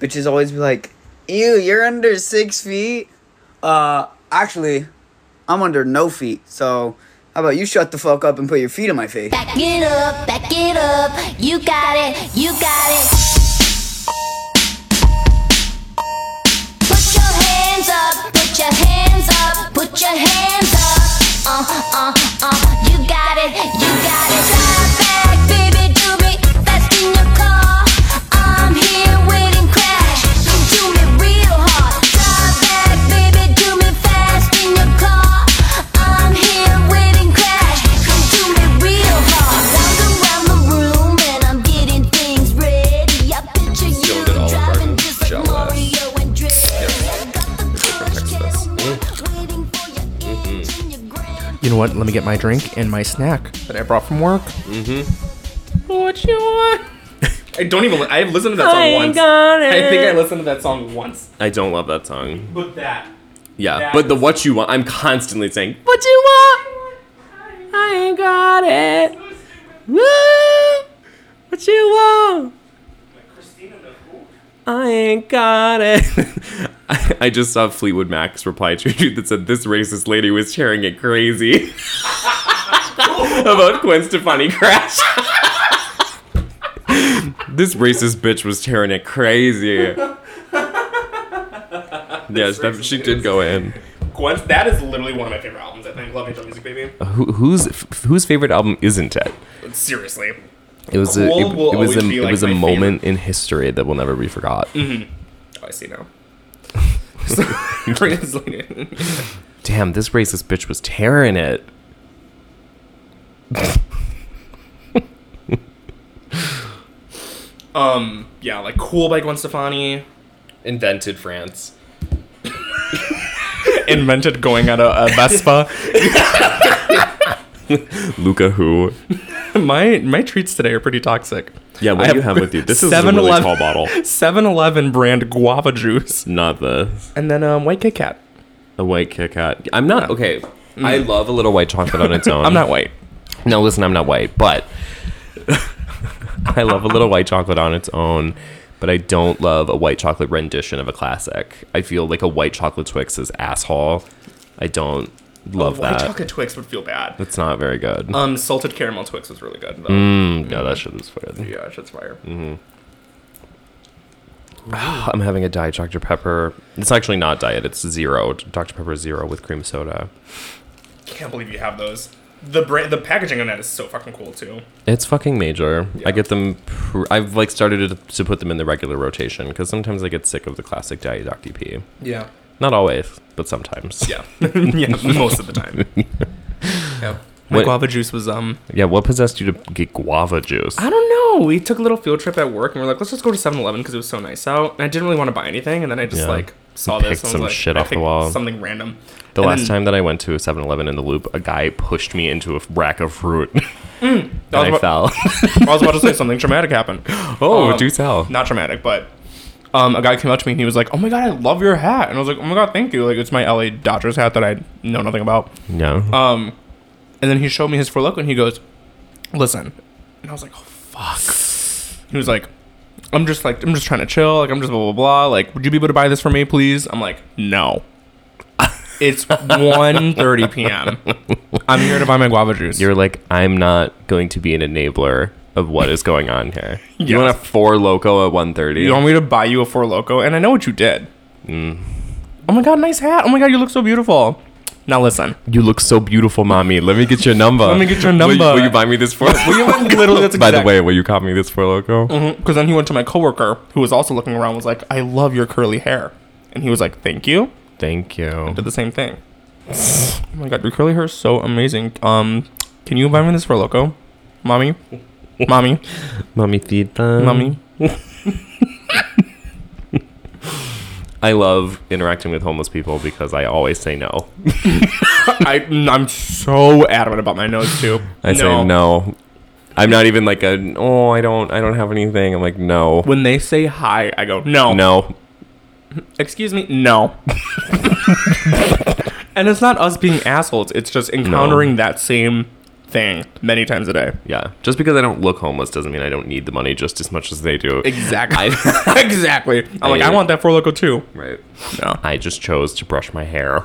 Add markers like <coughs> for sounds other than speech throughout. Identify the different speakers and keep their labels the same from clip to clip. Speaker 1: bitches always be like, "Ew, you're under six feet." Uh, actually, I'm under no feet. So, how about you shut the fuck up and put your feet in my face?
Speaker 2: Back it up, back it up. You got it, you got it. Put your hands up, put your hands up, put your hands up. Uh, uh, uh. You got it, you got it. Drive back, baby, do me fast in your car. I'm here waiting, crash. You do me real hard. Drive back, baby, do me fast in your car. I'm here waiting, crash. You do me real hard. Walk around the room and I'm getting things ready. I picture you
Speaker 3: did Olive
Speaker 2: driving
Speaker 3: Garden.
Speaker 2: just like
Speaker 3: Shall I?
Speaker 2: Mario. Yo and Dre, I got the clutch,
Speaker 3: Express.
Speaker 2: kettle waiting for your inch and your gram.
Speaker 4: You know what? Let me get my drink and my snack that I brought from work.
Speaker 5: What you want?
Speaker 3: <laughs> I don't even. I listened to that
Speaker 5: I
Speaker 3: song
Speaker 5: ain't
Speaker 3: once.
Speaker 5: got it.
Speaker 6: I think I listened to that song once.
Speaker 3: I don't love that song.
Speaker 6: But that.
Speaker 3: Yeah,
Speaker 6: That
Speaker 3: but the
Speaker 6: is-
Speaker 3: what you want, I'm constantly saying.
Speaker 5: What you want? I ain't got it. What? What you want? I ain't got it.
Speaker 3: <laughs> I, I just saw Fleetwood Mac's reply to a tweet that said this racist lady was sharing it crazy <laughs> about Gwen Stefani crash. <laughs> this racist bitch was tearing it crazy. Yes, that, she did go in.
Speaker 6: Gwen, that is literally one of my favorite albums, I think. Love Angel Music Baby.
Speaker 3: Who, who's f- whose favorite album isn't it?
Speaker 6: Seriously.
Speaker 3: It was a
Speaker 6: Cool
Speaker 3: it,
Speaker 6: will
Speaker 3: it was
Speaker 6: always
Speaker 3: a
Speaker 6: be,
Speaker 3: it
Speaker 6: like,
Speaker 3: was a
Speaker 6: my
Speaker 3: moment in history that will never be
Speaker 6: <laughs>
Speaker 3: forgot.
Speaker 6: Oh, I see now. <laughs> So, bring this later.
Speaker 3: Damn, this racist bitch was tearing it.
Speaker 6: <laughs> Um, yeah, like Cool by Gwen Stefani. Invented France. <laughs> Invented going at a, a Vespa.
Speaker 3: <laughs> Luca who?
Speaker 6: my my treats today are pretty toxic.
Speaker 3: Yeah, what
Speaker 6: I
Speaker 3: do you have with you? This is a really
Speaker 6: 7-Eleven
Speaker 3: tall bottle.
Speaker 6: 7-Eleven brand guava juice,
Speaker 3: Not the
Speaker 6: and then um, white Kit Kat.
Speaker 3: a white Kit Kat. I'm not okay. I love a little white chocolate on <laughs> its own.
Speaker 6: I'm not white.
Speaker 3: No, listen, I'm not white, but I love a little white chocolate on its own. But I don't love a white chocolate rendition of a classic. I feel like a white chocolate Twix is asshole. I don't love
Speaker 6: White
Speaker 3: that.
Speaker 6: chocolate Twix would feel bad.
Speaker 3: It's not very good.
Speaker 6: Um, salted caramel Twix was really good. Though.
Speaker 3: Mm, no, that shit was fun.
Speaker 6: Yeah, shit's fire.
Speaker 3: I'm having a diet Dr. Pepper. It's actually not diet, it's zero. Dr. Pepper zero with cream soda.
Speaker 6: Can't believe you have those. The brand, the packaging on that is so fucking cool too.
Speaker 3: It's fucking major.
Speaker 6: Yeah.
Speaker 3: I get them. Pr- I've like started to, to put them in the regular rotation because sometimes I get sick of the classic Diet Dr. P.
Speaker 6: Yeah.
Speaker 3: Not always, but sometimes. <laughs>
Speaker 6: Yeah. <laughs> yeah. Most of the time. yeah. My
Speaker 3: What-
Speaker 6: guava juice was um.
Speaker 3: Yeah. What possessed you to get guava juice?
Speaker 6: I don't know. We took a little field trip at work, and we are like, let's just go to 7-Eleven because it was so nice out. And I didn't really want to buy anything, and then I just
Speaker 3: Yeah.
Speaker 6: like saw
Speaker 3: Picked
Speaker 6: this. And
Speaker 3: some
Speaker 6: I was like,
Speaker 3: shit
Speaker 6: I
Speaker 3: off the
Speaker 6: picked
Speaker 3: wall.
Speaker 6: Something random.
Speaker 3: the
Speaker 6: And
Speaker 3: last
Speaker 6: then-
Speaker 3: time that I went to a 7 Eleven in the loop, a guy pushed me into a rack of fruit <laughs> and
Speaker 6: I was,
Speaker 3: I fell.
Speaker 6: about, <laughs> I was about to say something traumatic happened.
Speaker 3: <laughs> oh,
Speaker 6: Um,
Speaker 3: do tell.
Speaker 6: Not traumatic, but um, a guy came up to me and he was like, "Oh my god, I love your hat," and I was like, "Oh my god, thank you." Like it's my LA Dodgers hat that I know nothing about.
Speaker 3: No.
Speaker 6: Um, and then he showed me his for loco and he goes, "Listen," and I was like, "Oh fuck." He was like, "I'm just like I'm just trying to chill. Like I'm just blah blah blah. Like would you be able to buy this for me, please?" I'm like, "No." it's 1.30 p.m. I'm here to buy my guava juice.
Speaker 3: You're like, I'm not going to be an enabler of what is going on
Speaker 6: <laughs>
Speaker 3: here.
Speaker 6: Yes.
Speaker 3: You want a four loco at 130?
Speaker 6: You want me to buy you a Four Loco? And I know what you did.
Speaker 3: Mm.
Speaker 6: Oh my god, nice hat. Oh my god, you look so beautiful. Now listen.
Speaker 3: You look so beautiful, mommy. Let me get your number.
Speaker 6: Let me get your
Speaker 3: Will you- Will you,
Speaker 6: number.
Speaker 3: buy me this for?
Speaker 6: Will <laughs> you- literally,
Speaker 3: <laughs>
Speaker 6: that's
Speaker 3: By the
Speaker 6: exact-
Speaker 3: way, will you cop me this for loco?
Speaker 6: Because mm-hmm, then he went to my coworker, who was also looking around, was like, I love your curly hair. And he was like, Thank you.
Speaker 3: Thank you.
Speaker 6: Did the same thing. Oh my god, your curly hair is so amazing. Um, can you buy me this Four Loco? Mommy?
Speaker 3: <laughs>
Speaker 6: Mommy?
Speaker 3: Mommy feed them.
Speaker 6: Mommy?
Speaker 3: I love interacting with homeless people because I always say no.
Speaker 6: I, I'm so adamant about my nose, too.
Speaker 3: I say no. I'm not even like a oh I don't I don't have anything. I'm like no.
Speaker 6: When they say hi, I go, No.
Speaker 3: No.
Speaker 6: Excuse me? No.
Speaker 3: <laughs>
Speaker 6: and it's not us being assholes. It's just encountering that same thing many times a day.
Speaker 3: Yeah. Just because I don't look homeless doesn't mean I don't need the money just as much as they do.
Speaker 6: Exactly. <laughs> exactly. I'm like,
Speaker 3: I-
Speaker 6: I want that four loco too.
Speaker 3: Right.
Speaker 6: No.
Speaker 3: I just chose to brush my
Speaker 6: <laughs>
Speaker 3: hair.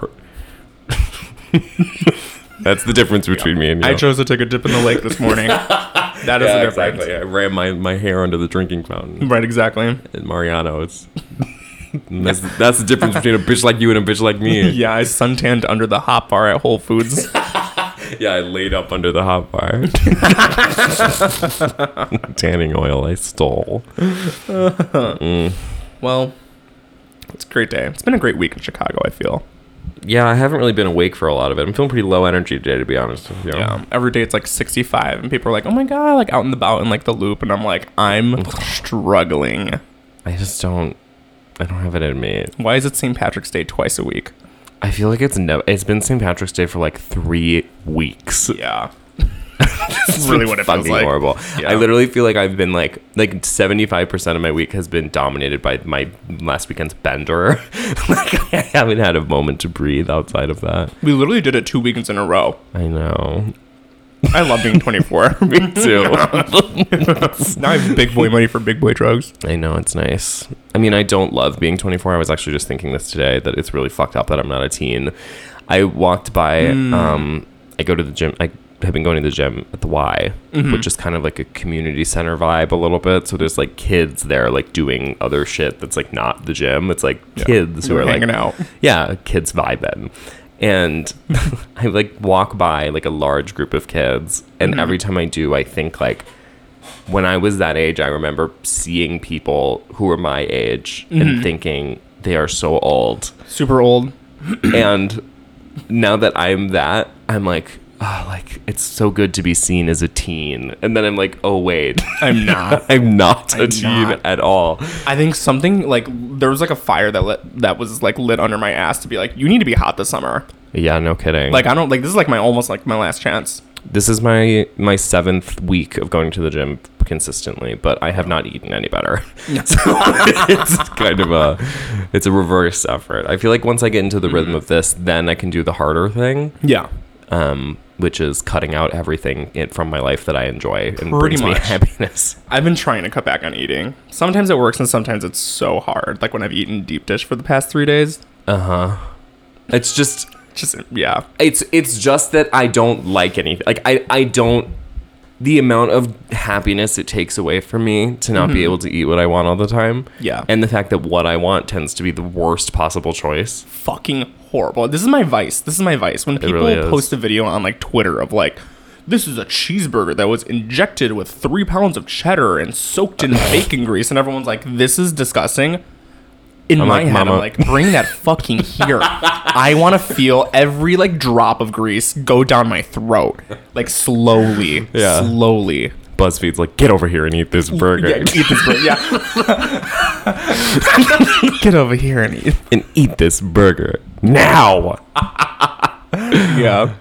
Speaker 3: That's the difference between me and you.
Speaker 6: I chose to take a dip in the lake
Speaker 3: <laughs>
Speaker 6: this morning. that is the
Speaker 3: Yeah,
Speaker 6: difference.
Speaker 3: exactly. I ran my, my hair under the drinking fountain.
Speaker 6: Right, exactly.
Speaker 3: And Mariano, it's and that's that's the difference between a bitch like you and a bitch like me.
Speaker 6: Yeah, I suntanned under the hot bar at Whole
Speaker 3: <laughs>
Speaker 6: Foods.
Speaker 3: Yeah, I laid up under the hot bar. <laughs> Tanning oil I stole.
Speaker 6: well, it's a great day. It's been a great week in Chicago, I feel.
Speaker 3: Yeah, I haven't really been awake for a lot of it. I'm feeling pretty low energy today, to be honest. with you.
Speaker 6: Um, every day it's like 65, and people are like, oh my God, like out and about in like the loop. And I'm like, I'm struggling.
Speaker 3: I just don't. I don't have it in me.
Speaker 6: Why is it St. Patrick's Day twice a week?
Speaker 3: I feel like it's never. It's been St. Patrick's Day for like three weeks.
Speaker 6: <laughs> Yeah. That's really what it feels
Speaker 3: fucking
Speaker 6: like.
Speaker 3: horrible. I literally feel like I've been like like seventy five percent of my week has been dominated by my last weekend's bender. <laughs> like I haven't had a moment to breathe outside of that.
Speaker 6: We literally did it two weekends in a row.
Speaker 3: I
Speaker 6: <laughs>
Speaker 3: know.
Speaker 6: I love being 24.
Speaker 3: <laughs> Me too.
Speaker 6: now I have big boy money for big boy drugs.
Speaker 3: I know it's nice. I mean, I don't love being twenty four. I was actually just thinking this today that it's really fucked up that I'm not a teen. I walked by. Um, I go to the gym. I have been going to the gym at the Y, which is kind of like a community center vibe a little bit. So there's like kids there, like doing other shit that's like not the gym. It's like kids who are like
Speaker 6: hanging out.
Speaker 3: yeah, kids vibe in. And <laughs> I like walk by like a large group of kids, and
Speaker 6: Mm-hmm.
Speaker 3: every time I do, I think like when I was that age, I remember seeing people who were my age
Speaker 6: Mm-hmm.
Speaker 3: and thinking they are so old.
Speaker 6: Super old.
Speaker 3: and now that I'm that, I'm like, oh, like it's so good to be seen as a teen. And then I'm like, oh wait,
Speaker 6: I'm not.
Speaker 3: <laughs> I'm not a
Speaker 6: I'm
Speaker 3: teen
Speaker 6: not.
Speaker 3: at all.
Speaker 6: I think something like there was like a fire that lit, that was like lit under my ass to be like, you need to be hot this summer.
Speaker 3: Yeah, no kidding.
Speaker 6: Like I don't like this is like my almost like my last chance.
Speaker 3: This is my my seventh week of going to the gym consistently, but I have not eaten any better. <laughs> so it's kind of a it's a reverse effort. I feel like once I get into the rhythm of this, then I can do the harder thing,
Speaker 6: Yeah.
Speaker 3: um, which is cutting out everything in, from my life that I enjoy and brings me
Speaker 6: much.
Speaker 3: <laughs> happiness.
Speaker 6: I've been trying to cut back on eating. Sometimes it works and sometimes it's so hard. Like when I've eaten deep dish for the past three days.
Speaker 3: It's just
Speaker 6: Just yeah.
Speaker 3: it's it's just that I don't like anything. Like I I don't the amount of happiness it takes away from me to not be able to eat what I want all the time.
Speaker 6: Mm-hmm. Yeah.
Speaker 3: And the fact that what I want tends to be the worst possible choice.
Speaker 6: fucking horrible. This is my vice. This is my vice. When people
Speaker 3: really is.
Speaker 6: post a video on like Twitter of like, this is a cheeseburger that was injected with three pounds of cheddar and
Speaker 3: <laughs>
Speaker 6: soaked in bacon grease, and everyone's like, this is disgusting. In
Speaker 3: I'm
Speaker 6: my
Speaker 3: like,
Speaker 6: head,
Speaker 3: "Mama."
Speaker 6: I'm like, bring
Speaker 3: <laughs>
Speaker 6: that fucking here. I want to feel every like drop of grease go down my throat, like slowly,
Speaker 3: Yeah.
Speaker 6: slowly.
Speaker 3: BuzzFeed's like, get over here and eat this burger.
Speaker 6: Yeah, eat this burger. Yeah.
Speaker 3: <laughs>
Speaker 6: <laughs> Get over here and eat.
Speaker 3: And eat this burger now.
Speaker 6: <laughs> Yeah.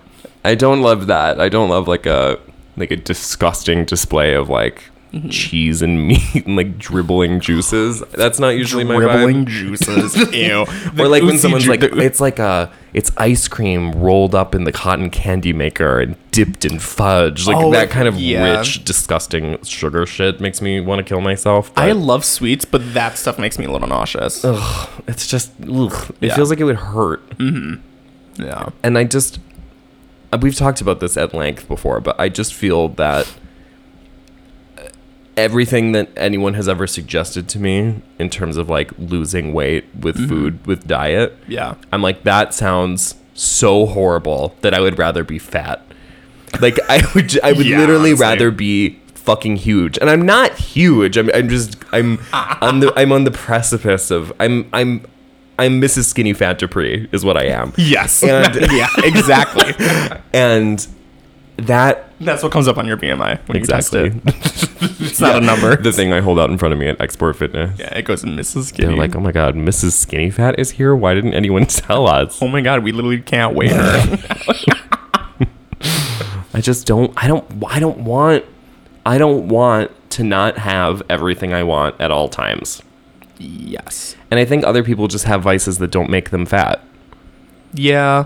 Speaker 3: I don't love that. I don't love like a like a disgusting display of like
Speaker 6: Mm-hmm.
Speaker 3: cheese and meat <laughs> and like dribbling juices. That's not usually my vibe.
Speaker 6: dribbling <laughs> juices. Ew.
Speaker 3: or
Speaker 6: The
Speaker 3: like when
Speaker 6: oozy
Speaker 3: someone's
Speaker 6: ju-
Speaker 3: like,
Speaker 6: the-
Speaker 3: it's like a, it's ice cream rolled up in the cotton candy maker and dipped in fudge, like
Speaker 6: Oh,
Speaker 3: that
Speaker 6: like-
Speaker 3: kind of
Speaker 6: yeah.
Speaker 3: rich, disgusting sugar shit makes me want to kill myself.
Speaker 6: I
Speaker 3: but-
Speaker 6: love sweets, but that stuff makes me a little nauseous.
Speaker 3: Oh. it's just, ugh, it
Speaker 6: Yeah. Mm.
Speaker 3: feels like it would hurt,
Speaker 6: Yeah.
Speaker 3: and I just, uh, we've talked about this at length before, but I just feel that uh, everything that anyone has ever suggested to me in terms of like losing weight with
Speaker 6: Mm-hmm.
Speaker 3: food with diet
Speaker 6: Yeah.
Speaker 3: I'm like, that sounds so horrible that I would rather be fat. Like I <laughs> would, j- I would
Speaker 6: Yeah,
Speaker 3: literally
Speaker 6: honestly.
Speaker 3: rather be fucking huge, and I'm not huge. I'm, I'm just, I'm
Speaker 6: <laughs>
Speaker 3: on the, I'm on the precipice of, I'm, I'm, I'm Mrs. Skinny Fat Dupree is what I
Speaker 6: <laughs>
Speaker 3: am,
Speaker 6: Yes.
Speaker 3: And- <laughs>
Speaker 6: yeah, exactly.
Speaker 3: and that
Speaker 6: That's what comes up on your BMI when you
Speaker 3: exactly
Speaker 6: test it. <laughs> It's not a number.
Speaker 3: the thing I hold out in front of me at Export Fitness.
Speaker 6: yeah, it goes Mrs.
Speaker 3: They're
Speaker 6: Skinny.
Speaker 3: like, oh my god, Mrs. Skinny Fat is here. Why didn't anyone <laughs> tell us?
Speaker 6: oh my god, we literally can't wait. her. <laughs>
Speaker 3: I just don't I don't I don't want I don't want to not have everything I want at all times.
Speaker 6: yes.
Speaker 3: And I think other people just have vices that don't make them fat.
Speaker 6: Yeah.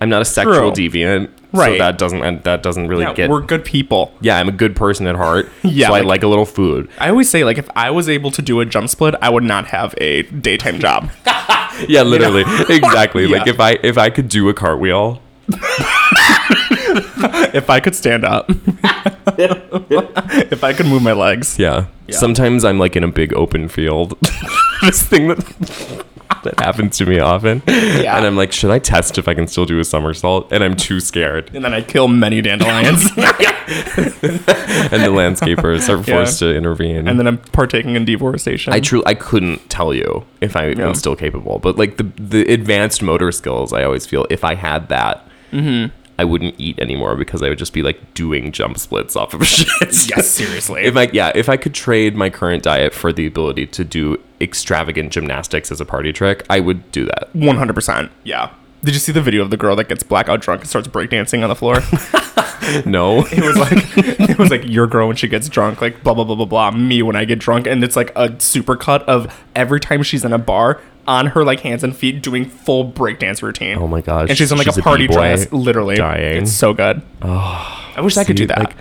Speaker 3: I'm not a sexual
Speaker 6: True.
Speaker 3: deviant. So
Speaker 6: Right.
Speaker 3: that doesn't and that doesn't really
Speaker 6: Yeah,
Speaker 3: get.
Speaker 6: we're good people.
Speaker 3: yeah, I'm a good person at heart.
Speaker 6: <laughs> Yeah,
Speaker 3: So
Speaker 6: like-
Speaker 3: I like a little
Speaker 6: <laughs>
Speaker 3: food.
Speaker 6: I always say, like, if I was able to do a jump split, I would not have a
Speaker 3: <laughs>
Speaker 6: daytime job.
Speaker 3: Yeah,
Speaker 6: <laughs>
Speaker 3: literally, exactly.
Speaker 6: Yeah.
Speaker 3: Like if I if I could do a cartwheel,
Speaker 6: if I could
Speaker 3: <laughs>
Speaker 6: stand up, <laughs> if I could move my legs.
Speaker 3: yeah. Sometimes I'm like in a big open field. <laughs> this thing that that happens to me often. Yeah. And I'm like, should I test if I can still do a somersault? And I'm too scared.
Speaker 6: And then I kill
Speaker 3: <laughs>
Speaker 6: many dandelions.
Speaker 3: And
Speaker 6: <laughs>
Speaker 3: the landscapers are
Speaker 6: Yeah.
Speaker 3: forced to intervene.
Speaker 6: and then I'm partaking in deforestation.
Speaker 3: I truly I couldn't tell you if I
Speaker 6: Yeah.
Speaker 3: am still capable, but like the the advanced motor skills, I always feel if I had that,
Speaker 6: Mm-hmm.
Speaker 3: I wouldn't eat anymore because I would just be like doing jump splits off of <laughs> shit.
Speaker 6: <laughs> yes, seriously.
Speaker 3: If I yeah, if I could trade my current diet for the ability to do extravagant gymnastics as a party trick, I would do that.
Speaker 6: <laughs> One hundred percent. Yeah. Did you see the video of the girl that gets blackout drunk and starts breakdancing on the floor?
Speaker 3: No,
Speaker 6: it was like it was like <laughs> your girl when she gets drunk, like blah blah blah blah blah. Me when I get drunk, and it's like a supercut of every time she's in a bar on her like hands and feet doing full breakdance routine.
Speaker 3: Oh my gosh,
Speaker 6: And she's in like
Speaker 3: she's
Speaker 6: a
Speaker 3: a
Speaker 6: party
Speaker 3: b-boy
Speaker 6: dress, literally.
Speaker 3: dying. Oh,
Speaker 6: It's so good. I wish I could
Speaker 3: See,
Speaker 6: do that.
Speaker 3: like,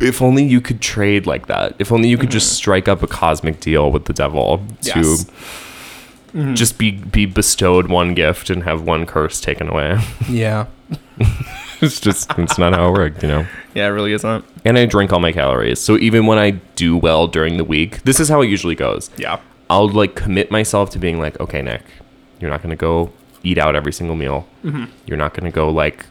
Speaker 3: if only you could trade like that. If only you could just strike up a cosmic deal with the devil to
Speaker 6: Mm-hmm. Yes. Mm-hmm.
Speaker 3: just be be bestowed one gift and have one curse taken away.
Speaker 4: Yeah.
Speaker 3: it's just it's not how it worked, you know.
Speaker 6: yeah, it really isn't.
Speaker 3: And I drink all my calories. So even when I do well during the week, this is how it usually goes.
Speaker 6: Yeah.
Speaker 3: I'll like commit myself to being like, okay, Nick, you're not gonna go eat out every single meal. You're not gonna go like,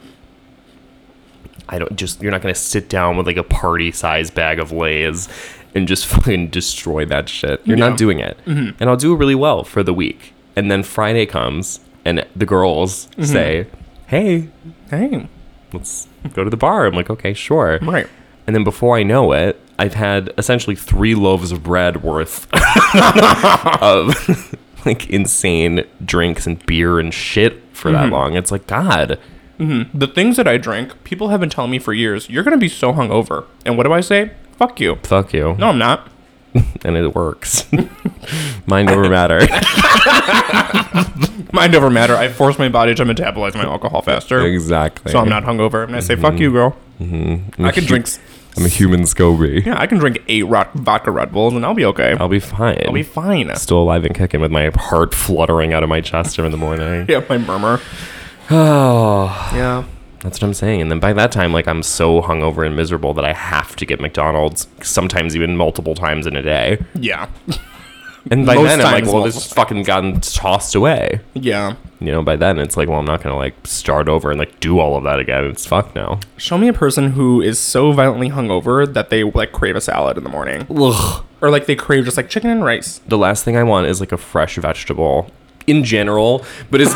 Speaker 3: I don't just. You're not gonna sit down with like a party size bag of lays and just <laughs> fucking destroy that shit. You're
Speaker 6: Yeah.
Speaker 3: not doing it. And I'll do really well for the week. And then Friday comes, and the girls say, "Hey,
Speaker 6: Hey.
Speaker 3: let's go to the bar." I'm like, "Okay, sure."
Speaker 6: Right.
Speaker 3: And then before I know it, I've had essentially three loaves of bread worth <laughs> of <laughs> like insane drinks and beer and shit for
Speaker 6: Mm-hmm.
Speaker 3: that long. It's like, God,
Speaker 6: The things that I drink, people have been telling me for years, you're gonna be so hungover. And what do I say? Fuck you.
Speaker 3: fuck you.
Speaker 6: No, I'm not.
Speaker 3: And it
Speaker 6: <laughs>
Speaker 3: works. Mine never matter.
Speaker 6: Mine never matter. I force my body to metabolize my alcohol faster.
Speaker 3: exactly.
Speaker 6: So I'm not hungover. And I say, fuck you, girl. I can drink. s-
Speaker 3: I'm a human Scobie.
Speaker 6: Yeah, I can drink eight rock vodka Red Bulls and I'll be okay.
Speaker 3: I'll be fine.
Speaker 6: I'll be fine. <laughs>
Speaker 3: Still alive and kicking with my heart fluttering out of my chest in the morning.
Speaker 6: Yeah, my murmur.
Speaker 3: <sighs> Oh,
Speaker 6: Yeah.
Speaker 3: that's what I'm saying. And then by that time, like I'm so hungover and miserable that I have to get McDonald's, sometimes even multiple times in a day.
Speaker 6: Yeah. <laughs>
Speaker 3: And by
Speaker 6: Most
Speaker 3: then, I'm like,
Speaker 6: times
Speaker 3: well, this has fucking gotten tossed away.
Speaker 6: Yeah.
Speaker 3: You know, by then, it's like, well, I'm not gonna like start over and like do all of that again. It's fuck now.
Speaker 6: Show me a person who is so violently hungover that they like crave a salad in the morning.
Speaker 3: Ugh.
Speaker 6: Or like they crave just like chicken and rice.
Speaker 3: The last thing I want is like a fresh vegetable in general, but, it's,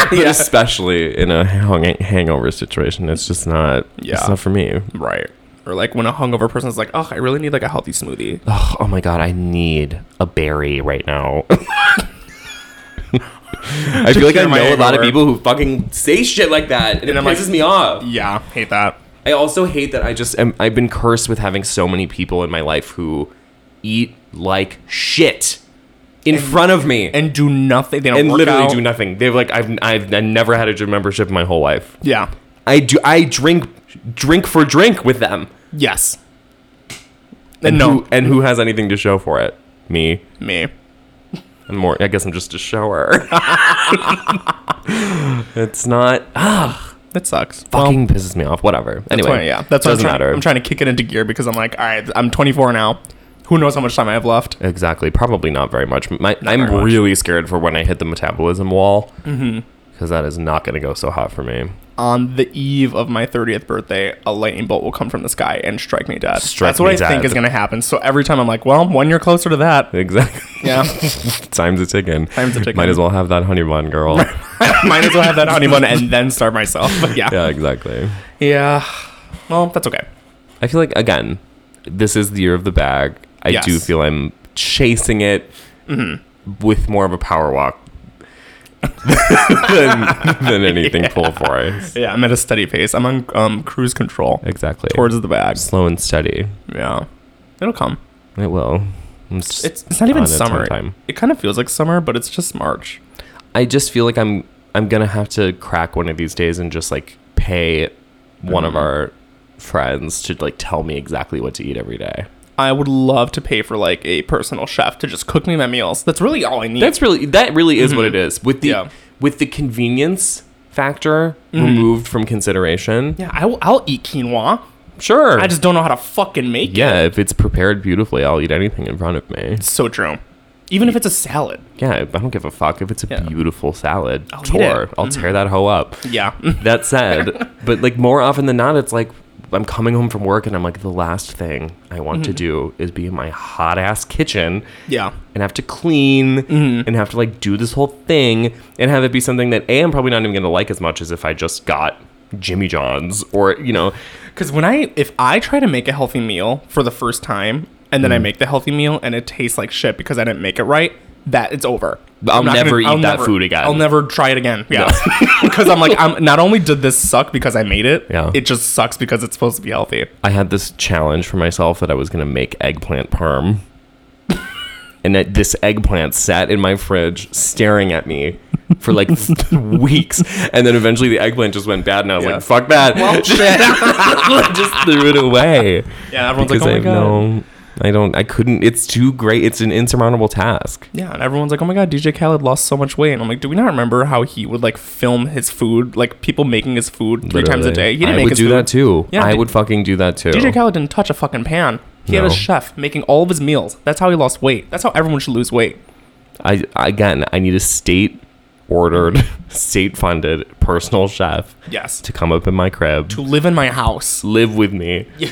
Speaker 3: <laughs> but especially in a hung- hangover situation. It's just not,
Speaker 6: Yeah.
Speaker 3: it's not for me.
Speaker 6: Right. Or like when a hungover person's like, oh, I really need like a healthy smoothie.
Speaker 3: Ugh, oh my God, I need a berry right now. I feel like I
Speaker 6: cure my
Speaker 3: know a lot of
Speaker 6: hangover.
Speaker 3: people who fucking say shit like that, and, it
Speaker 6: And I'm like-
Speaker 3: pisses me off.
Speaker 6: Yeah, hate that.
Speaker 3: I also hate that I just am, I've been cursed with having so many people in my life who eat like shit in front of me and,
Speaker 6: And do nothing. They don't work
Speaker 3: literally
Speaker 6: out.
Speaker 3: do nothing. They're like I've, I've I've never had a gym membership in my whole life.
Speaker 6: Yeah.
Speaker 3: I do I drink drink for drink with them.
Speaker 6: Yes. And no,
Speaker 3: Who, and who has anything to show for it? Me.
Speaker 6: me.
Speaker 3: I'm more I guess I'm just a
Speaker 6: <laughs>
Speaker 3: shower. it's not
Speaker 6: That sucks.
Speaker 3: fucking pisses me off. Whatever. Anyway,
Speaker 6: Well, yeah, oh, that's what I'm
Speaker 3: doesn't
Speaker 6: trying,
Speaker 3: matter.
Speaker 6: I'm trying to kick it into gear because I'm like, all right, I'm 24 now. Who knows how much time I have left?
Speaker 3: Exactly. Probably not very much. My, I'm
Speaker 6: very much. Mm-hmm.
Speaker 3: really scared for when I hit the metabolism wall because is not going to go so hot for me. <laughs>
Speaker 6: On the eve of my 30th birthday, a lightning bolt will come from the sky and strike me dead.
Speaker 3: Strike
Speaker 6: that's what
Speaker 3: me
Speaker 6: I think
Speaker 3: dead.
Speaker 6: is going to happen. So every time I'm like, well, one year closer to that. <laughs>
Speaker 3: Exactly.
Speaker 6: Yeah,
Speaker 3: Time's a ticking.
Speaker 6: Time's a ticking.
Speaker 3: Might as well have that honey bun,
Speaker 6: <laughs>
Speaker 3: girl.
Speaker 6: might as well have that honey bun and then starve myself. <laughs> But yeah.
Speaker 3: yeah, exactly.
Speaker 6: Yeah. Well, that's okay.
Speaker 3: I feel like again, this is the year of the bag. I
Speaker 6: Yes. Mm-hmm.
Speaker 3: do feel I'm chasing it with more of a power walk than, than
Speaker 6: <laughs>
Speaker 3: anything pull for us.
Speaker 6: Yeah, I'm at a steady pace. I'm on um, cruise control
Speaker 3: Exactly.
Speaker 6: towards the bag.
Speaker 3: slow and steady.
Speaker 6: Yeah. It'll come.
Speaker 3: It will. I'm just
Speaker 6: It's, it's not even
Speaker 3: on its own
Speaker 6: summer. It kind of feels like summer, but it's just March.
Speaker 3: I just feel like I'm I'm gonna have to crack one of these days and just like pay one
Speaker 6: Mm-hmm.
Speaker 3: of our friends to like tell me exactly what to eat every day.
Speaker 6: I would love to pay for like a personal chef to just cook me my meals. That's really all I need.
Speaker 3: That's really that really is what it is with the
Speaker 6: Yeah. Mm-hmm.
Speaker 3: with the convenience factor removed from consideration.
Speaker 6: yeah, I will, I'll eat quinoa.
Speaker 3: Sure.
Speaker 6: I just don't know how to fucking make it.
Speaker 3: yeah, if it's prepared beautifully, I'll eat anything in front of me.
Speaker 6: So true. Even if it's a salad.
Speaker 3: Yeah, I don't give a fuck if it's a
Speaker 6: Yeah.
Speaker 3: beautiful salad.
Speaker 6: eat
Speaker 3: Tour.
Speaker 6: it. Mm-hmm.
Speaker 3: I'll tear that hoe up.
Speaker 6: Yeah. <laughs>
Speaker 3: That said, but like more often than not, it's like I'm coming home from work and I'm like, the last thing I want to do is be in my hot ass kitchen
Speaker 6: yeah.
Speaker 3: and have to clean and have to like do this whole thing and have it be something that A, I'm probably not even going to like as much as if I just got Jimmy John's or, you know,
Speaker 6: Because when I, if I try to make a healthy meal for the first time and then
Speaker 3: Mm.
Speaker 6: I make the healthy meal and it tastes like shit because I didn't make it right, that it's over.
Speaker 3: I'll
Speaker 6: I'm not
Speaker 3: never eat that food again.
Speaker 6: I'll never try it again. Yeah. <laughs>
Speaker 3: <laughs>
Speaker 6: Because I'm like, I'm not only did this suck because I made it,
Speaker 3: Yeah.
Speaker 6: it just sucks because it's supposed to be healthy.
Speaker 3: I had this challenge for myself that I was going to make eggplant parm. <laughs> and that this eggplant sat in my fridge staring at me for like weeks. And then eventually the eggplant just went bad. And I was
Speaker 6: Yeah.
Speaker 3: like, fuck that. <laughs> just threw it away.
Speaker 6: Yeah, everyone's
Speaker 3: because I have
Speaker 6: like, oh my god.
Speaker 3: no, I don't, I couldn't, it's too great. It's an insurmountable task.
Speaker 6: Yeah, and everyone's like, oh my god, DJ Khaled lost so much weight. And I'm like, do we not remember how he would like film his food, like people making his food three times a
Speaker 3: Literally.
Speaker 6: day? He didn't
Speaker 3: I
Speaker 6: make
Speaker 3: would
Speaker 6: his
Speaker 3: do
Speaker 6: food.
Speaker 3: that too.
Speaker 6: Yeah,
Speaker 3: I
Speaker 6: d-
Speaker 3: would fucking do that too.
Speaker 6: DJ Khaled didn't touch a fucking pan. He had
Speaker 3: No.
Speaker 6: a chef making all of his meals. That's how he lost weight. That's how everyone should lose weight.
Speaker 3: I again, I need a state <laughs> ordered, state funded personal chef
Speaker 6: Yes.
Speaker 3: to come up in my crib,
Speaker 6: To live in my house.
Speaker 3: live with me, <laughs>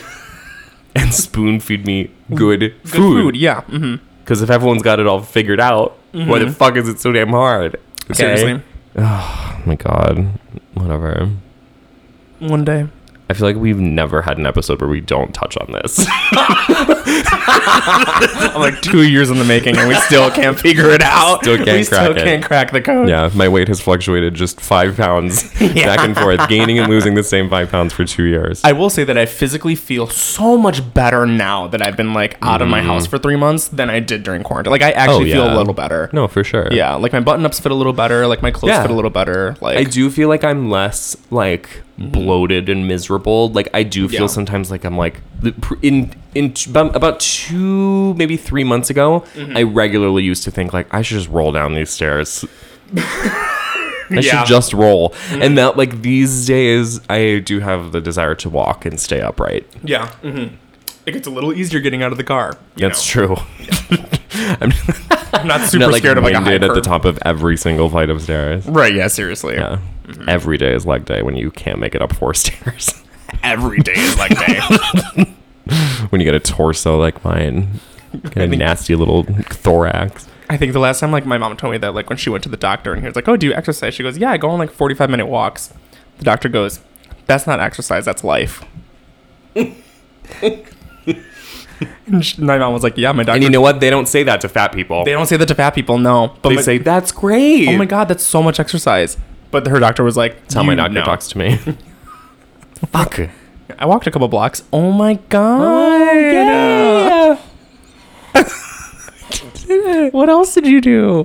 Speaker 3: and spoon feed me good,
Speaker 6: Good
Speaker 3: food.
Speaker 6: food, yeah. hmm
Speaker 3: Because if everyone's got it all figured out, why
Speaker 6: Mm-hmm.
Speaker 3: the fuck is it so damn hard? Okay?
Speaker 6: Seriously.
Speaker 3: Oh my god. Whatever.
Speaker 6: One day.
Speaker 3: I feel like we've never had an episode where we don't touch on
Speaker 6: <laughs>
Speaker 3: this. <laughs>
Speaker 6: I'm like two years in the making and we still can't figure it out.
Speaker 3: Still can't
Speaker 6: we still
Speaker 3: crack it.
Speaker 6: can't crack the code.
Speaker 3: yeah, my weight has fluctuated just five
Speaker 6: <laughs>
Speaker 3: pounds back and forth, gaining and losing the same five pounds for two years.
Speaker 6: I will say that I physically feel so much better now that I've been like out of my house for three months than I did during quarantine. Like I actually feel
Speaker 3: Mm-hmm. Oh, yeah.
Speaker 6: a little better.
Speaker 3: no, for sure.
Speaker 6: Yeah, like my button ups fit a little better. Like my clothes
Speaker 3: Yeah.
Speaker 6: fit a little better. Like Mm-hmm.
Speaker 3: I do feel like I'm less like bloated and miserable. Like I do feel
Speaker 6: Yeah.
Speaker 3: sometimes like I'm like the pr- in in t- about about two maybe three months ago,
Speaker 6: Mm-hmm.
Speaker 3: I regularly used to think like I should just roll down these stairs. <laughs> I
Speaker 6: Yeah. Mm-hmm.
Speaker 3: should just roll, and that like these days I do have the desire to walk and stay upright.
Speaker 6: Yeah. Mm-hmm. It gets a little easier getting out of the car. you
Speaker 3: That's
Speaker 6: know?
Speaker 3: <laughs> true. I'm
Speaker 6: I'm not super
Speaker 3: not like
Speaker 6: scared of like a high
Speaker 3: winded at the
Speaker 6: curb.
Speaker 3: top of every single flight of stairs.
Speaker 6: Right. Yeah. Seriously.
Speaker 3: Yeah,
Speaker 6: Mm-hmm.
Speaker 3: Every day is leg day when you can't make it up four <laughs> stairs.
Speaker 6: Every day is like
Speaker 3: <laughs>
Speaker 6: day.
Speaker 3: when you get a torso like
Speaker 6: <laughs>
Speaker 3: mine, get a
Speaker 6: think-
Speaker 3: nasty little thorax.
Speaker 6: I think the last time like my mom told me that like when she went to the doctor and he was like, "Oh, do you exercise?" She goes, "Yeah, I go on like 45 minute walks." The doctor goes, "That's not exercise.
Speaker 3: <laughs>
Speaker 6: That's life." and she, my mom was like, "Yeah, my doctor."
Speaker 3: And you know what? They don't say that to fat people.
Speaker 6: they don't say that to fat people. No, but
Speaker 3: They
Speaker 6: my-
Speaker 3: say that's great.
Speaker 6: "Oh my god, that's so much exercise." But her doctor was like,
Speaker 3: That's how my
Speaker 6: "You
Speaker 3: doctor
Speaker 6: know."
Speaker 3: talks to
Speaker 6: <laughs>
Speaker 3: me. Fuck.
Speaker 6: I walked a couple blocks. Oh my god. Oh, <laughs> what else did you do?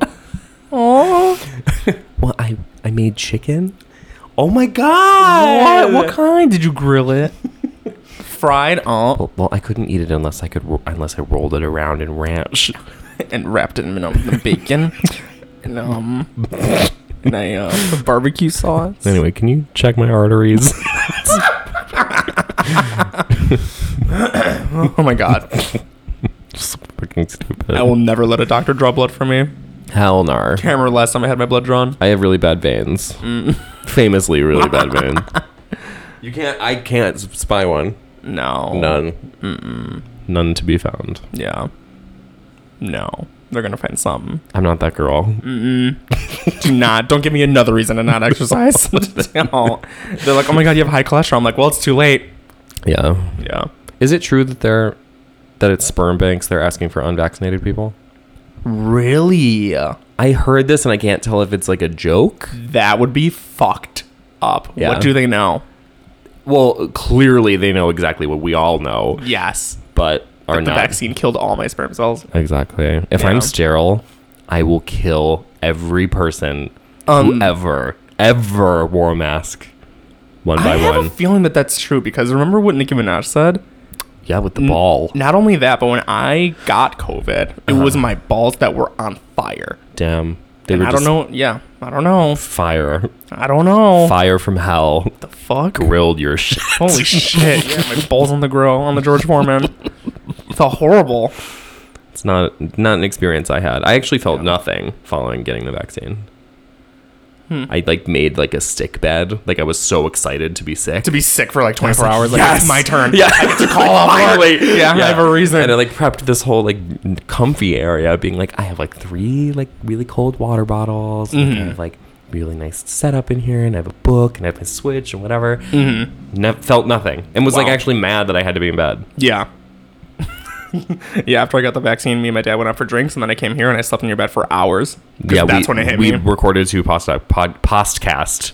Speaker 6: Oh,
Speaker 3: Well, I I made chicken. Oh my god.
Speaker 6: what? What kind? Did you grill it? Fried oh,
Speaker 3: Well, well, I couldn't eat it unless I could ro- unless I rolled it around in ranch.
Speaker 6: and wrapped it in um, <laughs> bacon and um and I uh, barbecue sauce.
Speaker 3: Anyway, can you check my arteries? <laughs>
Speaker 6: Oh my god,
Speaker 3: Just fucking stupid.
Speaker 6: I will never let a doctor draw blood from me.
Speaker 3: Hell no.
Speaker 6: I remember last time I had my blood drawn.
Speaker 3: I have really bad veins. Famously, really <laughs> bad veins. Mm. You can't. I can't s- spy one.
Speaker 6: No,
Speaker 3: None. None to be found.
Speaker 6: yeah, no. They're gonna find something.
Speaker 3: I'm not that girl.
Speaker 6: do not don't give me another reason to not <laughs> exercise No. they're like oh my god you have high cholesterol i'm like well it's too late
Speaker 3: Yeah.
Speaker 6: yeah
Speaker 3: Is it true that they're that it's sperm banks they're asking for unvaccinated people?
Speaker 6: really
Speaker 3: I heard this and I can't tell if it's like a joke.
Speaker 6: that would be fucked up
Speaker 3: Yeah.
Speaker 6: what do they know
Speaker 3: Well, clearly they know exactly what we all know,
Speaker 6: yes
Speaker 3: but are
Speaker 6: the
Speaker 3: not
Speaker 6: vaccine killed all my sperm cells
Speaker 3: exactly. If
Speaker 6: Yeah.
Speaker 3: I'm sterile, I will
Speaker 6: Um,
Speaker 3: kill every person who ever ever wore a mask. one
Speaker 6: I
Speaker 3: by
Speaker 6: have
Speaker 3: one.
Speaker 6: a feeling that that's true because remember what Nicki Minaj said?
Speaker 3: yeah, with the ball.
Speaker 6: Not only that, but when I got COVID, it was my balls that were on fire.
Speaker 3: Damn. They
Speaker 6: And
Speaker 3: were
Speaker 6: I
Speaker 3: just
Speaker 6: don't know. Yeah, I don't know.
Speaker 3: fire.
Speaker 6: I don't know.
Speaker 3: Fire from hell. The
Speaker 6: Fuck.
Speaker 3: grilled your shit.
Speaker 6: Holy <laughs> shit! Yeah, my balls on the grill on the George Foreman. It's all horrible.
Speaker 3: It's not not an experience I had. I actually felt nothing following getting the vaccine.
Speaker 6: Hmm.
Speaker 3: I like made like a sick bed. Like I was so excited to be sick.
Speaker 6: To be sick for like 24 hours. Like it's my turn. <laughs>
Speaker 3: Yeah, I get to call off finally.
Speaker 6: Yeah, I have a reason.
Speaker 3: And I like prepped this whole like comfy area, being like, I have like three like really cold water bottles. And
Speaker 6: Mm-hmm.
Speaker 3: I have like really nice setup in here, and I have a book, and I have my switch and whatever. Mm-hmm. Ne- felt nothing, and was like
Speaker 6: Wow.
Speaker 3: actually mad that I had to be in bed.
Speaker 6: Yeah. <laughs> yeah. After I got the vaccine, me and my dad went out for drinks, and then I came here and I slept in your bed for hours. 'Cause that's
Speaker 3: we,
Speaker 6: when it hit
Speaker 3: we <laughs>
Speaker 6: me.
Speaker 3: recorded two post uh, pod podcast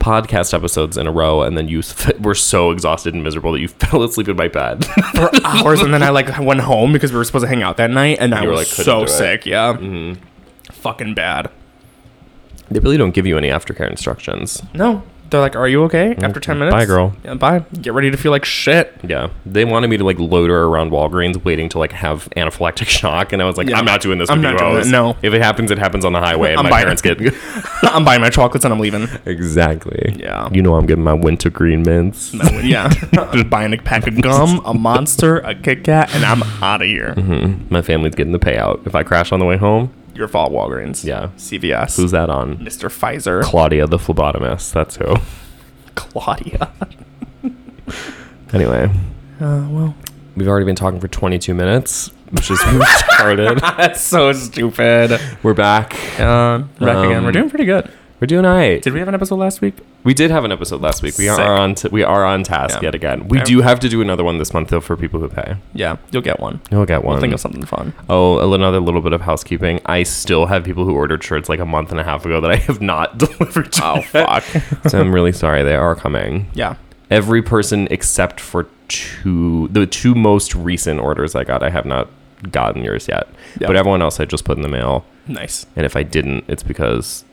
Speaker 3: podcast episodes in a row, and then you f- <laughs> were so exhausted and miserable that you <laughs> fell asleep in my bed. <laughs>
Speaker 6: for hours, and then I like went home because we were supposed to hang out that night, and I
Speaker 3: You were,
Speaker 6: was
Speaker 3: like, couldn't
Speaker 6: so
Speaker 3: do it. Mm-hmm.
Speaker 6: sick. Yeah. Fucking bad.
Speaker 3: they really don't give you any aftercare instructions.
Speaker 6: No. They're like, "Are you okay?" After ten minutes,
Speaker 3: Mm-hmm. Bye, girl.
Speaker 6: Yeah, bye. Get ready to feel like shit. <laughs>
Speaker 3: Yeah, they wanted me to like loiter around Walgreens, waiting to like have anaphylactic <laughs> shock, and I was like,
Speaker 6: Yeah.
Speaker 3: I'm not doing this.
Speaker 6: I'm
Speaker 3: with
Speaker 6: not
Speaker 3: you
Speaker 6: doing
Speaker 3: hoes.
Speaker 6: that, no.
Speaker 3: if it happens, it happens on the highway, <laughs> and
Speaker 6: I'm
Speaker 3: my
Speaker 6: buying
Speaker 3: parents
Speaker 6: it.
Speaker 3: get
Speaker 6: I'm buying my chocolates and I'm leaving.
Speaker 3: exactly.
Speaker 6: Yeah.
Speaker 3: you know I'm getting my winter green mints.
Speaker 6: No, yeah,
Speaker 3: <laughs>
Speaker 6: I'm buying a pack of gum, a monster, a Kit Kat, and I'm out of here.
Speaker 3: My family's getting the payout if I crash on the way home.
Speaker 6: Your fault, Walgreens.
Speaker 3: Yeah.
Speaker 6: CVS.
Speaker 3: Who's that on?
Speaker 6: Mr. Pfizer?
Speaker 3: Claudia, the phlebotomist. That's who.
Speaker 6: Claudia.
Speaker 3: Anyway,
Speaker 6: Uh, well,
Speaker 3: we've already been talking for 22 minutes, which is <laughs> retarded.
Speaker 6: <laughs> that's so stupid.
Speaker 3: We're back.
Speaker 6: Um, we're back again.
Speaker 3: Um,
Speaker 6: We're doing pretty good.
Speaker 3: We're doing all right.
Speaker 6: Did we have an episode last week?
Speaker 3: We did have an episode last week. We
Speaker 6: Sick.
Speaker 3: are on. T- we are on task
Speaker 6: Yeah.
Speaker 3: yet again. We
Speaker 6: I-
Speaker 3: do have to do another one this month though for people who pay.
Speaker 6: Yeah, you'll get one.
Speaker 3: You'll get one.
Speaker 6: We'll think of something <laughs> fun.
Speaker 3: Oh, a- another little bit of housekeeping. I still have people who ordered shirts like a month and a half ago that I have not <laughs> delivered to.
Speaker 6: Oh fuck.
Speaker 3: <laughs> so I'm really sorry. They are coming.
Speaker 6: yeah.
Speaker 3: Every person except for two, the two most recent orders I got, I have not gotten yours yet.
Speaker 6: Yeah.
Speaker 3: But everyone else I just put in the mail.
Speaker 6: Nice.
Speaker 3: And if I didn't, it's because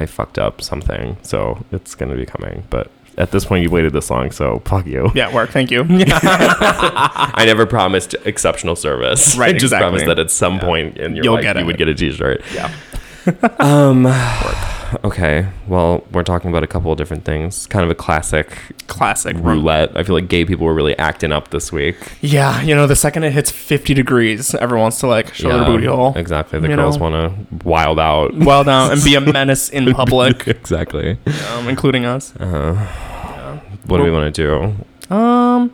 Speaker 3: I fucked up something. So it's going to be coming. But at this point, you've waited this long. So fuck you.
Speaker 6: Yeah, work. Thank you. <laughs> Yeah.
Speaker 3: I never promised exceptional service. <laughs>
Speaker 6: Right,
Speaker 3: I just
Speaker 6: exactly.
Speaker 3: promised that at some point in your
Speaker 6: You'll
Speaker 3: life
Speaker 6: get
Speaker 3: you
Speaker 6: it.
Speaker 3: would get a T-shirt.
Speaker 6: Yeah.
Speaker 3: <laughs> um. Okay. Well, we're talking about a couple of different things. Kind of a classic
Speaker 6: Classic roulette.
Speaker 3: roulette. I feel like gay people were really acting up this week.
Speaker 6: Yeah, you know, the second it hits 50 degrees, everyone wants to like show their booty hole. <laughs>
Speaker 3: Exactly. The
Speaker 6: you
Speaker 3: girls
Speaker 6: know?
Speaker 3: want to wild out.
Speaker 6: Well, now and be a menace in <laughs>
Speaker 3: <laughs>
Speaker 6: public,
Speaker 3: exactly.
Speaker 6: um, including us.
Speaker 3: What do we want to do?
Speaker 6: Um,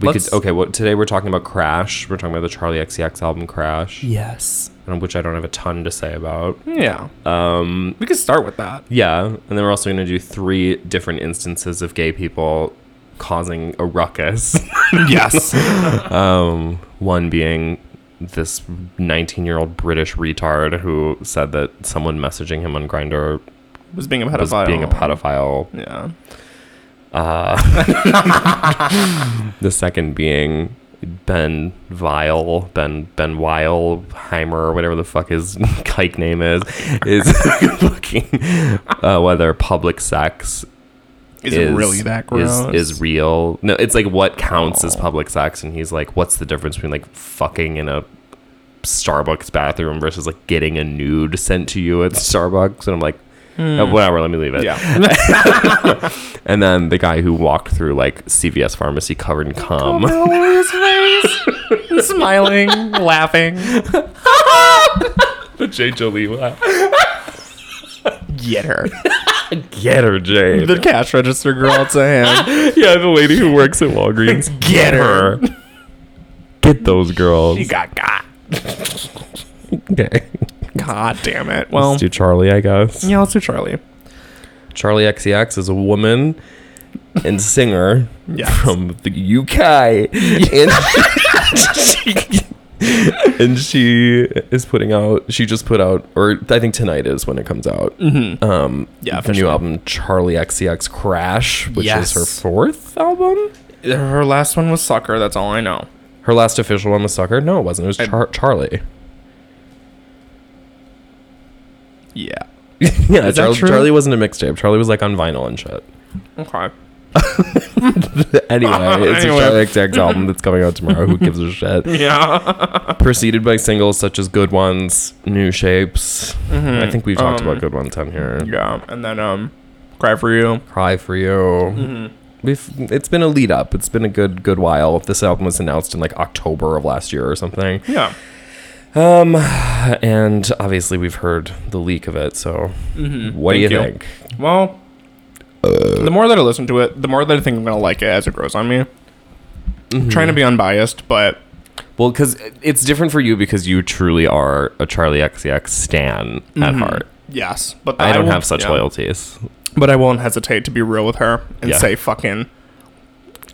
Speaker 3: We
Speaker 6: Let's-
Speaker 3: could. Okay. Well, today we're talking about Crash. We're talking about the Charlie XCX album Crash,
Speaker 6: yes.
Speaker 3: and which I don't have a ton to say about.
Speaker 6: Yeah.
Speaker 3: Um.
Speaker 6: We could start with that.
Speaker 3: Yeah, and then we're also going to do three different instances of gay people causing a ruckus.
Speaker 6: <laughs> Yes.
Speaker 3: <laughs> um, one being this 19-year-old British retard who said that someone messaging him on Grinder
Speaker 6: was being a
Speaker 3: was
Speaker 6: pedophile.
Speaker 3: being a pedophile.
Speaker 6: Yeah.
Speaker 3: The second being Ben Vile, Ben Ben Weilheimer, whatever the fuck his <laughs> kike name is, is <laughs> looking uh, whether public sex
Speaker 6: Is, it really that gross? Oh.
Speaker 3: Is, is real? No, it's like what counts as public sex, and he's like, what's the difference between like fucking in a Starbucks bathroom versus like getting a nude sent to you at <laughs> Starbucks? And I'm like, "Oh, whatever, let me leave it.
Speaker 6: Hmm. yeah.
Speaker 3: <laughs> And then the guy who walked through like CVS pharmacy covered in cum. <laughs>
Speaker 6: his face, smiling, laughing.
Speaker 3: the Jay Jolie laugh.
Speaker 6: Get her.
Speaker 3: Get her, Jay.
Speaker 6: The cash register girl to him.
Speaker 3: <laughs> yeah, the lady who works at
Speaker 6: <laughs>
Speaker 3: Walgreens.
Speaker 6: Get her.
Speaker 3: Get those girls.
Speaker 6: He got got.
Speaker 3: Okay.
Speaker 6: God damn it. Well,
Speaker 3: Let's do Charlie, I guess.
Speaker 6: Oh. yeah, let's do Charlie.
Speaker 3: Charlie XCX is a woman and singer
Speaker 6: Yes.
Speaker 3: from the UK.
Speaker 6: <laughs>
Speaker 3: And, and she is putting out, she just put out, or I think tonight is when it comes out, um,
Speaker 6: Mm. Yeah,
Speaker 3: the new
Speaker 6: officially.
Speaker 3: album, Charlie XCX Crash, which is
Speaker 6: Yes.
Speaker 3: her fourth album.
Speaker 6: Her last one was Sucker. That's all I know.
Speaker 3: Her last official one was Sucker. No, it wasn't. It was Char- Charlie. <laughs>
Speaker 6: Yeah.
Speaker 3: yeah,
Speaker 6: that
Speaker 3: Char-
Speaker 6: true?
Speaker 3: Charlie wasn't a mixtape. Charlie was like on vinyl and shit.
Speaker 6: Okay.
Speaker 3: <laughs> Anyway, it's
Speaker 6: Anyway.
Speaker 3: a Charlie XX album that's coming out tomorrow. Who gives a <laughs> shit?
Speaker 6: Yeah.
Speaker 3: Preceded by singles such as Good Ones, New Shapes. I think we've talked about Good Ones on here.
Speaker 6: yeah. And then um, cry for you.
Speaker 3: Cry for You. Mm-hmm. We've, it's been a lead up. It's been a good good while. This album was announced in like October of last year or something.
Speaker 6: Yeah.
Speaker 3: Um, <sighs> and obviously we've heard the leak of it. So, what
Speaker 6: Thank
Speaker 3: do Mm-hmm. you,
Speaker 6: you.
Speaker 3: think?
Speaker 6: Well, the more that I listen to it, the more that I think I'm gonna like it as it grows on me.
Speaker 3: Mm-hmm.
Speaker 6: I'm trying to be unbiased, but
Speaker 3: Well, because it's different for you because you truly are a Charlie XX stan at heart.
Speaker 6: yes, but
Speaker 3: Hmm. I don't
Speaker 6: Mm-hmm. will-
Speaker 3: have such
Speaker 6: yeah.
Speaker 3: loyalties,
Speaker 6: But I won't hesitate to be real with her and
Speaker 3: Yeah. Oh.
Speaker 6: say fucking.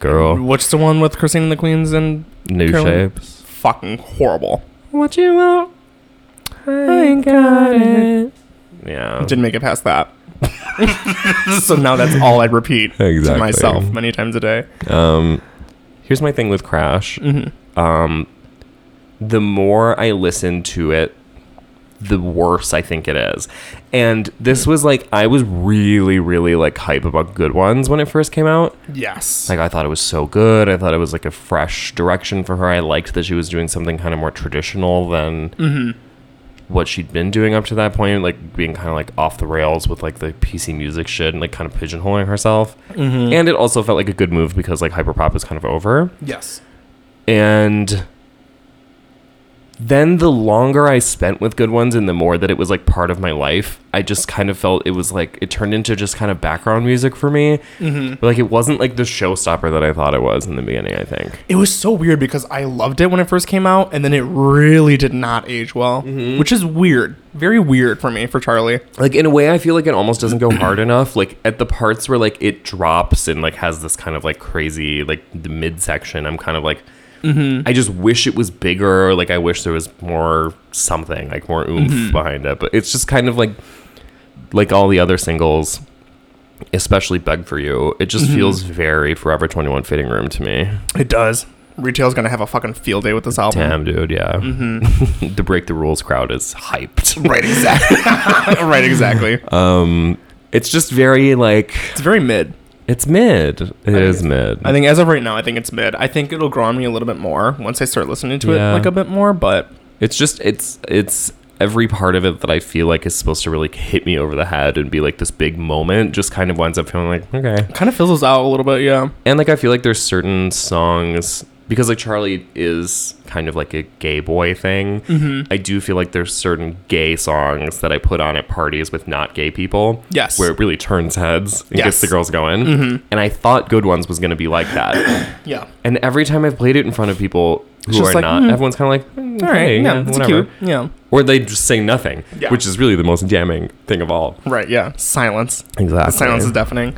Speaker 3: girl.
Speaker 6: What's the one with Christine and the Queens and
Speaker 3: New
Speaker 6: Carolyn?
Speaker 3: shapes.
Speaker 6: fucking horrible?
Speaker 3: What you want? I ain't got it. Yeah.
Speaker 6: Didn't make it past that. <laughs> so now that's all I repeat to
Speaker 3: Exactly.
Speaker 6: myself many times a day.
Speaker 3: Um, here's my thing with Crash. Um, the more I listen to it, the worse I think it is. And this was like I was really, really like hype about Good Ones when it first came out.
Speaker 6: Yes.
Speaker 3: Like I thought it was so good. I thought it was like a fresh direction for her. I liked that she was doing something kind of more traditional than what she'd been doing up to that point, like being kind of like off the rails with like the PC music shit and like kind of pigeonholing herself. And it also felt like a good move because like hyperpop is kind of over.
Speaker 6: yes.
Speaker 3: And then the longer I spent with good ones and the more that it was like part of my life, I just kind of felt it was like it turned into just kind of background music for me. But like it wasn't like the showstopper that I thought it was in the beginning, I think.
Speaker 6: It was so weird because I loved it when it first came out, and then it really did not age well, which is weird. Very weird for me, for Charlie.
Speaker 3: Like in a way I feel like it almost doesn't go
Speaker 6: <clears throat>
Speaker 3: hard enough. Like at the parts where like it drops and like has this kind of like crazy like the midsection, I'm kind of like
Speaker 6: Mm-hmm.
Speaker 3: I just wish it was bigger. Like I wish there was more something, like more oomph
Speaker 6: Mm-hmm.
Speaker 3: behind it. But it's just kind of like like all the other singles, especially "Beg for You." It
Speaker 6: Mm-hmm.
Speaker 3: just feels very Forever Twenty One fitting room to me.
Speaker 6: It does. Retail's gonna have a fucking field day with this album.
Speaker 3: Damn, dude, yeah. <laughs> the break the rules crowd is hyped.
Speaker 6: Mm-hmm. <laughs> Right, exactly. right, exactly.
Speaker 3: Uh, It's just very like
Speaker 6: it's very mid.
Speaker 3: it's mid. It is mid.
Speaker 6: I think as of right now, I think it's mid. I think it'll grow on me a little bit more once I start listening to
Speaker 3: Yeah.
Speaker 6: it like a bit more, but
Speaker 3: It's just it's it's every part of it that I feel like is supposed to really hit me over the head and be like this big moment. Just kind of winds up feeling like okay.
Speaker 6: kind of fizzles out a little bit, yeah.
Speaker 3: and like I feel like there's certain songs because like Charlie is kind of like a gay boy thing.
Speaker 6: Mm-hmm.
Speaker 3: I do feel like there's certain gay songs that I put on at parties with not gay people.
Speaker 6: Yes.
Speaker 3: where it really turns heads and gets
Speaker 6: Yes. Mm-hmm.
Speaker 3: the girls going. And I thought Good Ones was gonna be like
Speaker 6: <coughs>
Speaker 3: that.
Speaker 6: Yeah.
Speaker 3: and every time I've played it in front of people who
Speaker 6: just
Speaker 3: are
Speaker 6: like,
Speaker 3: not,
Speaker 6: "Hmm.
Speaker 3: everyone's kind of like, "Mm,
Speaker 6: All right,
Speaker 3: okay,
Speaker 6: yeah,
Speaker 3: yeah,
Speaker 6: it's
Speaker 3: whatever."
Speaker 6: cute. Yeah.
Speaker 3: Or they just say nothing,
Speaker 6: Yeah.
Speaker 3: which is really the most damning thing of all.
Speaker 6: Right, yeah. Silence.
Speaker 3: Exactly.
Speaker 6: Silence is deafening.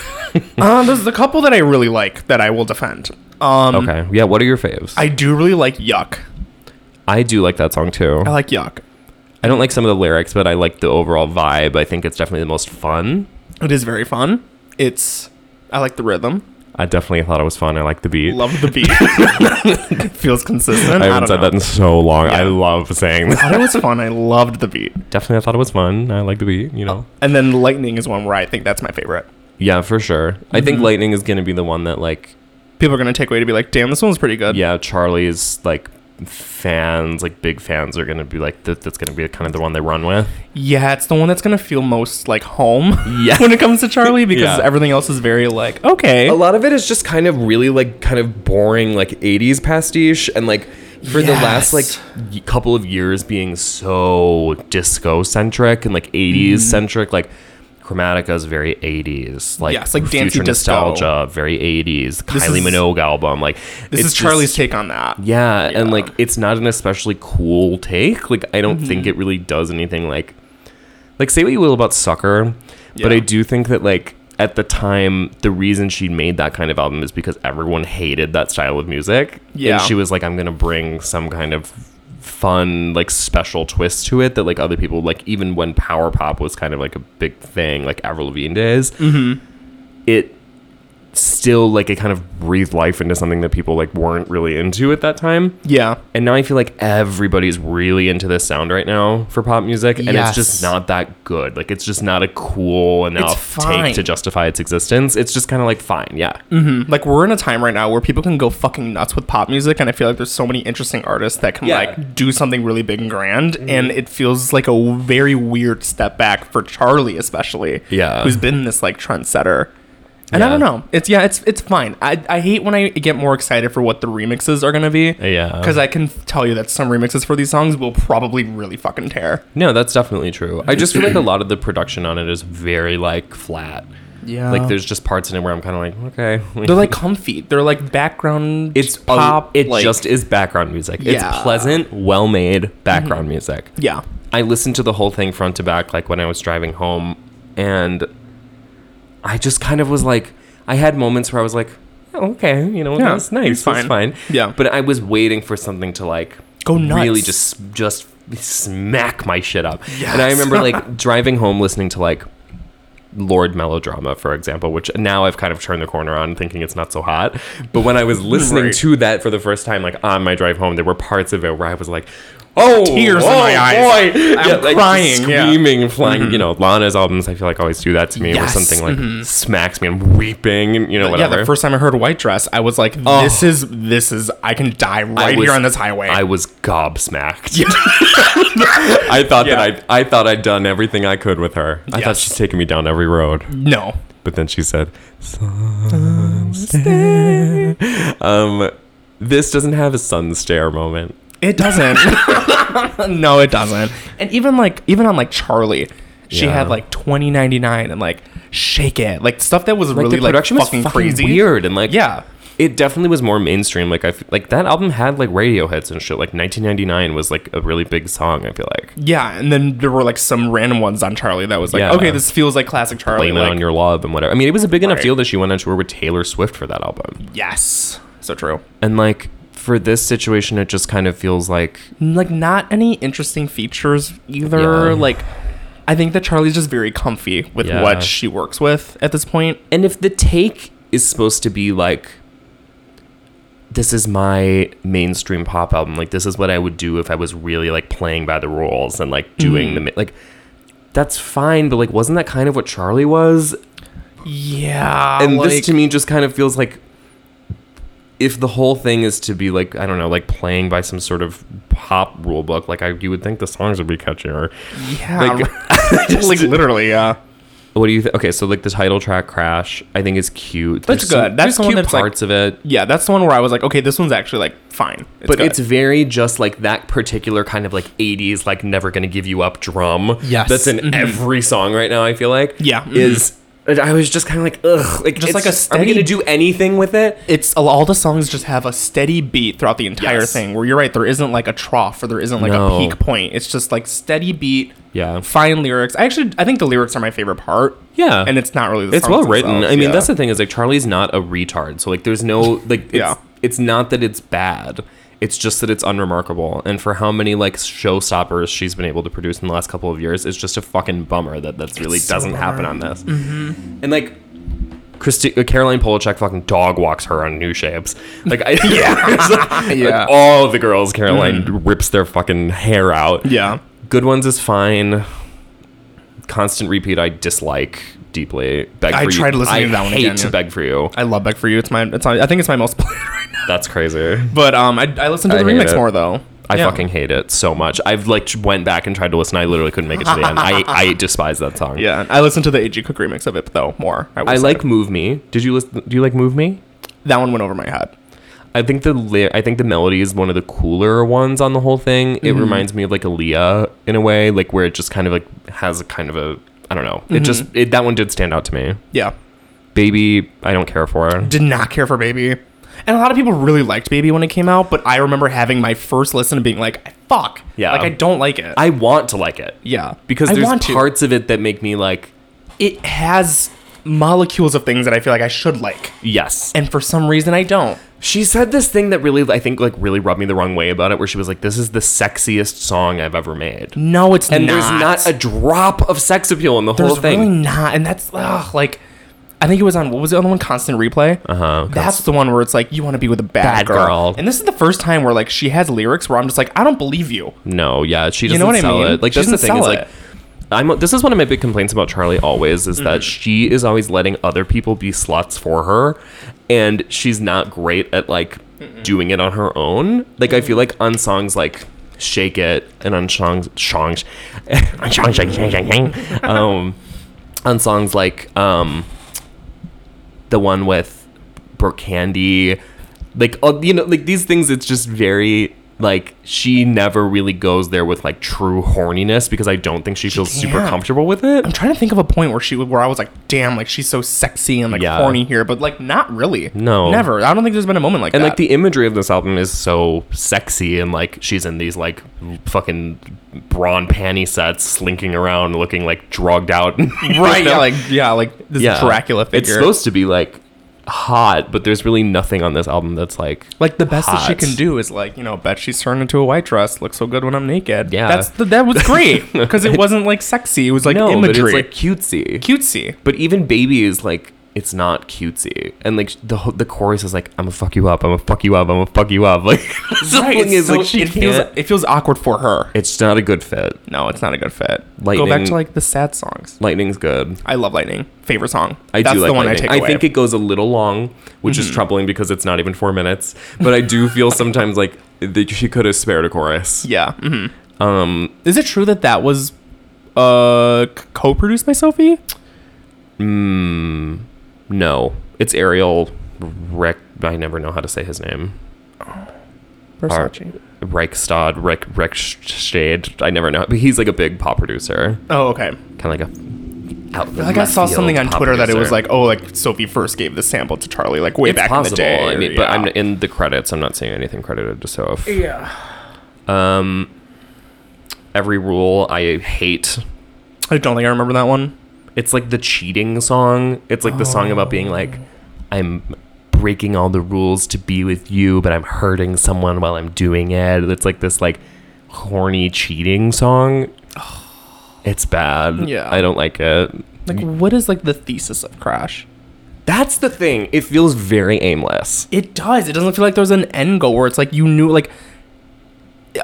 Speaker 3: <laughs>
Speaker 6: uh, there's a couple that I really like that I will defend. Um,
Speaker 3: Okay. Yeah. What are your faves? I,
Speaker 6: I do really like Yuck.
Speaker 3: do like that song too.
Speaker 6: I like Yuck.
Speaker 3: I don't like some of the lyrics, but I like the overall vibe. I think it's definitely the most fun.
Speaker 6: It is very fun. It's I like the rhythm.
Speaker 3: I definitely thought it was fun. I like the beat.
Speaker 6: Love the
Speaker 3: <laughs>
Speaker 6: beat. Feels consistent.
Speaker 3: I
Speaker 6: I,
Speaker 3: haven't
Speaker 6: don't
Speaker 3: said
Speaker 6: know.
Speaker 3: that in so long. I love saying
Speaker 6: <laughs>
Speaker 3: that.
Speaker 6: Thought it was fun. I loved the beat.
Speaker 3: definitely, I thought it was fun. I like the beat. You know.
Speaker 6: And then lightning is one where I think that's my favorite.
Speaker 3: Yeah, for sure. I
Speaker 6: Mm-hmm.
Speaker 3: think lightning is gonna be the one that like.
Speaker 6: People are gonna take away to be like, damn, this one's pretty good.
Speaker 3: Yeah, Charlie's like fans, like big fans, are gonna be like that. That's gonna be kind of the one they run with.
Speaker 6: Yeah, it's the one that's gonna feel most like home <laughs>
Speaker 3: Yeah.
Speaker 6: when it comes
Speaker 3: <laughs>
Speaker 6: to Charlie because
Speaker 3: Yeah. Oh,
Speaker 6: everything else is very like, okay.
Speaker 3: a lot of it is just kind of really like kind of boring like 80s pastiche and like for the last like
Speaker 6: Yes.
Speaker 3: y- couple of years being so disco centric and like 80s
Speaker 6: Mm-hmm.
Speaker 3: centric like Chromatica is very 80s like
Speaker 6: Yes, like dancey
Speaker 3: future
Speaker 6: disco.
Speaker 3: nostalgia very 80s
Speaker 6: This
Speaker 3: Kylie
Speaker 6: is-
Speaker 3: Minogue album like
Speaker 6: this
Speaker 3: it's
Speaker 6: is Charlie's
Speaker 3: just-
Speaker 6: take on that.
Speaker 3: yeah, and like it's not an especially cool take. Like I don't think it really does anything like like say what you will about Sucker, but
Speaker 6: Yeah.
Speaker 3: I do think that like at the time the reason she made that kind of album is because everyone hated that style of music.
Speaker 6: Yeah.
Speaker 3: And she was like I'm going to bring some kind of fun like special twist to it that like other people like even when
Speaker 6: Mm-hmm.
Speaker 3: power pop was kind of like a big thing like Avril Lavigne days. It still like it kind of breathed life into something that people like weren't really into at that time.
Speaker 6: Yeah.
Speaker 3: And now I feel like everybody's really into this sound right now for pop music, and
Speaker 6: Yes.
Speaker 3: it's just not that good. Like it's just not a cool enough
Speaker 6: fine. Mm.
Speaker 3: take to justify its existence. It's just kind of like fine, yeah.
Speaker 6: Like we're in a time right now where people can go fucking nuts with pop music, and I feel like there's so many interesting artists that can
Speaker 3: Yeah. Mm-hmm.
Speaker 6: like do something really big and grand, and it feels like a very weird step back for Charlie, especially,
Speaker 3: Yeah.
Speaker 6: who's been this like trendsetter. And I
Speaker 3: Yeah.
Speaker 6: don't know. It's yeah, it's it's fine. I, I hate when I get more excited for what the remixes are gonna be.
Speaker 3: Yeah.
Speaker 6: Because I can tell you that some remixes for these songs will probably really fucking tear.
Speaker 3: No, that's definitely true. I just feel like a lot of the production on it is very like flat.
Speaker 6: Yeah.
Speaker 3: Like there's just parts in it where I'm kind of like, okay.
Speaker 6: They're like comfy. They're like
Speaker 3: <laughs>
Speaker 6: background.
Speaker 3: it's
Speaker 6: pop.
Speaker 3: pop. It
Speaker 6: like-
Speaker 3: just is background music.
Speaker 6: Yeah. Mm-hmm.
Speaker 3: It's pleasant, well made background music.
Speaker 6: yeah.
Speaker 3: I listened to the whole thing front to back, like when I was driving home, and I just kind of was like, I had moments where I was like, oh, okay, you know,
Speaker 6: Yeah,
Speaker 3: that was nice,
Speaker 6: it's
Speaker 3: that's
Speaker 6: fine.
Speaker 3: fine.
Speaker 6: Yeah.
Speaker 3: but I was waiting for something to like
Speaker 6: Go
Speaker 3: really
Speaker 6: nuts.
Speaker 3: just just smack my shit up. And I remember
Speaker 6: <laughs>
Speaker 3: like driving home listening to like Lord Melodrama, for example, which now I've kind of turned the corner on thinking it's not so hot. But when I was listening
Speaker 6: Right.
Speaker 3: to that for the first time, like on my drive home, there were parts of it where I was like, oh,
Speaker 6: Tears in
Speaker 3: oh,
Speaker 6: my eyes.
Speaker 3: Boy.
Speaker 6: I'm
Speaker 3: like,
Speaker 6: crying, Mm-hmm.
Speaker 3: Screaming, flying. You know, Lana's albums, I feel like always do that to me where
Speaker 6: Yes. Mm-hmm.
Speaker 3: something like smacks me and weeping, and, you know, whatever.
Speaker 6: Yeah, the first time I heard White Dress, I was like, "This is this is I can die
Speaker 3: I
Speaker 6: right
Speaker 3: was-
Speaker 6: here on this highway."
Speaker 3: I was gobsmacked. <laughs> I thought that I, I thought I'd done everything I could with her. I thought
Speaker 6: Yes.
Speaker 3: she's taken me down every road.
Speaker 6: no,
Speaker 3: But then she said, "Sun stare." Um, this doesn't have a sun stare moment.
Speaker 6: it doesn't. <laughs> no, it doesn't. And even like even on like Charlie, she
Speaker 3: Yeah.
Speaker 6: had like twenty ninety nine and like Shake It, like stuff that was really
Speaker 3: the
Speaker 6: like
Speaker 3: production
Speaker 6: fucking,
Speaker 3: was fucking
Speaker 6: crazy.
Speaker 3: weird and like
Speaker 6: Yeah.
Speaker 3: it definitely was more mainstream. Like I f- like that album had like radio hits and shit. Like 1999 was like a really big song. I feel like
Speaker 6: Yeah, and then there were like some random ones on Charlie that was like,
Speaker 3: Yeah.
Speaker 6: "Okay, this feels like classic Charlie."
Speaker 3: blame it
Speaker 6: Like,
Speaker 3: on your love and whatever. I mean, it was a big enough
Speaker 6: Right.
Speaker 3: deal that she went on tour with Taylor Swift for that album.
Speaker 6: yes, so true.
Speaker 3: And like for this situation, it just kind of feels like
Speaker 6: like not any interesting features either.
Speaker 3: Yeah.
Speaker 6: Like I think that Charlie's just very comfy with
Speaker 3: Yeah.
Speaker 6: what she works with at this point.
Speaker 3: And if the take is supposed to be like, this is my mainstream pop album, like this is what I would do if I was really like playing by the rules and like doing
Speaker 6: Mm.
Speaker 3: the the like, that's fine. But like, wasn't that kind of what Charlie was?
Speaker 6: Yeah.
Speaker 3: And this to me just kind of feels like. If the whole thing is to be like I don't know, like playing by some sort of pop rule book, like I you would think the songs would be catchier.
Speaker 6: yeah,
Speaker 3: like-
Speaker 6: <laughs> like, literally, yeah.
Speaker 3: What do you think? Okay, so like the title track "Crash," I think is cute.
Speaker 6: That's
Speaker 3: some-
Speaker 6: good.
Speaker 3: there's
Speaker 6: That's the one
Speaker 3: cute
Speaker 6: that's, like-
Speaker 3: parts of it.
Speaker 6: Yeah, that's the one where I was like, okay, this one's actually like fine. It's
Speaker 3: but
Speaker 6: good.
Speaker 3: it's very just like that particular kind of like 80s like never gonna give you up drum
Speaker 6: Yes. Mm-hmm.
Speaker 3: that's in every song right now i feel like
Speaker 6: Yeah.
Speaker 3: is and i was just kind of like ugh like just
Speaker 6: like a
Speaker 3: are
Speaker 6: steady-
Speaker 3: we gonna do anything with it
Speaker 6: it's all the songs just have a steady beat throughout the entire
Speaker 3: Yes.
Speaker 6: thing. Where you're right, there isn't like a trough or there isn't like a
Speaker 3: No.
Speaker 6: peak point. It's just like steady beat,
Speaker 3: yeah
Speaker 6: fine lyrics. I actually I think the lyrics are my favorite part.
Speaker 3: yeah
Speaker 6: and it's not really the
Speaker 3: it's
Speaker 6: songs
Speaker 3: well written
Speaker 6: themselves,
Speaker 3: i mean
Speaker 6: yeah.
Speaker 3: that's the thing is like charlie's not a retard so like there's no like it's,
Speaker 6: Yeah.
Speaker 3: it's not that it's bad it's just that it's unremarkable and for how many like showstoppers she's been able to produce in the last couple of years it's just a fucking bummer that that's really doesn't happen on this
Speaker 6: Mm-hmm.
Speaker 3: and like Christi- uh, Caroline Polachek fucking dog walks her on new shapes. Like
Speaker 6: <laughs>
Speaker 3: I <laughs> yeah, like,
Speaker 6: Yeah. Mm-hmm.
Speaker 3: all the girls Caroline rips their fucking hair out.
Speaker 6: Yeah.
Speaker 3: Good ones is fine. Constant repeat I dislike deeply. Beg
Speaker 6: I
Speaker 3: for
Speaker 6: tried
Speaker 3: you.
Speaker 6: listening
Speaker 3: I
Speaker 6: to that one
Speaker 3: hate
Speaker 6: again,
Speaker 3: to
Speaker 6: yeah.
Speaker 3: beg for you.
Speaker 6: I love Beck for You. It's my it's on, I think it's my most <laughs> played right now.
Speaker 3: That's crazy.
Speaker 6: But um I, I listen to
Speaker 3: I
Speaker 6: the
Speaker 3: hate
Speaker 6: remix
Speaker 3: it.
Speaker 6: more though.
Speaker 3: I
Speaker 6: Yeah.
Speaker 3: fucking hate it so much. I've like tr- went back and tried to listen. I literally couldn't make it to the end. I,
Speaker 6: <laughs>
Speaker 3: I despise that song.
Speaker 6: Yeah. I listen to the AG Cook remix of it though more. will
Speaker 3: I
Speaker 6: say.
Speaker 3: like Move Me. Did you listen? Do you like Move Me?
Speaker 6: that one went over my head.
Speaker 3: I think the ly- I think the melody is one of the cooler ones on the whole thing. It
Speaker 6: Mm-hmm.
Speaker 3: reminds me of like Aaliyah in a way, like where it just kind of like has a kind of a I don't know.
Speaker 6: Mm-hmm.
Speaker 3: It just it, that one did stand out to me.
Speaker 6: Yeah.
Speaker 3: Baby, I don't care for.
Speaker 6: Did not care for Baby. And a lot of people really liked Baby when it came out, but I remember having my first listen and being like, fuck.
Speaker 3: Yeah.
Speaker 6: Like I don't like it.
Speaker 3: I want to like it
Speaker 6: yeah.
Speaker 3: because
Speaker 6: I
Speaker 3: there's
Speaker 6: want to.
Speaker 3: parts of it that make me like
Speaker 6: it has molecules of things that I feel like I should like.
Speaker 3: yes.
Speaker 6: And for some reason I don't.
Speaker 3: She said this thing that really I think like really rubbed me the wrong way about it, where she was like, "This is the sexiest song I've ever made,"
Speaker 6: No, it's
Speaker 3: and
Speaker 6: not.
Speaker 3: there's not a drop of sex appeal in the
Speaker 6: There's
Speaker 3: whole thing.
Speaker 6: really not, and that's ugh, like I think it was on what was the other one? Constant replay. Uh huh. That's the one where it's like you want to be with a bad,
Speaker 3: Uh-huh, Bad
Speaker 6: girl.
Speaker 3: girl.
Speaker 6: and this is the first time where like she has lyrics where I'm just like, I don't believe you.
Speaker 3: No, yeah, she
Speaker 6: You
Speaker 3: doesn't
Speaker 6: know what I
Speaker 3: sell
Speaker 6: mean?
Speaker 3: it. Like
Speaker 6: She
Speaker 3: that's the
Speaker 6: doesn't
Speaker 3: thing is
Speaker 6: sell
Speaker 3: like
Speaker 6: it.
Speaker 3: I'm this is one of my big complaints about Charlie always is that she is always letting other people be sluts for her and she's not great at like doing it on her own. Like I feel like on songs like Shake It and on songs songs on songs like Shake Shake Shake, um on songs like um the one with Brooke Candy, like all, you know, like these things. It's just very like she never really goes there with like true horniness because I don't think she, feels super
Speaker 6: can't.
Speaker 3: comfortable with it.
Speaker 6: I'm trying to think of a point where she would- where I was like, damn, like she's so sexy and like
Speaker 3: Yeah.
Speaker 6: horny here, but like not really.
Speaker 3: No.
Speaker 6: never. I don't think there's been a moment like
Speaker 3: and
Speaker 6: that.
Speaker 3: like the imagery of this album is so sexy and like she's in these like fucking brawn panty sets slinking around looking like drugged out <laughs>
Speaker 6: <laughs> right, yeah, like yeah, like this Dracula figure.
Speaker 3: it's supposed to be like hot but there's really nothing on this album that's like
Speaker 6: like the best that she
Speaker 3: hot.
Speaker 6: can do is like you know bet she's turned into a white dress looks so good when i'm naked
Speaker 3: Yeah.
Speaker 6: that's the, that
Speaker 3: <laughs>
Speaker 6: was great because it wasn't like sexy it was like
Speaker 3: no
Speaker 6: imagery
Speaker 3: but it's like cutesy
Speaker 6: cutesy
Speaker 3: But even baby is like it's not cutesy, and like the ho- the chorus is like I'm gonna fuck you up, I'm gonna fuck you up, I'm gonna fuck you up. <laughs>
Speaker 6: <laughs>
Speaker 3: Like the
Speaker 6: Right,
Speaker 3: thing
Speaker 6: it's
Speaker 3: is
Speaker 6: so-
Speaker 3: like she
Speaker 6: it
Speaker 3: can't.
Speaker 6: feels it feels awkward for her
Speaker 3: it's not a good fit.
Speaker 6: no it's not a good fit go back
Speaker 3: Lightning-
Speaker 6: to like the sad songs
Speaker 3: Lightning's good.
Speaker 6: i love lightning favorite song
Speaker 3: I
Speaker 6: that's
Speaker 3: do
Speaker 6: the
Speaker 3: like
Speaker 6: one
Speaker 3: Lightning.
Speaker 6: i take away. Mm-hmm.
Speaker 3: think it goes a little long, which is troubling because it's not even four minutes. But I do
Speaker 6: <laughs>
Speaker 3: feel sometimes like that she could have spared a chorus.
Speaker 6: yeah hmm um is it true that that was uh c- co-produced by sophie
Speaker 3: No, it's Ariel. Rick. I never know how to say his name.
Speaker 6: Versace.
Speaker 3: Reichstad. Rick. Rick Shade. I never know, but he's like a big pop producer.
Speaker 6: oh okay
Speaker 3: kind of like a out
Speaker 6: Like I saw something on Twitter that it was like, oh, like Sophie first gave the sample to Charlie like way
Speaker 3: it's
Speaker 6: back
Speaker 3: possible.
Speaker 6: in the day.
Speaker 3: I
Speaker 6: or-
Speaker 3: mean, but
Speaker 6: yeah.
Speaker 3: I'm in the credits. I'm not seeing anything credited to Soph. Yeah. Um. Every rule I hate.
Speaker 6: I don't think I remember that one.
Speaker 3: It's like the cheating song. It's like the song about
Speaker 6: Oh.
Speaker 3: being like, I'm breaking all the rules to be with you, but I'm hurting someone while I'm doing it. It's like this like horny cheating
Speaker 6: <sighs>
Speaker 3: song. It's bad.
Speaker 6: Yeah.
Speaker 3: I don't like it.
Speaker 6: Like, what is like the thesis of Crash?
Speaker 3: That's the thing. It feels very aimless.
Speaker 6: It does. It doesn't feel like there's an end goal where it's like you knew like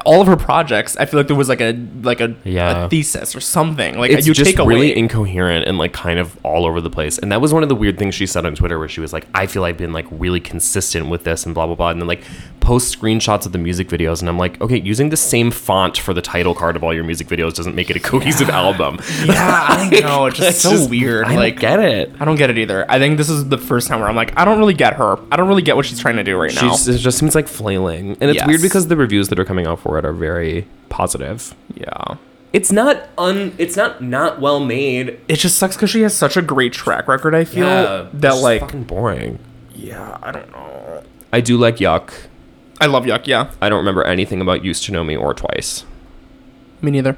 Speaker 6: all of her projects. I feel like there was like a like a,
Speaker 3: Yeah.
Speaker 6: a thesis or something. Like
Speaker 3: it's
Speaker 6: you
Speaker 3: just
Speaker 6: take away.
Speaker 3: really incoherent and like kind of all over the place. And that was one of the weird things she said on Twitter, where she was like, "I feel I've been like really consistent with this and blah blah blah," and then like post screenshots of the music videos, and I'm like, okay, using the same font for the title card of all your music videos doesn't make it a cohesive album.
Speaker 6: <laughs> <laughs>
Speaker 3: <laughs>
Speaker 6: yeah, I don't know. It's just so
Speaker 3: just-
Speaker 6: weird.
Speaker 3: I don't
Speaker 6: like,
Speaker 3: get it.
Speaker 6: I don't get it either. I think this is the first time where I'm like, I don't really get her. I don't really get what she's trying to do right
Speaker 3: She
Speaker 6: now.
Speaker 3: just, it just seems like flailing, and it's weird
Speaker 6: Yes.
Speaker 3: because the reviews that are coming out for it are very positive.
Speaker 6: yeah.
Speaker 3: It's not un. It's not not well made.
Speaker 6: It just sucks because she has such a great track record. I feel that like
Speaker 3: fucking boring.
Speaker 6: yeah, I don't know.
Speaker 3: I do like Yuck.
Speaker 6: I love Yuck. Yeah,
Speaker 3: I don't remember anything about Used to Know Me or Twice.
Speaker 6: me neither.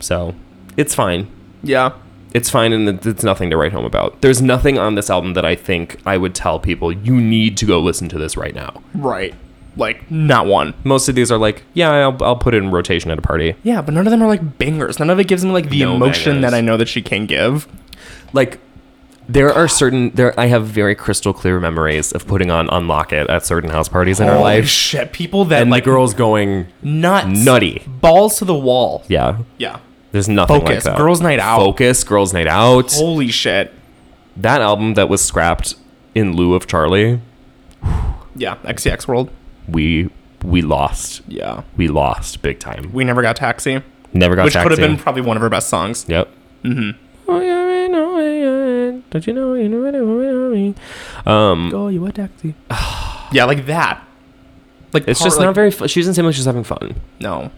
Speaker 3: So it's fine.
Speaker 6: Yeah,
Speaker 3: It's fine, and it- it's nothing to write home about. There's nothing on this album that I think I would tell people you need to go listen to this right now.
Speaker 6: right. Like not one.
Speaker 3: Most of these are like, yeah, I'll, I'll put it in rotation at a party.
Speaker 6: Yeah, but none of them are like bangers. None of it gives me like the
Speaker 3: No
Speaker 6: emotion
Speaker 3: bangers.
Speaker 6: that I know that she can give.
Speaker 3: Like, there are certain there. I have very crystal clear memories of putting on Unlock It at certain house parties in our
Speaker 6: Holy
Speaker 3: life,
Speaker 6: shit! People that
Speaker 3: and
Speaker 6: like
Speaker 3: like girls going
Speaker 6: nuts,
Speaker 3: nutty.
Speaker 6: balls to the wall.
Speaker 3: Yeah,
Speaker 6: Yeah. uh,
Speaker 3: there's nothing like
Speaker 6: Focus.
Speaker 3: that.
Speaker 6: Girls' night out.
Speaker 3: Focus. Girls' night out.
Speaker 6: Holy shit!
Speaker 3: That album that was scrapped in lieu of Charlie.
Speaker 6: Yeah, XCX World.
Speaker 3: We we lost.
Speaker 6: Yeah,
Speaker 3: We lost big time.
Speaker 6: we never got Taxi,
Speaker 3: Never got
Speaker 6: which
Speaker 3: taxi.
Speaker 6: could have been Mm-hmm. probably one of her best songs.
Speaker 3: Yep. Oh, yeah, I know, I know. Don't you know? You know, you know. Um,
Speaker 6: Oh, you a taxi? yeah, like that. Like
Speaker 3: it's
Speaker 6: part-
Speaker 3: just
Speaker 6: like-
Speaker 3: not very. Fun. She doesn't seem like she's having fun.
Speaker 6: No.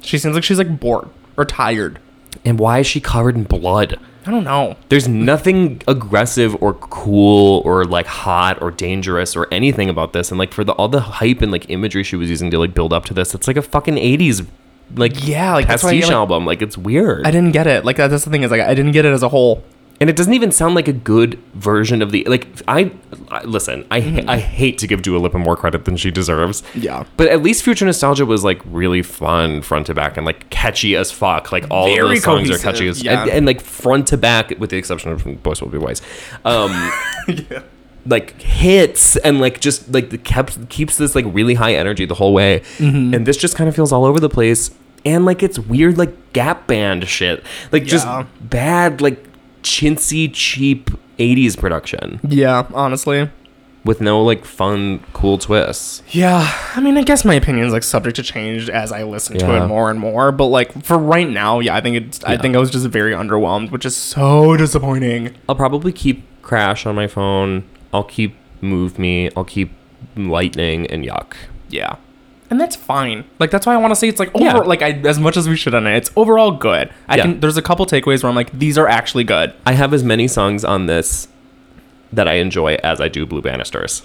Speaker 6: She seems like she's like bored or tired.
Speaker 3: And why is she covered in blood?
Speaker 6: I don't know.
Speaker 3: There's nothing aggressive or cool or like hot or dangerous or anything about this. And like for the all the hype and like imagery she was using to like build up to this, it's like a fucking 80s like
Speaker 6: Yeah, like that's why I,
Speaker 3: pastiche
Speaker 6: like,
Speaker 3: album. Like it's weird.
Speaker 6: I didn't get it. Like that- that's the thing is like I didn't get it as a whole.
Speaker 3: and it doesn't even sound like a good version of the like I, I listen. I I hate to give Dua Lipa more credit than she deserves.
Speaker 6: Mm-hmm. Yeah.
Speaker 3: but at least Future Nostalgia was like really fun front to back and like catchy as fuck. Like all of
Speaker 6: Very
Speaker 3: those songs
Speaker 6: cohesive,
Speaker 3: are catchy as
Speaker 6: yeah.
Speaker 3: and, and like front to back with the exception of Boys Will Be Wise. Um, like hits and like just like the kept keeps this like really high energy the whole way and this just kind of feels all over the place and like it's weird like gap band shit like just
Speaker 6: Yeah.
Speaker 3: bad like chintzy cheap 80s production
Speaker 6: Yeah, honestly.
Speaker 3: with no like fun cool twists
Speaker 6: Yeah, I mean, I guess my opinion's like subject to change as I listen to
Speaker 3: Yeah.
Speaker 6: it more and more. But like for right now, yeah, I think it's. I think I was just very underwhelmed, which is so disappointing.
Speaker 3: i'll probably keep crash on my phone i'll keep move me i'll keep lightning and yuck
Speaker 6: Yeah, and that's fine. Like that's why I want to say it's like over.
Speaker 3: Yeah.
Speaker 6: Like I, as much as we should on it, it's overall good. I
Speaker 3: Yeah.
Speaker 6: can. There's a couple takeaways where I'm like, these are actually good.
Speaker 3: i have as many songs on this that i enjoy as i do blue banisters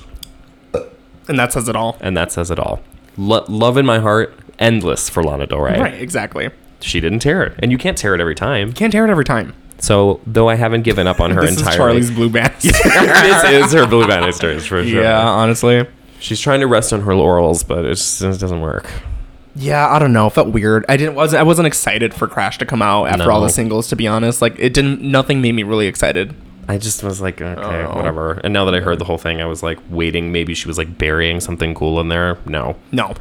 Speaker 6: And that says it all.
Speaker 3: and that says it all. Lo- love in my heart, endless for Lana Del Rey.
Speaker 6: Right, exactly.
Speaker 3: She didn't tear it, and you can't tear it every time.
Speaker 6: Can't hear it every time.
Speaker 3: So, though I haven't given up on her
Speaker 6: <laughs> this
Speaker 3: entirely,
Speaker 6: is Charlie's blue band.
Speaker 3: <laughs> this is her Blue Bannisters for sure.
Speaker 6: <laughs> yeah, honestly.
Speaker 3: she's trying to rest on her laurels, but it just it doesn't work.
Speaker 6: Yeah, I don't know. It felt weird. I didn't was I wasn't excited for Crash to come out after all
Speaker 3: No.
Speaker 6: the singles. To be honest, like it didn't. Nothing made me really excited.
Speaker 3: I just was like, okay,
Speaker 6: Oh.
Speaker 3: whatever. And now that I heard the whole thing, I was like waiting. Maybe she was like burying something cool in there. No,
Speaker 6: No,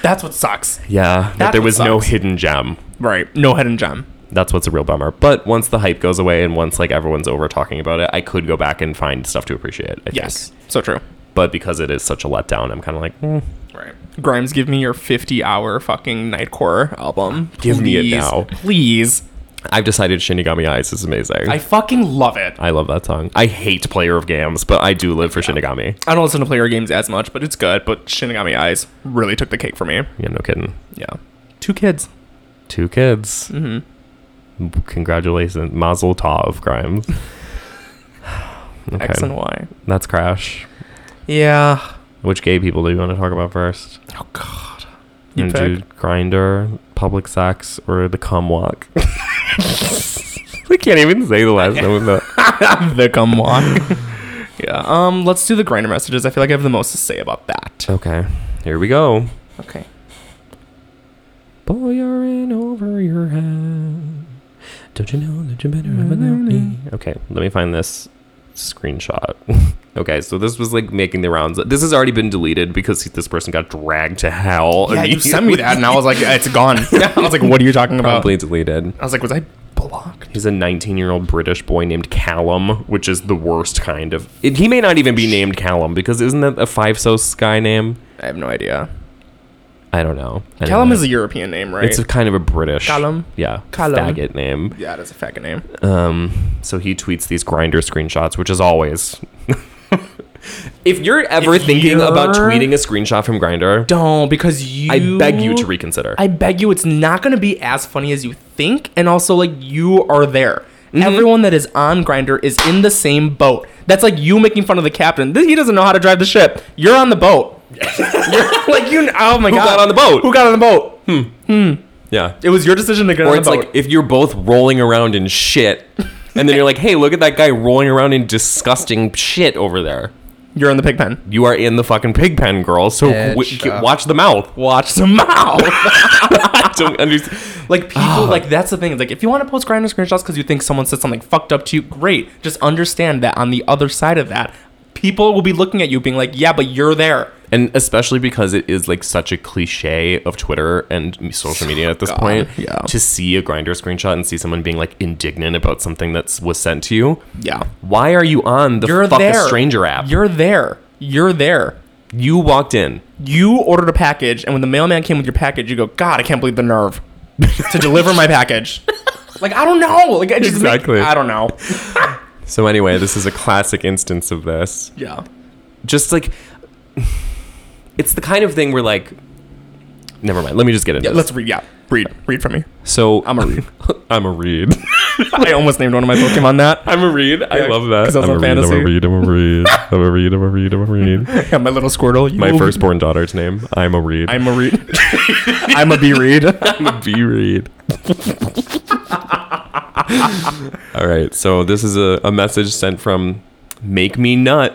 Speaker 6: that's what sucks.
Speaker 3: yeah, but
Speaker 6: That's
Speaker 3: there
Speaker 6: what
Speaker 3: was no
Speaker 6: sucks.
Speaker 3: hidden gem.
Speaker 6: Right, no hidden gem.
Speaker 3: That's what's a real bummer. But once the hype goes away and once like everyone's over talking about it, I could go back and find stuff to appreciate. I think.
Speaker 6: Yes, so true.
Speaker 3: but because it is such a letdown, I'm kind of like, mm,
Speaker 6: Right, Grimes, give me your fifty-hour fucking nightcore album.
Speaker 3: Give me it now.
Speaker 6: please.
Speaker 3: I've decided Shinigami Eyes is amazing.
Speaker 6: I
Speaker 3: I
Speaker 6: fucking love it.
Speaker 3: love that song. I hate Player of Games, but I do live for Shinigami.
Speaker 6: I don't listen to player games as much, but it's good. But Shinigami Eyes really took the cake for me.
Speaker 3: Yeah, no kidding.
Speaker 6: Yeah, two kids.
Speaker 3: Two kids. Mm-hmm. Congratulations, Mazel Tov,
Speaker 6: <sighs>
Speaker 3: Grimes. okay,
Speaker 6: X and Y. <laughs>
Speaker 3: that's Crash.
Speaker 6: Yeah.
Speaker 3: Which gay people do you want to talk about first?
Speaker 6: Oh God. You
Speaker 3: And
Speaker 6: pick.
Speaker 3: do Grinder, Public Sex, or the Cum
Speaker 6: <laughs>
Speaker 3: Walk? <laughs> I can't even say the last name. of that.
Speaker 6: the gum walk. <laughs> yeah. Um. Let's do the grinder messages. I feel like I have the most to say about that.
Speaker 3: Okay, here we go.
Speaker 6: Okay.
Speaker 3: Boy, you're in over your head. Don't you know that you better have without me? Okay, let me find this screenshot. <laughs> okay, so this was like making the rounds. This has already been deleted because this person got dragged to hell.
Speaker 6: Yeah, you sent me that, and I was like, it's <laughs> gone. I was like, what are you talking about?
Speaker 3: Probably deleted.
Speaker 6: I was like, was I blocked?
Speaker 3: He's a 19 year old British boy named Callum, which is the worst kind of. It, he may not even be named Callum because isn't that a Five So Sky name?
Speaker 6: I have no idea.
Speaker 3: I don't know. Anyway,
Speaker 6: Callum is a European name, right?
Speaker 3: It's a kind of a British.
Speaker 6: Callum?
Speaker 3: Yeah.
Speaker 6: Callum.
Speaker 3: Faggot name.
Speaker 6: yeah, that's a faggot name.
Speaker 3: Um, so he tweets these grinder screenshots, which is always. <laughs> if you're ever
Speaker 6: If
Speaker 3: thinking about
Speaker 6: you're-
Speaker 3: tweeting a screenshot from Grinder,
Speaker 6: Don't because you.
Speaker 3: I beg you to reconsider.
Speaker 6: I beg you, it's not going to be as funny as you think, and also like you are there. Everyone that is on Grinder is in the same boat. That's like you making fun of the captain. Th- He doesn't know how to drive the ship. You're on the <laughs> boat. You're, like you. Oh my god.
Speaker 3: got on the boat?
Speaker 6: Who got on the boat?
Speaker 3: yeah.
Speaker 6: It was your decision to get
Speaker 3: Or
Speaker 6: on
Speaker 3: it's
Speaker 6: the boat.
Speaker 3: like if you're both rolling around in shit, and then you're like, "Hey, look at that guy rolling around in disgusting shit over there."
Speaker 6: You're in the pig pen.
Speaker 3: You are in the fucking pig pen, girl. So w-
Speaker 4: Bitch.
Speaker 3: watch the mouth. <laughs>
Speaker 6: Watch the mouth.
Speaker 3: I don't understand.
Speaker 6: <laughs> like people, like that's the thing. It's like if you want to post Grinder screenshots because you think someone said something fucked up to you, great. Just understand that on the other side of that, people will be looking at you, being like, "Yeah, but you're there."
Speaker 3: and especially because it is like such a cliche of Twitter and m- social media at this
Speaker 6: God,
Speaker 3: point.
Speaker 6: yeah.
Speaker 3: To see a grinder screenshot and see someone being like indignant about something that was sent to you.
Speaker 6: Yeah.
Speaker 3: Why are you on the
Speaker 6: You're
Speaker 3: fuck a
Speaker 6: there.
Speaker 3: stranger app? you
Speaker 6: You're there. You're there.
Speaker 3: walked in.
Speaker 6: You ordered a package, and when the mailman came with your package, you go, God, I can't believe the nerve <laughs> to deliver my package. Like I don't know. Like I just
Speaker 3: Exactly.
Speaker 6: I don't know.
Speaker 3: So anyway, this is a classic instance of this.
Speaker 6: Yeah.
Speaker 3: Just like <sighs> it's the kind of thing where like never mind. Let me just get into
Speaker 6: Yeah.
Speaker 3: this.
Speaker 6: Let's read. Yeah. Read. Read from me.
Speaker 3: so
Speaker 6: I'm a read.
Speaker 3: <laughs> I'm a read.
Speaker 6: <laughs> I almost <laughs> named one of my Pokemon that.
Speaker 3: I'm a read. I
Speaker 6: Yeah,
Speaker 3: love that.
Speaker 6: 'cause I was
Speaker 3: I'm,
Speaker 6: on
Speaker 3: a read, I'm a
Speaker 6: fantasy.
Speaker 3: read. I'm a read. I'm a read. I'm a read. I'm a read.
Speaker 6: Yeah, my little Squirtle. You
Speaker 3: My
Speaker 6: will-
Speaker 3: firstborn daughter's name. I'm a read.
Speaker 6: I'm
Speaker 3: <laughs>
Speaker 6: a read. I'm a B read.
Speaker 3: I'm a B read. All right. So this is a, a message sent from Make Me Nut.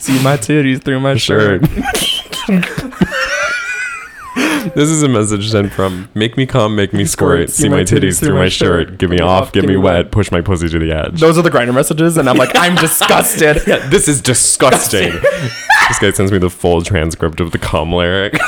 Speaker 6: See my titties through my
Speaker 3: Sure.
Speaker 6: shirt.
Speaker 3: this is a message sent from Make Me Come, Make Me Squirt, See My Titties Through My Shirt, Give Me Off, Get Me Wet, Push My Pussy to the Edge.
Speaker 6: Those are the grinder messages, and I'm
Speaker 3: <laughs>
Speaker 6: like, I'm disgusted.
Speaker 3: Yeah, this is disgusting. this guy sends me the full transcript of the cum <laughs> lyrics.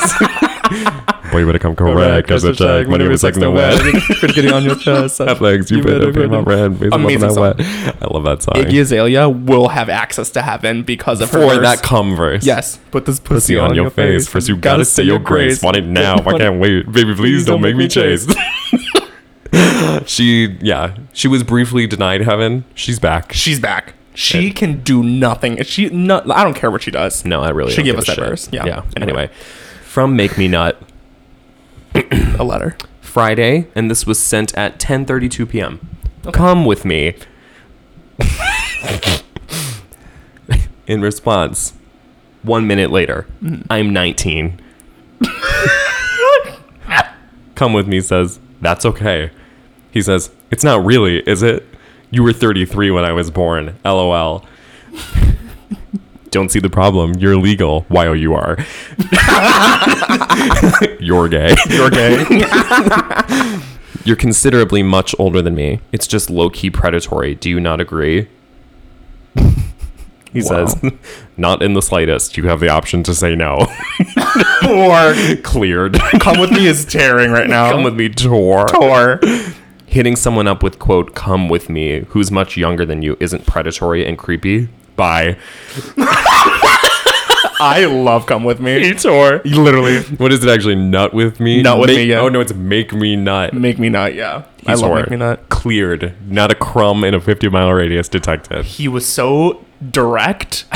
Speaker 3: Boy, you better come correct as a check. My name is like the wet.
Speaker 6: Quit
Speaker 3: <laughs>
Speaker 6: getting on your chest.
Speaker 3: Have legs, you, better, be my red. Please love
Speaker 6: Amazing
Speaker 3: that
Speaker 6: song.
Speaker 3: wet. I love that song.
Speaker 6: Iggy Azalea will have access to heaven because of her
Speaker 3: For
Speaker 6: verse.
Speaker 3: that cum verse.
Speaker 6: Yes, put this
Speaker 3: Pussy on your face. First, you gotta say your grace. <laughs> Want it now. I can't wait. Baby, please don't make me chase. <laughs> She, yeah, she was briefly denied heaven. She's back.
Speaker 6: She's back. She can do nothing. She no, I don't care what she does.
Speaker 3: No, I really
Speaker 6: She
Speaker 3: don't
Speaker 6: gave
Speaker 3: give
Speaker 6: us
Speaker 3: a
Speaker 6: that
Speaker 3: shit.
Speaker 6: verse. Yeah.
Speaker 3: yeah.
Speaker 6: Anyway.
Speaker 3: Anyway, from Make Me Nut
Speaker 6: A letter.
Speaker 3: Friday, and this was sent at 10:32 p.m. Come with me. In response, one minute later, I'm 19. Come with me says, "That's okay." He says, "It's not really, is it? You were 33 when I was born. LOL." Don't see the problem. You're legal. While you are. You're gay. You're gay. You're considerably much older than me. It's just low key predatory. Do you not
Speaker 6: <laughs>
Speaker 3: agree? he says, <laughs> Not in the slightest. You have the option to say no.
Speaker 6: <laughs> Or
Speaker 3: <laughs> Cleared.
Speaker 6: come with me is tearing right
Speaker 3: <laughs>
Speaker 6: now.
Speaker 3: Come with me, Tor.
Speaker 6: or
Speaker 3: Hitting someone up with, quote, come with me, who's much younger than you, isn't predatory and creepy. Bye.
Speaker 6: I love come with me.
Speaker 3: Tor.
Speaker 6: Literally,
Speaker 3: What is it actually? Nut with me?
Speaker 6: Nut with
Speaker 3: Make-
Speaker 6: me, yeah.
Speaker 3: Oh, no, it's make me nut.
Speaker 6: make me not. Yeah, I
Speaker 3: He's
Speaker 6: love
Speaker 3: hard.
Speaker 6: make me not.
Speaker 3: Cleared. Not a crumb in a 50 mile radius detected.
Speaker 6: He was so direct.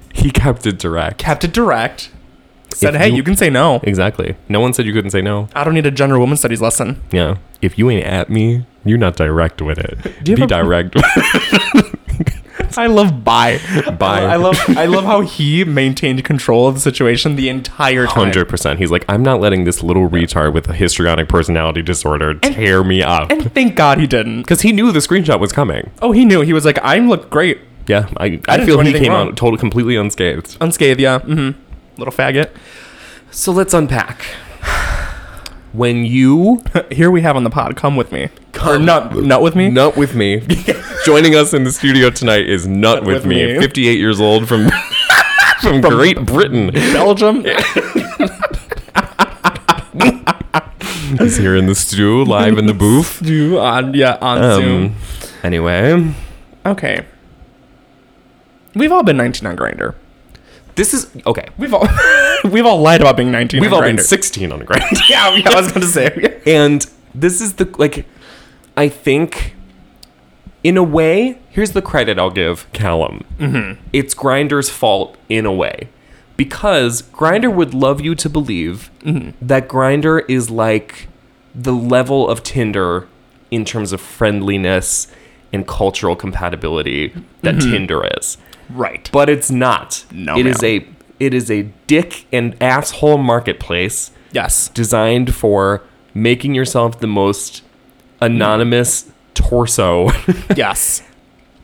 Speaker 6: <laughs>
Speaker 3: He kept it direct.
Speaker 6: Kept it direct. Said,
Speaker 3: If
Speaker 6: hey,
Speaker 3: you-
Speaker 6: you, can say no.
Speaker 3: Exactly. No one said you couldn't say no.
Speaker 6: I don't need a gender woman studies lesson.
Speaker 3: Yeah. If you ain't at me, you're not direct with it.
Speaker 6: Do you
Speaker 3: Be
Speaker 6: have a-
Speaker 3: direct.
Speaker 6: <laughs> I love bi.
Speaker 3: Bye.
Speaker 6: I love I
Speaker 3: <laughs>
Speaker 6: love how he maintained control of the situation the entire time.
Speaker 3: Hundred percent. He's like, I'm not letting this little retard with a histrionic personality disorder tear me up.
Speaker 6: And thank God he didn't.
Speaker 3: Because he knew the screenshot was coming.
Speaker 6: Oh, he knew. He was like, I look great.
Speaker 3: Yeah, I,
Speaker 6: I
Speaker 3: I,
Speaker 6: didn't
Speaker 3: feel
Speaker 6: do
Speaker 3: he
Speaker 6: anything
Speaker 3: came
Speaker 6: wrong.
Speaker 3: out total completely
Speaker 6: <laughs>
Speaker 3: unscathed.
Speaker 6: Unscathed, yeah. Mm-hmm. Little faggot.
Speaker 3: So let's unpack. When you
Speaker 6: <laughs> Here we have on the pod, come with me. Or nut, nut with me.
Speaker 3: nut with
Speaker 6: <laughs>
Speaker 3: me, joining us in the studio tonight is Nut with,
Speaker 6: with
Speaker 3: me,
Speaker 6: me.
Speaker 3: 58 years old from <laughs> from Great Britain. <laughs>
Speaker 6: <laughs> Belgium.
Speaker 3: He's here in the stew, live
Speaker 6: <laughs>
Speaker 3: in the booth.
Speaker 6: Do on yeah, on
Speaker 3: Um,
Speaker 6: Zoom.
Speaker 3: anyway,
Speaker 6: Okay. We've all been 19 on Grinder.
Speaker 3: this is okay.
Speaker 6: We've all <laughs> we've all lied about being 19.
Speaker 3: We've
Speaker 6: on
Speaker 3: all
Speaker 6: Grindr.
Speaker 3: been 16 on the grind. <laughs>
Speaker 6: <laughs> Yeah, yeah, I was going to say. <laughs>
Speaker 3: And this is the like I think in a way, here's the credit I'll give Callum. It's Grinder's fault in a way. Because Grinder would love you to believe that Grinder is like the level of Tinder in terms of friendliness and cultural compatibility that Tinder is
Speaker 6: Right.
Speaker 3: but it's not.
Speaker 6: No,
Speaker 3: it is
Speaker 6: ma'am.
Speaker 3: a it is a dick and asshole marketplace
Speaker 6: Yes.
Speaker 3: designed for making yourself the most anonymous torso <laughs>
Speaker 6: Yes.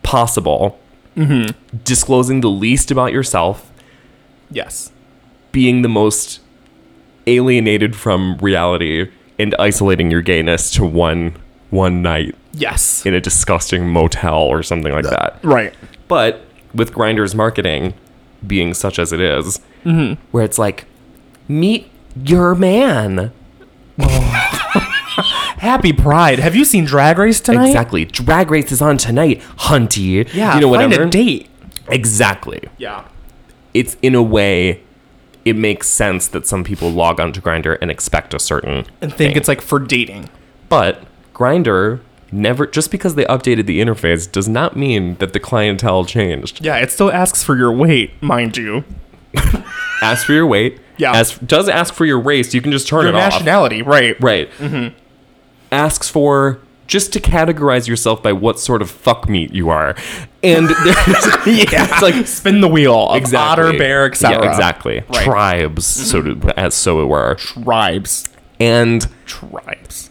Speaker 3: possible,
Speaker 6: Mm-hmm.
Speaker 3: disclosing the least about yourself,
Speaker 6: Yes.
Speaker 3: being the most alienated from reality, and isolating your gayness to one one night
Speaker 6: Yes.
Speaker 3: in a disgusting motel or something like that.
Speaker 6: right.
Speaker 3: But with Grinder's marketing being such as it is,
Speaker 6: Mm-hmm.
Speaker 3: where it's like, meet your man.
Speaker 6: Happy Pride. Have you seen Drag Race tonight?
Speaker 3: Exactly. Drag race is on tonight, hunty.
Speaker 6: Yeah.
Speaker 3: You know,
Speaker 6: find
Speaker 3: whatever.
Speaker 6: a date.
Speaker 3: Exactly.
Speaker 6: Yeah.
Speaker 3: It's in a way, it makes sense that some people log onto Grinder and expect a certain
Speaker 6: And think it's like for dating.
Speaker 3: But Grinder never just because they updated the interface does not mean that the clientele changed.
Speaker 6: Yeah, it still asks for your weight, mind you.
Speaker 3: Ask for your weight.
Speaker 6: Yeah.
Speaker 3: Ask, does ask for your race. You can just turn
Speaker 6: Your
Speaker 3: it off.
Speaker 6: nationality, right.
Speaker 3: Right.
Speaker 6: Mm-hmm.
Speaker 3: Asks for just to categorize yourself by what sort of fuck meat you are. And <laughs> there's, yeah. it's like
Speaker 6: Spin the wheel of
Speaker 3: exactly.
Speaker 6: otter, bear, etc.
Speaker 3: Yeah, exactly.
Speaker 6: Right. Mm-hmm.
Speaker 3: Tribes, so to, as so it were.
Speaker 6: Tribes.
Speaker 3: And
Speaker 6: Tribes.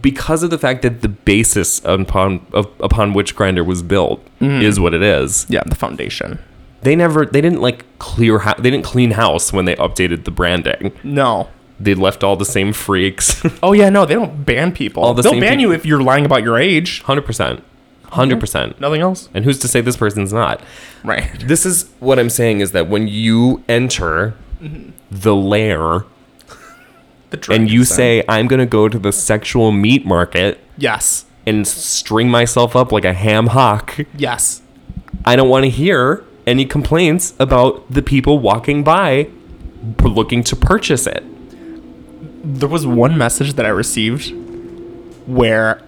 Speaker 3: because of the fact that the basis upon of, upon which grinder was built is what it is.
Speaker 6: Mm-hmm. Yeah, the foundation.
Speaker 3: They never they didn't like clear ho- they didn't clean house when they updated the branding.
Speaker 6: No.
Speaker 3: They left all the same freaks. <laughs>
Speaker 6: Oh yeah, no, they don't ban people.
Speaker 3: All the
Speaker 6: They'll
Speaker 3: same
Speaker 6: ban
Speaker 3: people.
Speaker 6: you if you're lying about your age.
Speaker 3: 100%. 100%.
Speaker 6: Nothing else.
Speaker 3: And who's to say this person's not?
Speaker 6: Right.
Speaker 3: This is what I'm saying is that when you enter the lair
Speaker 6: The dragon
Speaker 3: and you
Speaker 6: sign.
Speaker 3: say I'm going to go to the sexual meat market
Speaker 6: yes,
Speaker 3: and string myself up like a ham hock,
Speaker 6: yes,
Speaker 3: I don't want to hear any complaints about the people walking by p- looking to purchase it.
Speaker 6: there was one message that I received where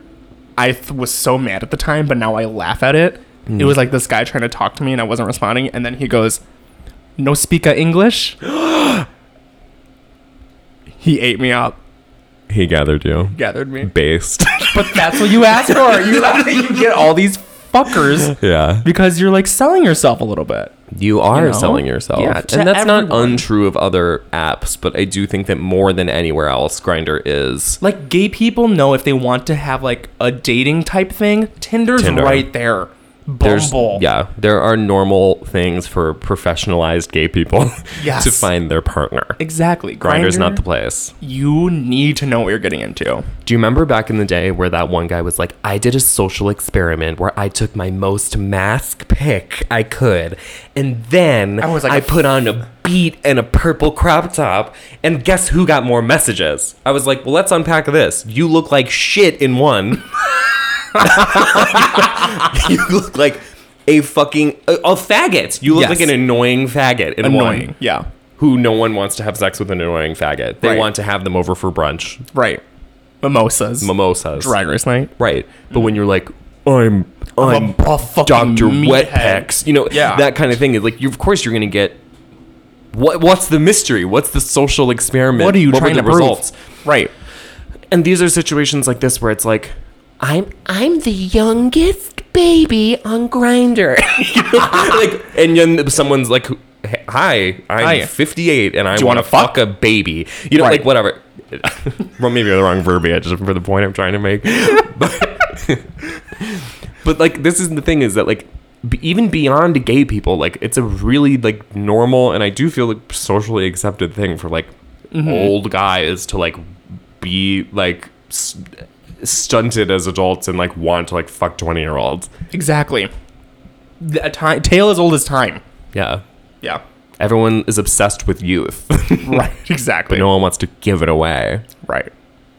Speaker 6: I th- was so mad at the time, but now I laugh at it. It
Speaker 3: Hmm.
Speaker 6: was like this guy trying to talk to me and I wasn't responding, and then he goes, "No speaker English." <gasps> he ate me up,
Speaker 3: He gathered you.
Speaker 6: gathered
Speaker 3: <laughs>
Speaker 6: me.
Speaker 3: Based.
Speaker 6: But that's what you asked for.
Speaker 3: <laughs>
Speaker 6: You, you get all these fuckers
Speaker 3: yeah.
Speaker 6: because you're like selling yourself a little bit.
Speaker 3: You are
Speaker 6: know?
Speaker 3: selling yourself.
Speaker 6: Yeah, to
Speaker 3: and that's not
Speaker 6: everyone.
Speaker 3: untrue of other apps, but I do think that more than anywhere else, Grinder is.
Speaker 6: Like gay people know if they want to have like a dating type thing, Tinder's
Speaker 3: Tinder.
Speaker 6: right there.
Speaker 3: There's,
Speaker 6: Bumble.
Speaker 3: yeah, there are normal things for professionalized gay people <laughs> to
Speaker 6: Yes.
Speaker 3: find their partner.
Speaker 6: Exactly.
Speaker 3: Grinder's not
Speaker 6: Grindr,
Speaker 3: the place.
Speaker 6: You need to know what you're getting into.
Speaker 3: Do you remember back in the day where that one guy was like, I did a social experiment where I took my most mask pick I could, and then
Speaker 6: I
Speaker 3: I,
Speaker 6: was like a-
Speaker 3: put on a beat and a purple crop top, and guess who got more messages? I was like, well, let's unpack this. You look like shit in one. <laughs> you look like a fucking a, a faggot. You look
Speaker 6: Yes.
Speaker 3: like an annoying faggot in
Speaker 6: Annoying.
Speaker 3: one.
Speaker 6: Yeah.
Speaker 3: Who no one wants to have sex with an annoying faggot. They
Speaker 6: Right.
Speaker 3: want to have them over for brunch,
Speaker 6: Right. Mimosas.
Speaker 3: mimosas,
Speaker 6: Drag race night.
Speaker 3: Right. But when you're like, I'm
Speaker 6: Mm. I'm
Speaker 3: I'm
Speaker 6: a fucking
Speaker 3: Dr.
Speaker 6: meathead.
Speaker 3: Wetpex, you know,
Speaker 6: Yeah.
Speaker 3: that kind of thing. Is like you of course you're gonna get what what's the mystery? What's the social experiment?
Speaker 6: What are you
Speaker 3: were
Speaker 6: trying
Speaker 3: the
Speaker 6: to prove? Right.
Speaker 3: And these are situations like this where it's like, I'm
Speaker 5: I'm the youngest baby on
Speaker 3: <laughs>
Speaker 5: Grinder.
Speaker 3: like and then someone's like Hi, I'm
Speaker 6: Hi.
Speaker 3: 58 and I
Speaker 6: you
Speaker 3: want
Speaker 6: wanna
Speaker 3: to fuck?
Speaker 6: fuck?
Speaker 3: a baby. You know,
Speaker 6: Right.
Speaker 3: like
Speaker 6: <laughs>
Speaker 3: whatever. well, maybe the wrong verbiage for the point I'm trying to make. but, <laughs> but like, this is the thing is that like, b- even beyond gay people, like it's a really like normal and I do feel like socially accepted thing for like
Speaker 6: Mm-hmm.
Speaker 3: old guys to like be like s- stunted as adults and like want to like fuck 20 year olds.
Speaker 6: Exactly. The- A time tale as old as time.
Speaker 3: Yeah.
Speaker 6: Yeah.
Speaker 3: Everyone is obsessed with <laughs> youth.
Speaker 6: Right. Exactly.
Speaker 3: but no one wants to give it away.
Speaker 6: Right.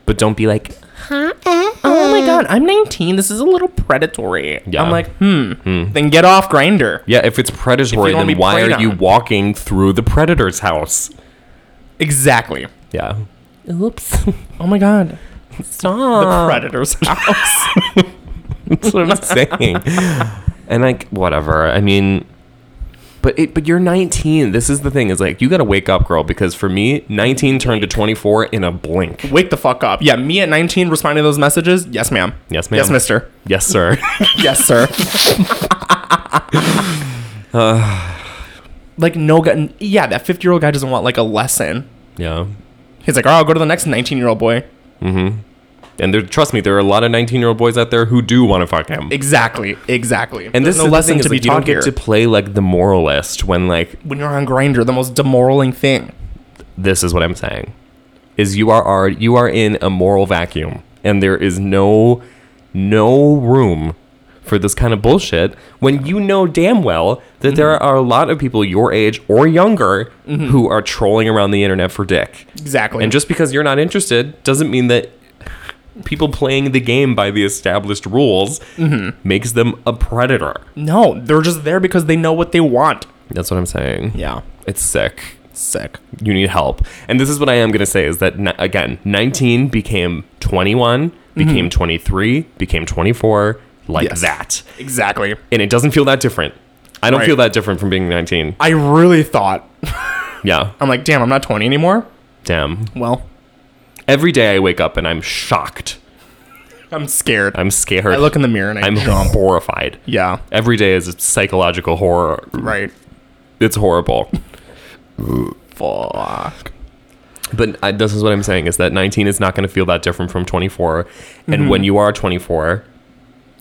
Speaker 3: But don't be like,
Speaker 6: Oh my god, I'm 19. This is a little predatory.
Speaker 3: Yeah.
Speaker 6: I'm like, hmm. Then get off grinder.
Speaker 3: yeah, if it's predatory,
Speaker 6: don't wanna
Speaker 3: then
Speaker 6: be
Speaker 3: why
Speaker 6: preyed
Speaker 3: are you
Speaker 6: on."
Speaker 3: walking through the predator's house?
Speaker 6: Exactly.
Speaker 3: Yeah.
Speaker 5: Oops.
Speaker 6: <laughs> Oh my god.
Speaker 3: Ah.
Speaker 5: Stop.
Speaker 6: Predators. <laughs> house.
Speaker 3: <laughs> That's what I'm saying. and like, whatever. I mean, but it, but you're 19. This is the thing is like, you got to wake up, girl, because for me, 19 turned to 24 in a blink.
Speaker 6: Wake the fuck up. Yeah, me at 19 responding to those messages. Yes, ma'am.
Speaker 3: Yes, ma'am.
Speaker 6: Yes, mister.
Speaker 3: Yes, sir. <laughs>
Speaker 6: yes, sir. <sighs> like no guy. Yeah, that 50 year old guy doesn't want like a lesson.
Speaker 3: yeah.
Speaker 6: He's like, oh, I'll go to the next 19 year old boy.
Speaker 3: And there, trust me, there are a lot of 19 year old boys out there who do want to fuck him.
Speaker 6: Exactly. Exactly.
Speaker 3: And this
Speaker 6: There's
Speaker 3: is the thing is like, you don't get to play like the moralist when like
Speaker 6: when you're on grinder, the most demoraling thing.
Speaker 3: this is what I'm saying, is you are, are you are in a moral vacuum, and there is no no room for this kind of bullshit when you know damn well that there are a lot of people your age or younger who are trolling around the internet for dick.
Speaker 6: Exactly.
Speaker 3: And just because you're not interested doesn't mean that people playing the game by the established rules makes them a predator.
Speaker 6: no, they're just there because they know what they want.
Speaker 3: That's what I'm saying.
Speaker 6: Yeah.
Speaker 3: It's sick.
Speaker 6: Sick.
Speaker 3: you need help. And this is what I am going to say is that, ni- again, 19 became 21, became 23, became 24, like
Speaker 6: Mm-hmm. Yes.
Speaker 3: that.
Speaker 6: Exactly.
Speaker 3: And it doesn't feel that different. I don't
Speaker 6: Right.
Speaker 3: feel that different from being 19.
Speaker 6: I really thought.
Speaker 3: Yeah.
Speaker 6: I'm like, damn, I'm not 20 anymore.
Speaker 3: Damn.
Speaker 6: Well,
Speaker 3: Every day I wake up and I'm shocked.
Speaker 6: I'm scared.
Speaker 3: I'm scared.
Speaker 6: I look in the mirror and I
Speaker 3: I'm
Speaker 6: jump.
Speaker 3: horrified.
Speaker 6: Yeah.
Speaker 3: Every day is a psychological horror.
Speaker 6: Right.
Speaker 3: It's horrible.
Speaker 6: Fuck.
Speaker 3: But I, this is what I'm saying is that 19 is not going to feel that different from 24.
Speaker 6: Mm-hmm.
Speaker 3: And when you are 24,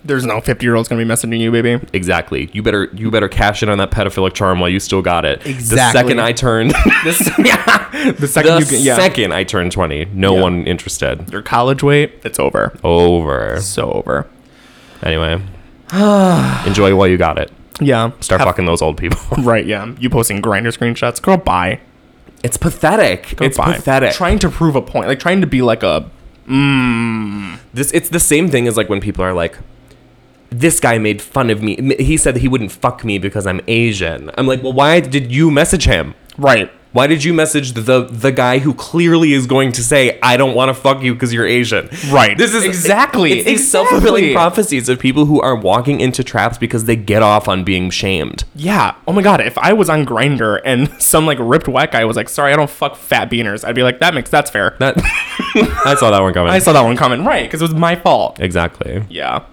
Speaker 6: There's no 50 year olds gonna be messaging you, baby.
Speaker 3: exactly, you better you better cash in on that pedophilic charm while you still got it. The
Speaker 6: Exactly.
Speaker 3: second I <laughs> turned,
Speaker 6: This, <laughs> the second
Speaker 3: the
Speaker 6: you get, yeah,
Speaker 3: second I turned 20, no
Speaker 6: Yeah.
Speaker 3: one interested.
Speaker 6: your college weight, it's over.
Speaker 3: Over.
Speaker 6: So over. <sighs>
Speaker 3: Anyway, enjoy while you got it.
Speaker 6: Yeah.
Speaker 3: Start
Speaker 6: Have-
Speaker 3: fucking those old people. <laughs>
Speaker 6: Right. Yeah. You posting grinder screenshots. Girl, bye.
Speaker 3: It's pathetic.
Speaker 6: Go
Speaker 3: it's
Speaker 6: bye.
Speaker 3: pathetic.
Speaker 6: Trying to prove a point, like trying to be like a
Speaker 3: this it's the same thing as like when people are like this guy made fun of me M- he said that he wouldn't fuck me because i'm asian i'm like well why did you message him
Speaker 6: right.
Speaker 3: why did you message the the guy who clearly is going to say i don't want to fuck you because you're asian
Speaker 6: Right.
Speaker 3: this is
Speaker 6: Exactly.
Speaker 3: it's these
Speaker 6: Exactly.
Speaker 3: self-fulfilling prophecies of people who are walking into traps because they get off on being shamed
Speaker 6: Yeah. Oh my god. If I was on Grinder and <laughs> some like ripped white guy was like, "Sorry, I don't fuck fat beaners," I'd be like, "That makes that's fair."
Speaker 3: that <laughs> i saw that one coming
Speaker 6: I saw that one coming. Right, because it was my fault.
Speaker 3: exactly
Speaker 6: Yeah.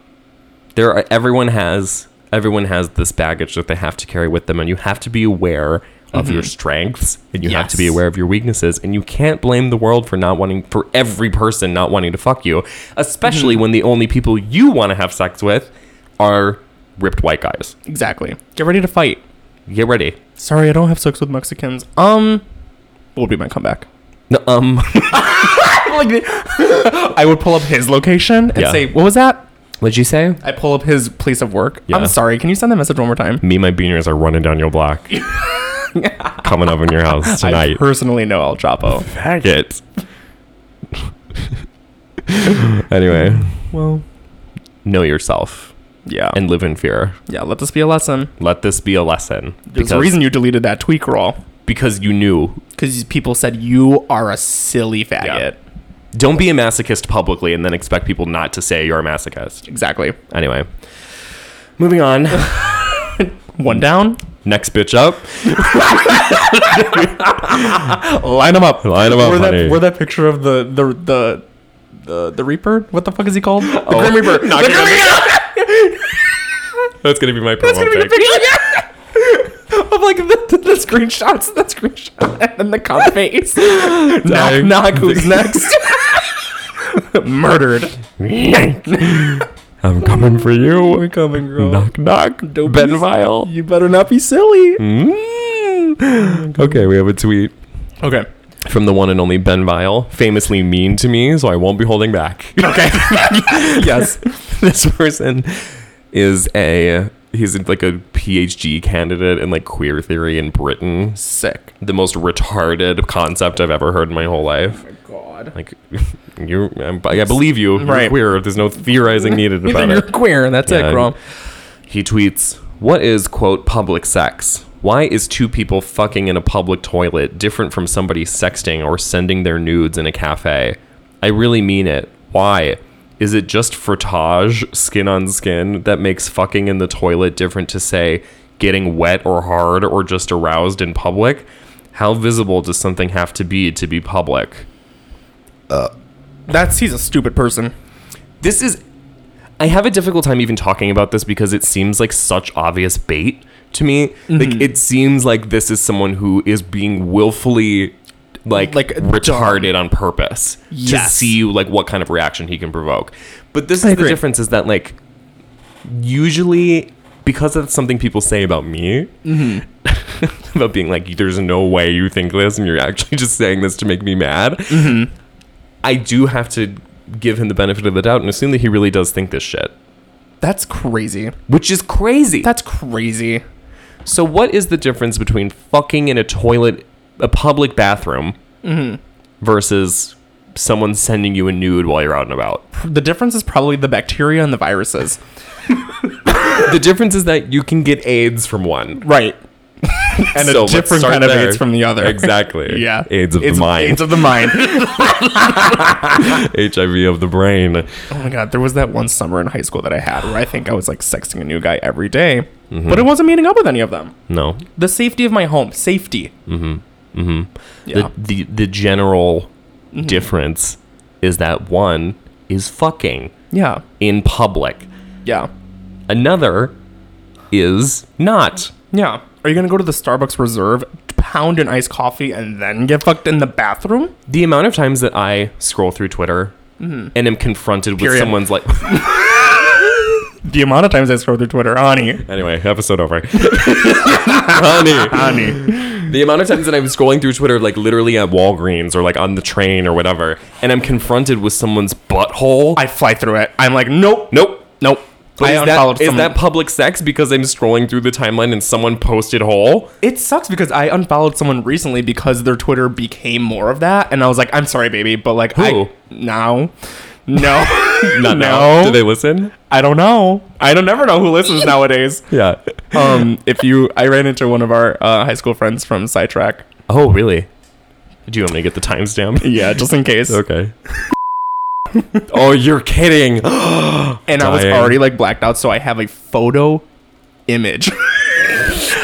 Speaker 3: there are everyone has everyone has this baggage that they have to carry with them and you have to be aware of your strengths and you have to be
Speaker 6: Yes.
Speaker 3: aware of your weaknesses and you can't blame the world for not wanting for every person not wanting to fuck you especially when the only people you want to have sex with are ripped white guys
Speaker 6: Exactly. Get ready to fight.
Speaker 3: get ready
Speaker 6: Sorry, I don't have sex with Mexicans. Um, what would be my comeback?
Speaker 3: N- um
Speaker 6: Like, I would pull up his location and
Speaker 3: Yeah.
Speaker 6: say, "What was that?"
Speaker 3: what'd you say
Speaker 6: I pull up his place of work.
Speaker 3: Yeah.
Speaker 6: I'm sorry. Can you send that message one more time?
Speaker 3: <laughs> me and my beaners are running down your block coming up in your house
Speaker 6: I
Speaker 3: tonight
Speaker 6: personally know El Chapo.
Speaker 3: faggot <laughs> anyway
Speaker 6: well,
Speaker 3: know yourself
Speaker 6: yeah,
Speaker 3: and live in fear
Speaker 6: yeah. Let this be a lesson.
Speaker 3: let this be a lesson
Speaker 6: There's a reason you deleted that tweet crawl
Speaker 3: because you knew
Speaker 6: because people said you are a silly faggot.
Speaker 3: don't be a masochist publicly and then expect people not to say you're a masochist
Speaker 6: Exactly.
Speaker 3: anyway moving
Speaker 6: <laughs>
Speaker 3: on
Speaker 6: One down.
Speaker 3: next bitch up
Speaker 6: <laughs> Line them up.
Speaker 3: Line 'em up,
Speaker 6: We're
Speaker 3: honey.
Speaker 6: that, we're that picture of the the the the, the Reaper. What the fuck is he called? The Grim Reaper.
Speaker 3: Oh. <laughs> Not
Speaker 6: the
Speaker 3: Grim
Speaker 6: Grim Reaper. <laughs>
Speaker 3: that's gonna be my promo
Speaker 6: That's gonna be the picture. <laughs> Of like the, the, the screenshots, the screenshot, and then
Speaker 3: <laughs>
Speaker 6: the cunt face. knock,
Speaker 3: Dying.
Speaker 6: knock. <laughs> Who's next? Murdered.
Speaker 3: <laughs> i'm coming for you
Speaker 6: Coming, girl.
Speaker 3: knock knock
Speaker 6: Don't
Speaker 3: ben
Speaker 6: be-
Speaker 3: vile
Speaker 6: You better not be silly.
Speaker 3: Mm. okay we have a tweet
Speaker 6: Okay.
Speaker 3: from the one and only ben vile famously mean to me so i won't be holding back
Speaker 6: <laughs>
Speaker 3: <laughs>
Speaker 6: Okay. <laughs> yes.
Speaker 3: this person is a he's like a PhD candidate in like queer theory in Britain.
Speaker 6: Sick.
Speaker 3: The most retarded concept I've ever heard in my whole life.
Speaker 6: Oh God.
Speaker 3: Like <laughs> you, I'm- I believe you. You're
Speaker 6: Right.
Speaker 3: queer. There's no
Speaker 6: <laughs>
Speaker 3: theorizing needed
Speaker 6: Either
Speaker 3: about
Speaker 6: you're
Speaker 3: it.
Speaker 6: queer, and that's
Speaker 3: Yeah.
Speaker 6: it, bro.
Speaker 3: He tweets, "What is quote public sex?" Why is two people fucking in a public toilet different from somebody sexting or sending their nudes in a cafe? I really mean it. Why? Is it just frottage, skin on skin, that makes fucking in the toilet different to say getting wet or hard or just aroused in public? How visible does something have to be to be public?
Speaker 6: That's he's a stupid person.
Speaker 3: this is i have a difficult time even talking about this because it seems like such obvious bait to me like
Speaker 6: Mm-hmm.
Speaker 3: it seems like this is someone who is being willfully like,
Speaker 6: Like,
Speaker 3: retarded on purpose to
Speaker 6: Yes.
Speaker 3: see like what kind of reaction he can provoke but this
Speaker 6: I
Speaker 3: is the
Speaker 6: agree.
Speaker 3: difference is that like usually because that's something people say about me <laughs>
Speaker 6: Mm-hmm.
Speaker 3: about being like there's no way you think this and you're actually just saying this to make me mad
Speaker 6: Mm-hmm.
Speaker 3: i do have to give him the benefit of the doubt and assume that he really does think this shit
Speaker 6: That's crazy.
Speaker 3: which is crazy
Speaker 6: That's crazy.
Speaker 3: so what is the difference between fucking in a toilet a public bathroom versus someone sending you a nude while you're out and about
Speaker 6: The difference is probably the bacteria and the viruses.
Speaker 3: the difference is that you can get aids from one
Speaker 6: Right. and
Speaker 3: So
Speaker 6: a
Speaker 3: let's
Speaker 6: different
Speaker 3: start
Speaker 6: kind of
Speaker 3: there.
Speaker 6: AIDS from the other.
Speaker 3: Exactly.
Speaker 6: <laughs> yeah.
Speaker 3: AIDS of the mind.
Speaker 6: AIDS
Speaker 3: <laughs>
Speaker 6: of the mind.
Speaker 3: HIV of the brain.
Speaker 6: oh my god, there was that one summer in high school that I had where I think I was like sexting a new guy every day,
Speaker 3: Mm-hmm.
Speaker 6: but it wasn't meeting up with any of them.
Speaker 3: No.
Speaker 6: The safety of my home, safety. Yeah.
Speaker 3: The the the general difference is that one is fucking
Speaker 6: Yeah.
Speaker 3: in public.
Speaker 6: Yeah.
Speaker 3: Another is not.
Speaker 6: Yeah. Are you gonna go to the Starbucks Reserve? pound an iced coffee and then get fucked in the bathroom?
Speaker 3: The amount of times that I scroll through Twitter and am confronted
Speaker 6: Period.
Speaker 3: with someone's like, <laughs>
Speaker 6: The amount of times I scroll through Twitter, honey,
Speaker 3: anyway, episode
Speaker 6: <laughs>
Speaker 3: over. Honey.
Speaker 6: honey.
Speaker 3: The amount of times that I'm scrolling through Twitter, like literally at Walgreens or like on the train or whatever, and I'm confronted with someone's butthole.
Speaker 6: I fly through it. I'm like, nope,
Speaker 3: nope.
Speaker 6: nope. I
Speaker 3: is
Speaker 6: unfollowed
Speaker 3: that, is
Speaker 6: someone.
Speaker 3: that public sex because I'm scrolling through the timeline and someone posted hole?
Speaker 6: it sucks because I unfollowed someone recently because their Twitter became more of that, and I was like, I'm sorry, baby, but like,
Speaker 3: Who?
Speaker 6: I no, <laughs> no,
Speaker 3: Not
Speaker 6: No.
Speaker 3: now. Do they listen?
Speaker 6: I don't know. I don't never know who listens nowadays.
Speaker 3: Yeah.
Speaker 6: Um, if you, I ran into one of our uh, high school friends from Sidetrack.
Speaker 3: Oh, really? Do you want me to get the
Speaker 6: <laughs>
Speaker 3: timestamp?
Speaker 6: Yeah, just in case.
Speaker 3: Okay. <laughs> oh, you're kidding. <gasps>
Speaker 6: and I was
Speaker 3: Dying.
Speaker 6: already like blacked out, so I have a photo image. <laughs>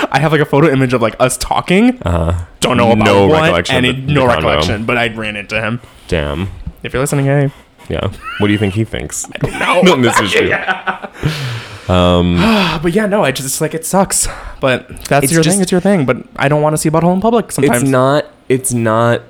Speaker 6: I have like a photo image of like us talking.
Speaker 3: Uh,
Speaker 6: Don't know about
Speaker 3: no
Speaker 6: what,
Speaker 3: recollection
Speaker 6: and
Speaker 3: of
Speaker 6: it-
Speaker 3: the-
Speaker 6: no
Speaker 3: the condo.
Speaker 6: recollection. But I ran into him.
Speaker 3: damn.
Speaker 6: If you're listening, hey,
Speaker 3: Yeah. What do you think he thinks? <laughs>
Speaker 6: no,
Speaker 3: on this issue?
Speaker 6: Uh, But yeah, no, I just it's like it sucks. But that's
Speaker 3: It's
Speaker 6: your
Speaker 3: just-
Speaker 6: thing. It's your thing. But I don't want to see butthole in public sometimes.
Speaker 3: It's not. It's not.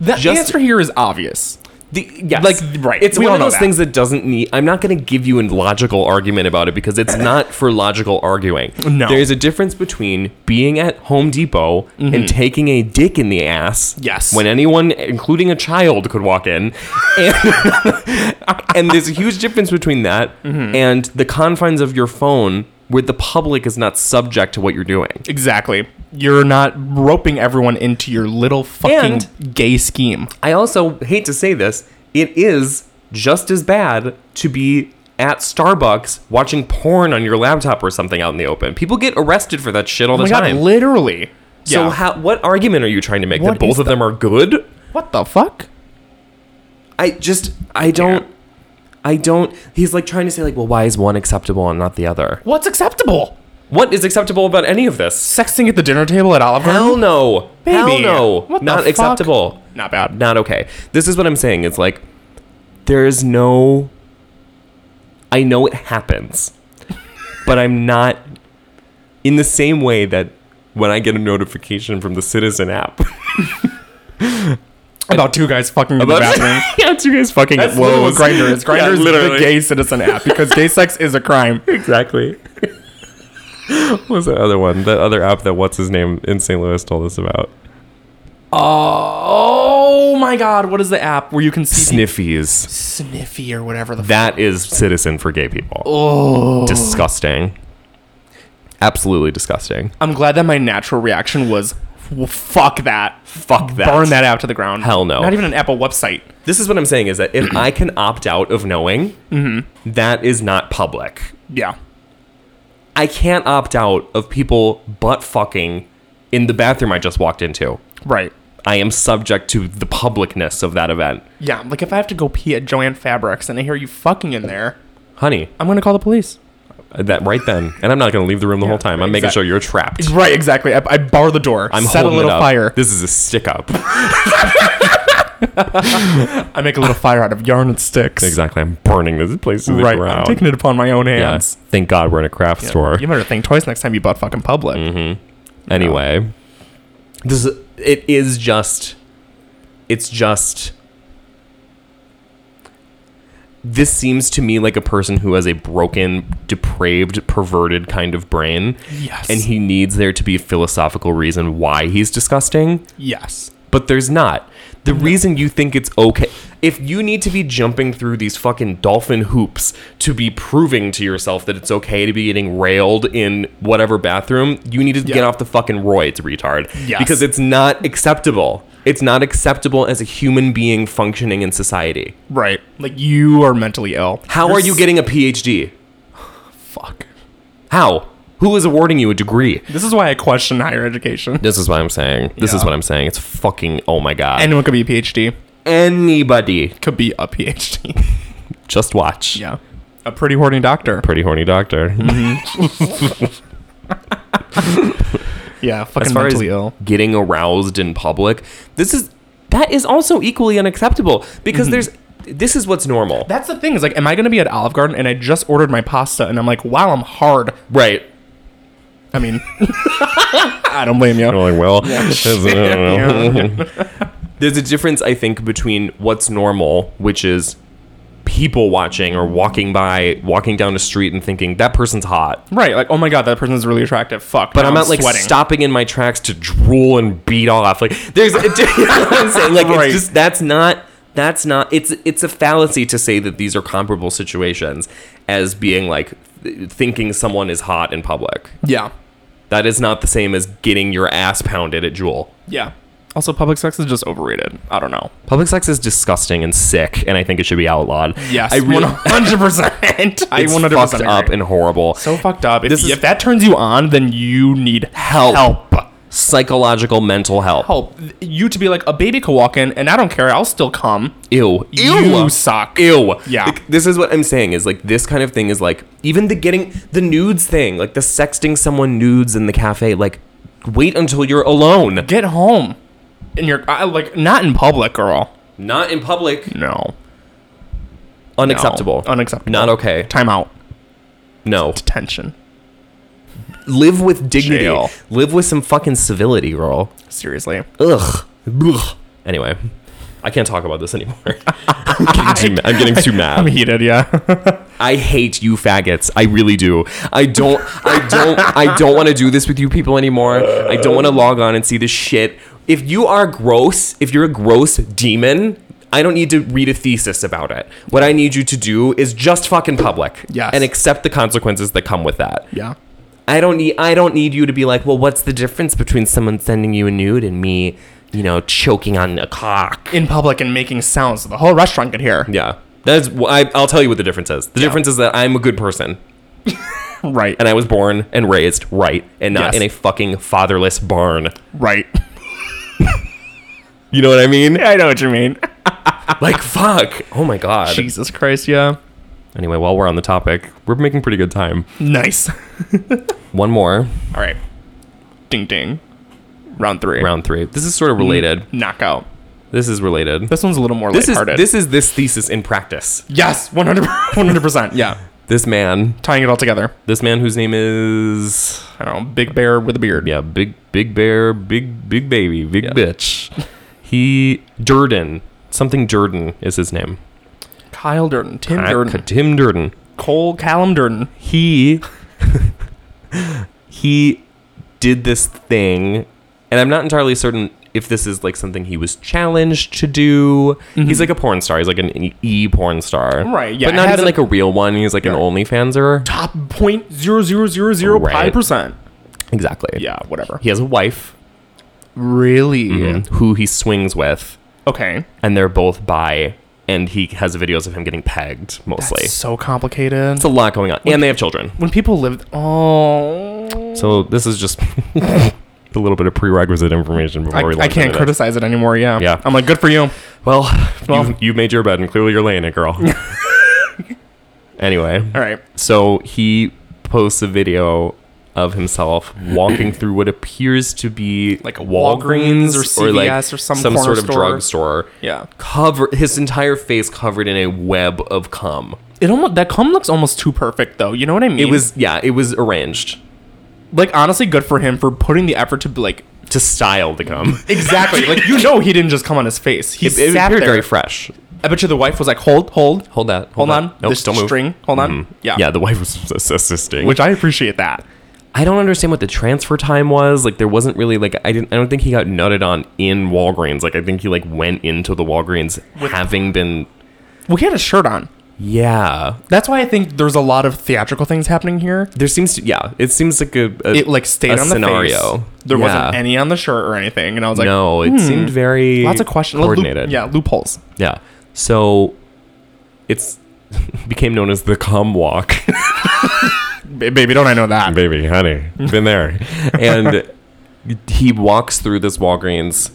Speaker 6: the
Speaker 3: just-
Speaker 6: answer here is obvious.
Speaker 3: The, yes.
Speaker 6: Like, right.
Speaker 3: It's
Speaker 6: We
Speaker 3: one
Speaker 6: all
Speaker 3: of
Speaker 6: know
Speaker 3: those
Speaker 6: that.
Speaker 3: things that doesn't need. I'm not going to give you a logical argument about it because
Speaker 6: <laughs>
Speaker 3: it's not for logical arguing.
Speaker 6: No.
Speaker 3: There is a difference between being at Home Depot and taking a dick in the ass.
Speaker 6: Mm-hmm. Yes.
Speaker 3: When anyone, including a child, could walk
Speaker 6: <laughs>
Speaker 3: in. And, <laughs> and there's a huge difference between that
Speaker 6: Mm-hmm.
Speaker 3: and the confines of your phone where the public is not subject to what you're doing.
Speaker 6: Exactly. You're not roping everyone into your little fucking gay scheme.
Speaker 3: I also hate to say this, it is just as bad to be at Starbucks watching porn on your laptop or something out in the open. People get arrested for that shit all
Speaker 6: Oh
Speaker 3: the
Speaker 6: my god,
Speaker 3: time.
Speaker 6: literally.
Speaker 3: so
Speaker 6: yeah.
Speaker 3: how, what argument are you trying to make
Speaker 6: What
Speaker 3: that both
Speaker 6: is
Speaker 3: of them are good?
Speaker 6: what the fuck?
Speaker 3: I just I don't I don't he's like trying to say like well why is one acceptable and not the other?
Speaker 6: What's acceptable?
Speaker 3: What is acceptable about any of this?
Speaker 6: Sexting at the dinner table at Olive
Speaker 3: Hell
Speaker 6: Garden?
Speaker 3: no. Hell
Speaker 6: Baby,
Speaker 3: no.
Speaker 6: what the
Speaker 3: not
Speaker 6: fuck?
Speaker 3: acceptable.
Speaker 6: Not bad.
Speaker 3: not okay. This is what I'm saying. It's like there is no. I know it
Speaker 6: <laughs>
Speaker 3: happens, but I'm not in the same way that when I get a notification from the Citizen app
Speaker 6: About two guys fucking
Speaker 3: <laughs>
Speaker 6: in the bathroom.
Speaker 3: yeah, two guys fucking
Speaker 6: That's literally what Grinder is. Grinder is the
Speaker 3: literally.
Speaker 6: gay citizen app because gay sex is
Speaker 3: <laughs>
Speaker 6: a crime. <laughs>
Speaker 3: exactly. what was that other one? That other app that what's his name in St. Louis told us about?
Speaker 6: Oh my god, what is the app where you can see
Speaker 3: Sniffies.
Speaker 6: Sniffy or whatever the
Speaker 3: That is Citizen for gay people. Oh, disgusting. Absolutely disgusting.
Speaker 6: I'm glad that my natural reaction was, "Well, fuck that. Fuck
Speaker 3: that.
Speaker 6: Burn that out to the ground.
Speaker 3: Hell no.
Speaker 6: Not even an Apple website.
Speaker 3: this is what I'm saying is that if I can opt out of knowing, that is not public.
Speaker 6: Yeah.
Speaker 3: I can't opt out of people butt fucking in the bathroom I just walked into.
Speaker 6: Right.
Speaker 3: I am subject to the publicness of that event.
Speaker 6: Yeah. Like if I have to go pee at Joanne Fabrics and I hear you fucking in there,
Speaker 3: Honey,
Speaker 6: I'm gonna call the police.
Speaker 3: that right then. And I'm not going to leave the room the whole time. I'm making
Speaker 6: exact-
Speaker 3: sure you're trapped.
Speaker 6: Right. Exactly. I, I bar the door.
Speaker 3: I'm
Speaker 6: set a
Speaker 3: holding
Speaker 6: little
Speaker 3: it up.
Speaker 6: fire.
Speaker 3: This is a stick
Speaker 6: <laughs>
Speaker 3: up.
Speaker 6: I make a <laughs> little fire out of yarn and sticks.
Speaker 3: exactly. I'm burning this place to the
Speaker 6: Right.
Speaker 3: ground.
Speaker 6: I'm taking it upon my own
Speaker 3: yeah.
Speaker 6: hands.
Speaker 3: Thank God we're in a craft store.
Speaker 6: You better think twice next time you butt fucking public.
Speaker 3: Mm-hmm. Anyway, this is, it is just it's just this seems to me like a person who has a broken, depraved, perverted kind of brain.
Speaker 6: Yes.
Speaker 3: And he needs there to be a philosophical reason why he's disgusting,
Speaker 6: Yes.
Speaker 3: but there's not. The reason you think it's okay if you need to be jumping through these fucking dolphin hoops to be proving to yourself that it's okay to be getting railed in whatever bathroom, you need to get
Speaker 6: Yeah.
Speaker 3: off the fucking roids, retard.
Speaker 6: Yes.
Speaker 3: Because it's not acceptable. It's not acceptable as a human being functioning in society.
Speaker 6: Right. Like you are mentally ill.
Speaker 3: How
Speaker 6: You're
Speaker 3: are you
Speaker 6: s-
Speaker 3: getting a PhD?
Speaker 6: Fuck.
Speaker 3: How? Who is awarding you a degree?
Speaker 6: This is why I question higher education.
Speaker 3: This is what I'm saying. This is
Speaker 6: Yeah.
Speaker 3: what I'm saying. It's fucking oh my god.
Speaker 6: Anyone could be a PhD.
Speaker 3: anybody
Speaker 6: Could be a PhD.
Speaker 3: just watch.
Speaker 6: <laughs> yeah. A pretty horny doctor.
Speaker 3: Pretty horny doctor.
Speaker 6: Mm-hmm. Yeah. Fucking
Speaker 3: as far as
Speaker 6: mentally ill.
Speaker 3: getting aroused in public this is that is also equally unacceptable because
Speaker 6: Mm-hmm.
Speaker 3: there's this is what's normal
Speaker 6: That's the thing. Is like, am I gonna be at Olive Garden and I just ordered my pasta and I'm like, wow, I'm hard.
Speaker 3: right
Speaker 6: I mean, <laughs> I don't blame you.
Speaker 3: Rolling well. <laughs> There's a difference, I think, between what's normal, which is people watching or walking by, walking down the street and thinking that person's hot.
Speaker 6: Right, like, oh my god, that person's really attractive. Fuck.
Speaker 3: But
Speaker 6: now
Speaker 3: I'm not like
Speaker 6: sweating.
Speaker 3: stopping in my tracks to drool and beat off. Like there's, <laughs> a, you know what I'm saying? Like
Speaker 6: Right.
Speaker 3: it's just that's not that's not it's it's a fallacy to say that these are comparable situations as being like th- thinking someone is hot in public.
Speaker 6: Yeah.
Speaker 3: That is not the same as getting your ass pounded at Jewel.
Speaker 6: Yeah. Also, public sex is just overrated. I don't know.
Speaker 3: Public sex is disgusting and sick, and I think it should be outlawed.
Speaker 6: Yes,
Speaker 3: I
Speaker 6: <laughs>
Speaker 3: really,
Speaker 6: 100%. I
Speaker 3: <laughs> it's
Speaker 6: 100%
Speaker 3: fucked
Speaker 6: agree.
Speaker 3: up and horrible.
Speaker 6: <laughs> so fucked up. If,
Speaker 3: This is-
Speaker 6: if that turns you on, then you need help.
Speaker 3: help, psychological, mental help.
Speaker 6: Help. You to be like a baby could walk in, and I don't care. I'll still come.
Speaker 3: Ew,
Speaker 6: You suck.
Speaker 3: Ew.
Speaker 6: Yeah.
Speaker 3: Like, this is what I'm saying is like this kind of thing is like even the getting the nudes thing, like the sexting someone nudes in the cafe. Like, wait until you're alone.
Speaker 6: Get home. And you're I, like not in public, girl.
Speaker 3: Not in public.
Speaker 6: No.
Speaker 3: Unacceptable.
Speaker 6: No. Unacceptable.
Speaker 3: Not okay.
Speaker 6: Time out.
Speaker 3: No.
Speaker 6: Detention.
Speaker 3: Live with dignity.
Speaker 6: Jail.
Speaker 3: Live with some fucking civility, girl.
Speaker 6: Seriously.
Speaker 3: Ugh. Ugh. Anyway, I can't talk about this anymore. <laughs> I'm, getting too, I'm getting too mad.
Speaker 6: I'm
Speaker 3: <laughs>
Speaker 6: heated, yeah.
Speaker 3: I hate you faggots. I really do. I don't I don't I don't want to do this with you people anymore. I don't want to log on and see this shit. If you are gross, if you're a gross demon, I don't need to read a thesis about it. What I need you to do is just fucking public.
Speaker 6: Yes.
Speaker 3: And accept the consequences that come with that.
Speaker 6: yeah.
Speaker 3: I don't need I don't need you to be like, well, what's the difference between someone sending you a nude and me, you know, choking on a cock?
Speaker 6: In public and making sounds so the whole restaurant could hear.
Speaker 3: Yeah. That's wh- I, I'll tell you what the difference is. The difference is that I'm a good person.
Speaker 6: Right.
Speaker 3: and I was born and raised right and not
Speaker 6: Yes.
Speaker 3: in a fucking fatherless barn.
Speaker 6: right. <laughs>
Speaker 3: You know what I mean?
Speaker 6: I know what you mean. <laughs>
Speaker 3: Like fuck. Oh my god.
Speaker 6: Jesus Christ, yeah.
Speaker 3: Anyway, while we're on the topic, we're making pretty good time.
Speaker 6: Nice. <laughs>
Speaker 3: One more,
Speaker 6: All right. Ding ding. Round three.
Speaker 3: round 3. This is sort of related.
Speaker 6: knockout.
Speaker 3: This is related.
Speaker 6: This one's a little more
Speaker 3: This is
Speaker 6: lighthearted.
Speaker 3: this is this thesis in practice.
Speaker 6: yes, <laughs> 100 percent. Yeah,
Speaker 3: This man,
Speaker 6: tying it all together.
Speaker 3: this man whose name is
Speaker 6: I don't know, big bear with a beard.
Speaker 3: yeah, big big bear, big big baby, big bitch. He Durden, something Durden is his name.
Speaker 6: Kyle Durden, Tim Durden,
Speaker 3: Tim Durden.
Speaker 6: Cole Callum Durden.
Speaker 3: he <laughs> he did this thing and i'm not entirely certain if this is like something he was challenged to do he's like a porn star he's like an e porn star
Speaker 6: Mm-hmm. Right, yeah,
Speaker 3: but not
Speaker 6: it has
Speaker 3: even
Speaker 6: a-
Speaker 3: like a real one he's like an onlyfanser
Speaker 6: Top point zero zero zero zero
Speaker 3: Right.
Speaker 6: five percent.
Speaker 3: exactly
Speaker 6: Yeah, whatever.
Speaker 3: he has a wife
Speaker 6: Really?
Speaker 3: who he swings with
Speaker 6: Okay.
Speaker 3: and they're both bi and he has videos of him getting pegged mostly
Speaker 6: It's so complicated.
Speaker 3: it's a lot going on and they have children
Speaker 6: when people live, oh,
Speaker 3: so this is just <laughs> a little bit of prerequisite information before
Speaker 6: I,
Speaker 3: we
Speaker 6: I
Speaker 3: launch
Speaker 6: can't
Speaker 3: into this.
Speaker 6: criticize it anymore. Yeah.
Speaker 3: Yeah.
Speaker 6: I'm like, good for you.
Speaker 3: Well, you you made your bed and clearly you're laying it,
Speaker 6: <laughs>
Speaker 3: girl. anyway,
Speaker 6: All right.
Speaker 3: so he posts a video of himself
Speaker 6: <clears throat>
Speaker 3: walking through what appears to be
Speaker 6: Like a Walgreens or CVS or some
Speaker 3: some
Speaker 6: corner
Speaker 3: sort of
Speaker 6: store.
Speaker 3: drugstore.
Speaker 6: Yeah.
Speaker 3: cover his entire face covered in a web of cum.
Speaker 6: It almost that cum looks almost too perfect though. You know what I mean?
Speaker 3: It was yeah, it was arranged
Speaker 6: like honestly good for him for putting the effort to be like
Speaker 3: to style the cum.
Speaker 6: <laughs> exactly like you know he didn't just come on his face. He
Speaker 3: It, it
Speaker 6: sat
Speaker 3: appeared
Speaker 6: there.
Speaker 3: very fresh.
Speaker 6: I bet you the wife was like, hold, hold,
Speaker 3: Hold that.
Speaker 6: hold
Speaker 3: that.
Speaker 6: on.
Speaker 3: Nope,
Speaker 6: this
Speaker 3: don't move. Mm-hmm.
Speaker 6: string. Hold on. Yeah.
Speaker 3: Yeah, the wife
Speaker 6: <laughs>
Speaker 3: was ass- assisting.
Speaker 6: Which I appreciate that.
Speaker 3: I don't understand what the transfer time was. Like there wasn't really like I didn't I don't think he got nutted on in Walgreens. Like I think he like went into the Walgreens having been
Speaker 6: Well, he had a shirt on.
Speaker 3: Yeah.
Speaker 6: That's why I think there's a lot of theatrical things happening here.
Speaker 3: There seems to yeah, it seems like a, a
Speaker 6: It like stayed
Speaker 3: a
Speaker 6: on the
Speaker 3: scenario.
Speaker 6: face. There
Speaker 3: Yeah.
Speaker 6: wasn't any on the shirt or anything, and I was like, hmm.
Speaker 3: no, it seemed very
Speaker 6: lots of questions. Loop-
Speaker 3: coordinated.
Speaker 6: yeah, loopholes.
Speaker 3: Yeah. So it's <laughs> became known as the cum walk.
Speaker 6: Ba- baby, don't I know
Speaker 3: <laughs>
Speaker 6: that?
Speaker 3: Baby, honey, been there. <laughs> and he walks through this Walgreens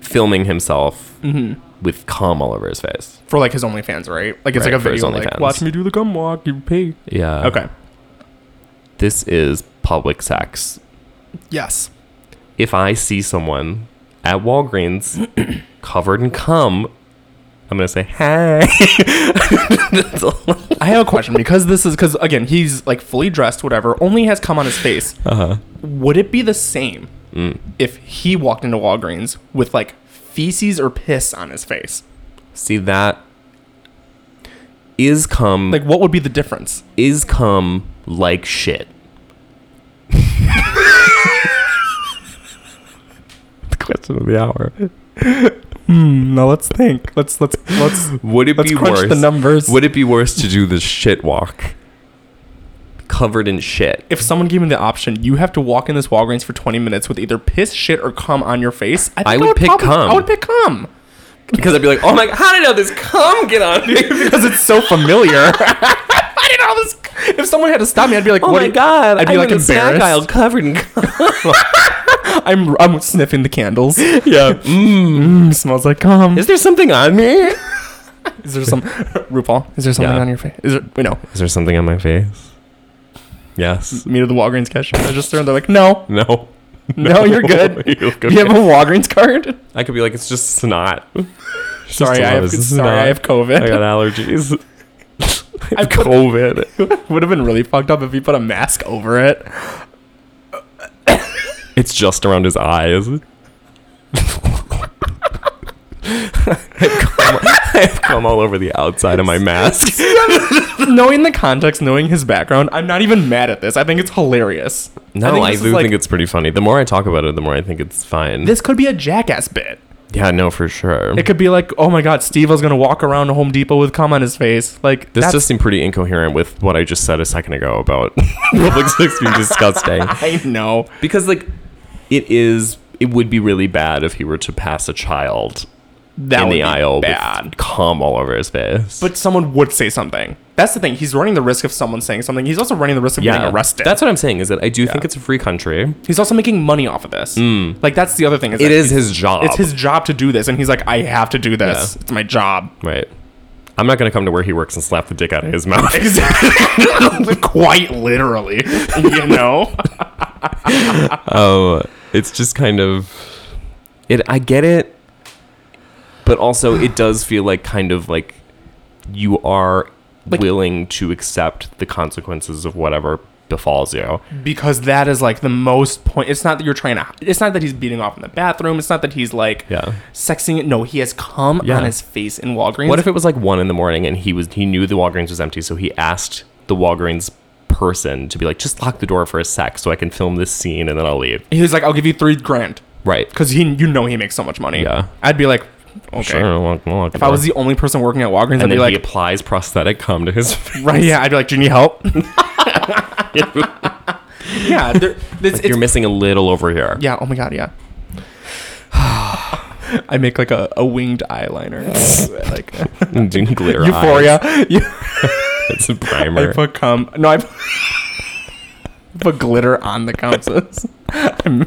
Speaker 3: filming himself
Speaker 6: Mm-hmm.
Speaker 3: with cum all over his face.
Speaker 6: For like his OnlyFans, right? Like it's
Speaker 3: Right,
Speaker 6: like a
Speaker 3: for his
Speaker 6: video, like
Speaker 3: OnlyFans. Oh.
Speaker 6: watch me do the cum walk, you pig.
Speaker 3: Yeah.
Speaker 6: Okay.
Speaker 3: This is public sex.
Speaker 6: Yes.
Speaker 3: <clears throat> If I see someone at Walgreens covered in cum, I'm gonna say hey. <laughs> That's all.
Speaker 6: I have a question because this is because again he's like fully dressed, whatever. Only has come on his face.
Speaker 3: Uh-huh. Mm.
Speaker 6: Would it be the same if he walked into Walgreens with like feces or piss on his face?
Speaker 3: See that is cum
Speaker 6: Like, what would be the difference?
Speaker 3: is cum like shit.
Speaker 6: <laughs>
Speaker 3: the question of the hour.
Speaker 6: No, Hmm, let's think. Let's let's let's. <laughs>
Speaker 3: Would it
Speaker 6: Let's
Speaker 3: be
Speaker 6: crunch
Speaker 3: worse?
Speaker 6: the numbers.
Speaker 3: Would it be worse to do the shit walk, covered in shit?
Speaker 6: If someone gave me the option, you have to walk in this Walgreens for 20 minutes with either piss, shit, or cum on your face. think
Speaker 3: I would pick
Speaker 6: probably-
Speaker 3: cum.
Speaker 6: I would pick cum
Speaker 3: Because I'd be like, oh my, how did all this cum get on me?
Speaker 6: <laughs> because it's so familiar. <laughs> I didn't know this. If someone had to stop me, I'd be like,
Speaker 3: Oh my
Speaker 6: what do you-
Speaker 3: god!
Speaker 6: I'd be
Speaker 3: I'm
Speaker 6: like
Speaker 3: in the snack
Speaker 6: embarrassed.
Speaker 3: aisle covered in cum.
Speaker 6: <laughs> I'm I'm sniffing the candles.
Speaker 3: yeah.
Speaker 6: <laughs> Mm, smells like cum.
Speaker 3: Is there something on me?
Speaker 6: Is there some <laughs> RuPaul? Is there something
Speaker 3: Yeah.
Speaker 6: on your face? Is there? We know.
Speaker 3: Is there something on my face? Yes.
Speaker 6: Me to the Walgreens cash register, and they're like, "No,
Speaker 3: <laughs> No.
Speaker 6: no,
Speaker 3: <laughs>
Speaker 6: you're good.
Speaker 3: You look
Speaker 6: Do you have a
Speaker 3: okay.
Speaker 6: Walgreens card?"
Speaker 3: I could be like, it's just snot. It's just
Speaker 6: Sorry,
Speaker 3: a
Speaker 6: I
Speaker 3: lot
Speaker 6: have.
Speaker 3: of
Speaker 6: Sorry, I
Speaker 3: snot.
Speaker 6: have COVID.
Speaker 3: I got allergies. I <laughs> have
Speaker 6: <laughs> I've put-
Speaker 3: COVID.
Speaker 6: <laughs> Would have been really fucked up if you put a mask over
Speaker 3: <laughs>
Speaker 6: it. <laughs>
Speaker 3: It's just around his eyes. <laughs> I <laughs> have come all over the outside of my mask.
Speaker 6: knowing the context, knowing his background, I'm not even mad at this. I think it's hilarious.
Speaker 3: No, I,
Speaker 6: this is
Speaker 3: do
Speaker 6: like-
Speaker 3: think it's pretty funny. The more I talk about it, the more I think it's fine.
Speaker 6: This could be a jackass bit.
Speaker 3: yeah, no, for sure.
Speaker 6: It could be like, oh my god, Steve was gonna walk around Home Depot with cum on his face. Like
Speaker 3: This
Speaker 6: that's-
Speaker 3: does seem pretty incoherent with what I just said a second ago about <laughs> public sex being disgusting.
Speaker 6: <laughs> I know.
Speaker 3: Because like it is it would be really bad if he were to pass a child
Speaker 6: That
Speaker 3: in
Speaker 6: would
Speaker 3: the
Speaker 6: be
Speaker 3: aisle
Speaker 6: bad.
Speaker 3: with cum all over his face.
Speaker 6: But someone would say something. That's the thing. He's running the risk of someone saying something. He's also running the risk of getting arrested.
Speaker 3: That's what I'm saying is that I do think it's a free country.
Speaker 6: he's also making money off of this. Like that's the other thing. Is
Speaker 3: Mm. It
Speaker 6: that
Speaker 3: is
Speaker 6: he's-
Speaker 3: his job.
Speaker 6: It's his job to do this, and he's like, I have to do this.
Speaker 3: Yeah.
Speaker 6: It's my job.
Speaker 3: <laughs> right. I'm not gonna come to where he works and slap the dick out of his
Speaker 6: <laughs>
Speaker 3: mouth.
Speaker 6: Exactly. <laughs> Quite literally, you know.
Speaker 3: Oh, it's just kind of it. I get it, but also it does feel like kind of like you are willing to accept the consequences of whatever befalls you.
Speaker 6: <laughs> because that is like the most point. It's not that you're trying to. It's not that he's beating off in the bathroom. It's not that he's like
Speaker 3: Yeah.
Speaker 6: sexing it. No, he has cum
Speaker 3: Yeah.
Speaker 6: on his face in Walgreens.
Speaker 3: What if it was like one in the morning and he was he knew the Walgreens was empty, so he asked the Walgreens person to be like, just lock the door for a sec so I can film this scene and then I'll leave.
Speaker 6: he was like, "I'll give you three grand,"
Speaker 3: Right.
Speaker 6: because he, you know, he makes so much money.
Speaker 3: Yeah.
Speaker 6: I'd be like, okay.
Speaker 3: Sure, lock, lock the
Speaker 6: If I was
Speaker 3: door.
Speaker 6: the only person working at Walgreens, I'd
Speaker 3: and
Speaker 6: be
Speaker 3: then
Speaker 6: like,
Speaker 3: he applies prosthetic cum to his <laughs> face.
Speaker 6: right, yeah. I'd be like, do you need
Speaker 3: <laughs>
Speaker 6: help? <laughs> yeah, there, it's,
Speaker 3: You're
Speaker 6: it's
Speaker 3: missing a little over here. <laughs>
Speaker 6: Yeah. Oh my god. Yeah. <sighs> I make like a, a winged eyeliner, like
Speaker 3: Doing <laughs> glitter eyes.
Speaker 6: euphoria. You-
Speaker 3: It's <laughs> a
Speaker 6: I
Speaker 3: primer.
Speaker 6: put cum. No, I put, <laughs> put glitter on the cum. so it's- I'm-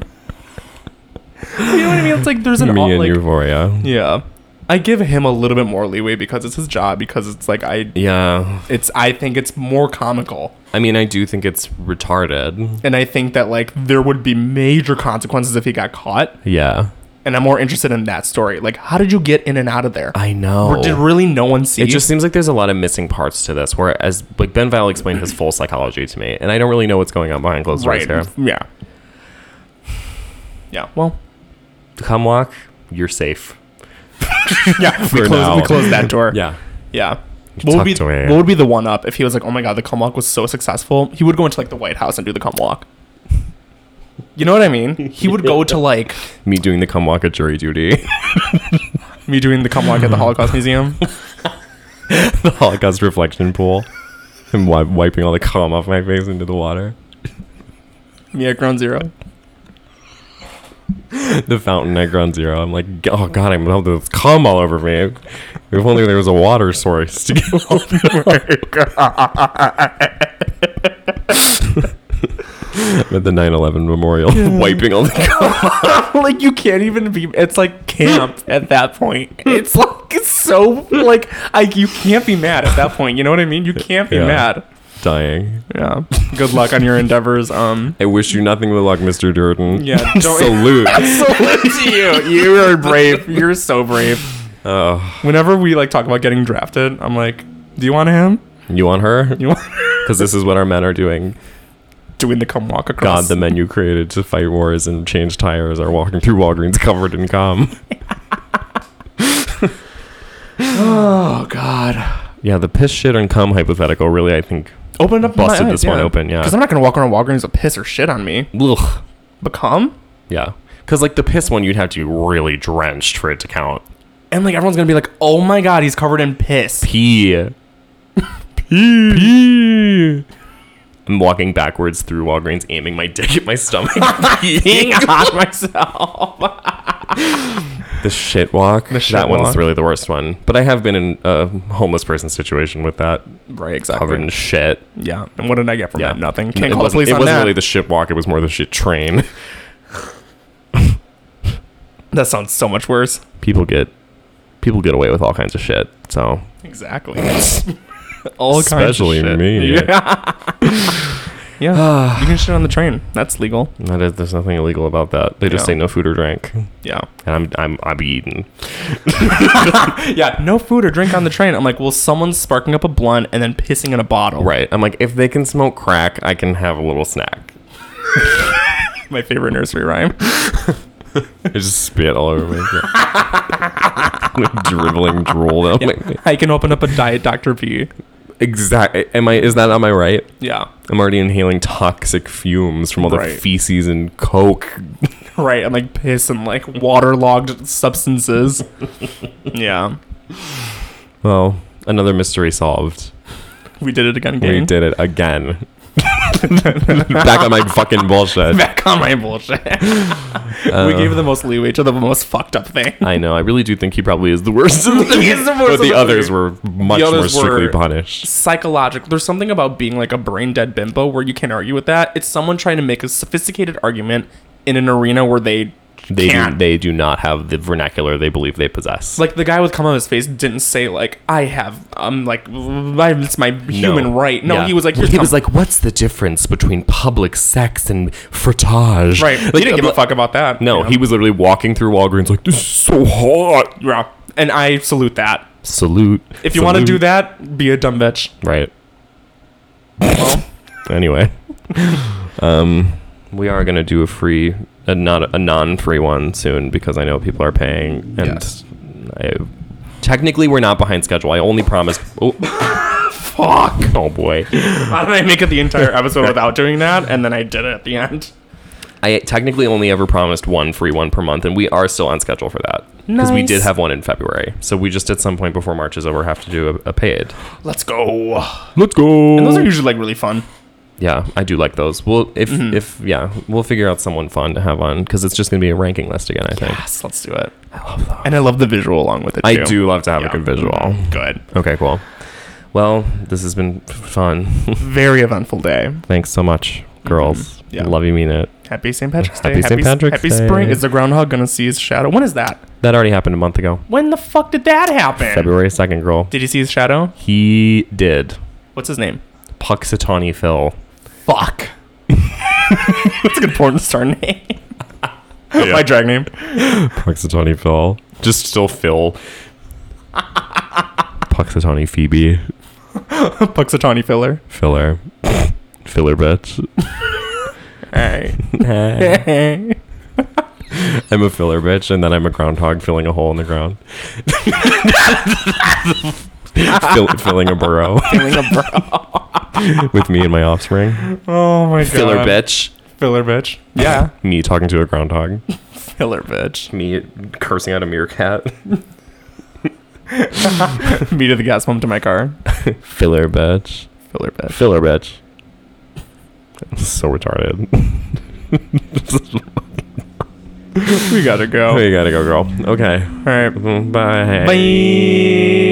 Speaker 6: you know what I mean? It's like there's an
Speaker 3: me
Speaker 6: all,
Speaker 3: and
Speaker 6: like,
Speaker 3: euphoria.
Speaker 6: yeah. I give him a little bit more leeway because it's his job. Because it's like I,
Speaker 3: Yeah.
Speaker 6: it's I think it's more comical,
Speaker 3: I mean, I do think it's retarded.
Speaker 6: and I think that like there would be major consequences if he got caught.
Speaker 3: Yeah.
Speaker 6: and I'm more interested in that story. Like, how did you get in and out of there?
Speaker 3: I know.
Speaker 6: Or did really no one see?
Speaker 3: it just seems like there's a lot of missing parts to this, whereas like Ben Vile explained his full psychology to me, and I don't really know what's going on behind closed doors here.
Speaker 6: right. Yeah. Yeah. Well.
Speaker 3: Come walk, you're safe.
Speaker 6: <laughs> Yeah. <laughs> we
Speaker 3: For
Speaker 6: close.
Speaker 3: now.
Speaker 6: We close that door.
Speaker 3: <laughs> Yeah.
Speaker 6: Yeah. What would, be,
Speaker 3: tucked away.
Speaker 6: what would be the one up if he was like, oh my god, the cum walk was so successful? He would go into like the White House and do the cum walk. You know what I mean? He would go to like
Speaker 3: Me doing the come walk at jury duty, <laughs>
Speaker 6: me doing the cum walk at the Holocaust Museum.
Speaker 3: the Holocaust reflection pool, and wi- wiping all the cum off my face into the water,
Speaker 6: me at Ground Zero. <laughs>
Speaker 3: the fountain at ground zero. I'm like, oh god, I'm gonna have this cum all over me. If only there was a water source to get all <laughs> at the 9/11 memorial, <laughs> wiping all the cum.
Speaker 6: like you can't even be it's like
Speaker 3: <laughs>
Speaker 6: camp at that point it's like it's so like i you can't be mad at that point you know what i mean you can't be
Speaker 3: Yeah.
Speaker 6: mad
Speaker 3: dying.
Speaker 6: yeah good luck on your endeavors um
Speaker 3: I wish you nothing but luck, Mr. Durden. <laughs>
Speaker 6: Yeah, don't- <laughs>
Speaker 3: salute.
Speaker 6: salute to you you are brave you're so brave
Speaker 3: Oh,
Speaker 6: Whenever we like talk about getting drafted, I'm like, do you want him?
Speaker 3: you want her?
Speaker 6: You want <laughs>
Speaker 3: Because this is what our men are doing.
Speaker 6: doing the come walk
Speaker 3: God,
Speaker 6: across?
Speaker 3: the men you created to fight wars and change tires are walking through Walgreens covered in cum.
Speaker 6: oh God.
Speaker 3: Yeah, the piss shit and cum hypothetical really, I think.
Speaker 6: Opened up my
Speaker 3: Busted
Speaker 6: eyes,
Speaker 3: this one open, yeah.
Speaker 6: Because I'm not gonna walk around Walgreens with piss or shit on me.
Speaker 3: Ugh.
Speaker 6: But come
Speaker 3: Yeah. Because, like, the piss one, you'd have to be really drenched for it to count.
Speaker 6: and like everyone's gonna be like, oh my God, he's covered in piss. <laughs>
Speaker 3: Pee. Pee. Pee. I'm walking backwards through Walgreens, aiming my dick at my stomach, peeing on myself. the shit walk.
Speaker 6: The shit
Speaker 3: that
Speaker 6: walk.
Speaker 3: one's really the worst one. But I have been in a homeless person situation with that,
Speaker 6: Right, exactly.
Speaker 3: covered in shit.
Speaker 6: Yeah. And what did I get from
Speaker 3: Yeah,
Speaker 6: that? Nothing. Can't
Speaker 3: it
Speaker 6: call the
Speaker 3: wasn't,
Speaker 6: police
Speaker 3: it
Speaker 6: on
Speaker 3: wasn't
Speaker 6: that.
Speaker 3: really the shit walk. It was more the shit train. <laughs>
Speaker 6: that sounds so much worse.
Speaker 3: People get people get away with all kinds of shit. So
Speaker 6: Exactly. <laughs> All
Speaker 3: especially
Speaker 6: kinds of
Speaker 3: me.
Speaker 6: shit. <laughs>
Speaker 3: <sighs>
Speaker 6: Yeah. you can shit on the train. That's legal.
Speaker 3: That is- there's nothing illegal about that. They just
Speaker 6: Yeah.
Speaker 3: say no food or drink, and
Speaker 6: Yeah.
Speaker 3: I'm I'm I be eating.
Speaker 6: Yeah. No food or drink on the train. I'm like, well, someone's sparking up a blunt and then pissing in a bottle.
Speaker 3: Right. I'm like, if they can smoke crack, I can have a little
Speaker 6: <laughs>
Speaker 3: snack.
Speaker 6: My favorite nursery rhyme. <laughs>
Speaker 3: I just spit all <laughs> over me. dribbling drool though.
Speaker 6: I can open up a diet Dr. P.
Speaker 3: Exactly. Am I? Is that on my right?
Speaker 6: Yeah.
Speaker 3: I'm already inhaling toxic fumes from all the
Speaker 6: Right.
Speaker 3: feces and coke.
Speaker 6: Right. And like piss and like waterlogged substances.
Speaker 3: <laughs>
Speaker 6: yeah.
Speaker 3: Well, another mystery solved.
Speaker 6: We did it again,
Speaker 3: We
Speaker 6: gang.
Speaker 3: did it again. <laughs> Back on my fucking bullshit.
Speaker 6: <laughs> Back on my bullshit. <laughs> we gave the most leeway to the most fucked up thing.
Speaker 3: I know. I really do think he probably is the worst of the, <laughs>
Speaker 6: <laughs> is the worst
Speaker 3: But the
Speaker 6: of the
Speaker 3: others
Speaker 6: three.
Speaker 3: were much
Speaker 6: The
Speaker 3: more
Speaker 6: others
Speaker 3: strictly
Speaker 6: were-
Speaker 3: punished.
Speaker 6: psychological. There's something about being like a brain dead bimbo where you can't argue with that. It's someone trying to make a sophisticated argument in an arena where they
Speaker 3: They do,
Speaker 6: can't.
Speaker 3: they do not have the vernacular they believe they possess.
Speaker 6: like the guy with cum on his face didn't say like I have um like I- it's my human right. No,
Speaker 3: Yeah.
Speaker 6: he was like
Speaker 3: he
Speaker 6: "Here's
Speaker 3: was
Speaker 6: cum."
Speaker 3: like, what's the difference between public sex and frottage? <laughs>
Speaker 6: right.
Speaker 3: Like,
Speaker 6: he didn't give a
Speaker 3: uh,
Speaker 6: fuck about that.
Speaker 3: No,
Speaker 6: Yeah.
Speaker 3: he was literally walking through Walgreens like, this is so hot.
Speaker 6: yeah. And I salute that.
Speaker 3: Salute.
Speaker 6: If you want to do
Speaker 3: Salute.
Speaker 6: that, be a dumb bitch. <laughs>
Speaker 3: Right. <laughs> anyway, um, we are gonna do a free, a not a non-free one soon because I know people are paying, and
Speaker 6: Yes.
Speaker 3: I, technically we're not behind schedule. I only promised.
Speaker 6: <laughs>
Speaker 3: Oh, fuck! Oh boy,
Speaker 6: How did I make it the entire episode without doing that? And then I did it at the end.
Speaker 3: I technically only ever promised one free one per month, and we are still on schedule for that because we did
Speaker 6: Nice.
Speaker 3: have one in February. So we just at some point before March is over have to do a, a paid.
Speaker 6: Let's go.
Speaker 3: Let's go.
Speaker 6: And those are usually like really fun.
Speaker 3: Yeah, I do like those. Well, if
Speaker 6: Mm-hmm.
Speaker 3: if yeah, we'll figure out someone fun to have on because it's just gonna be a ranking list again. I think
Speaker 6: Yes, let's do it. I love that. And I love the visual along with it.
Speaker 3: I
Speaker 6: too.
Speaker 3: do love to have
Speaker 6: Yeah.
Speaker 3: a good visual.
Speaker 6: Good.
Speaker 3: Okay, cool. Well, this has been f-
Speaker 6: <laughs>
Speaker 3: fun.
Speaker 6: Very eventful day.
Speaker 3: Thanks so much, girls.
Speaker 6: Mm-hmm. Yeah.
Speaker 3: Love you, mean it.
Speaker 6: Happy St. Patrick's Day.
Speaker 3: Happy St. Patrick's
Speaker 6: Happy
Speaker 3: Day.
Speaker 6: spring. Is the groundhog gonna see his shadow? When is that?
Speaker 3: That already happened a month ago,
Speaker 6: When the fuck did that happen?
Speaker 3: February second, girl.
Speaker 6: Did he see his shadow?
Speaker 3: He did.
Speaker 6: What's his name?
Speaker 3: Puxatawny Phil. <laughs>
Speaker 6: Fuck. That's a good porn star name. My drag name.
Speaker 3: Puxatawny Phil. Just still Phil.
Speaker 6: <laughs>
Speaker 3: Puxatawny Phoebe. <laughs>
Speaker 6: Puxatawny filler. <laughs>
Speaker 3: Filler. Filler bitch.
Speaker 6: Alright.
Speaker 3: <laughs>
Speaker 6: <laughs>
Speaker 3: I'm a filler bitch, and then I'm a groundhog filling a hole in the <laughs> ground. Fill, filling a burrow <laughs> with me and my offspring.
Speaker 6: oh my god.
Speaker 3: Filler bitch.
Speaker 6: Filler bitch.
Speaker 3: <laughs>
Speaker 6: Yeah.
Speaker 3: Me talking to a groundhog.
Speaker 6: Filler bitch.
Speaker 3: Me cursing out a meerkat.
Speaker 6: Me to the gas pump to my car.
Speaker 3: Filler bitch.
Speaker 6: Filler bitch.
Speaker 3: Filler bitch. So retarded. <laughs>
Speaker 6: We gotta go.
Speaker 3: you Oh, gotta go, girl. Okay.
Speaker 6: Alright.
Speaker 3: Bye.
Speaker 6: Bye.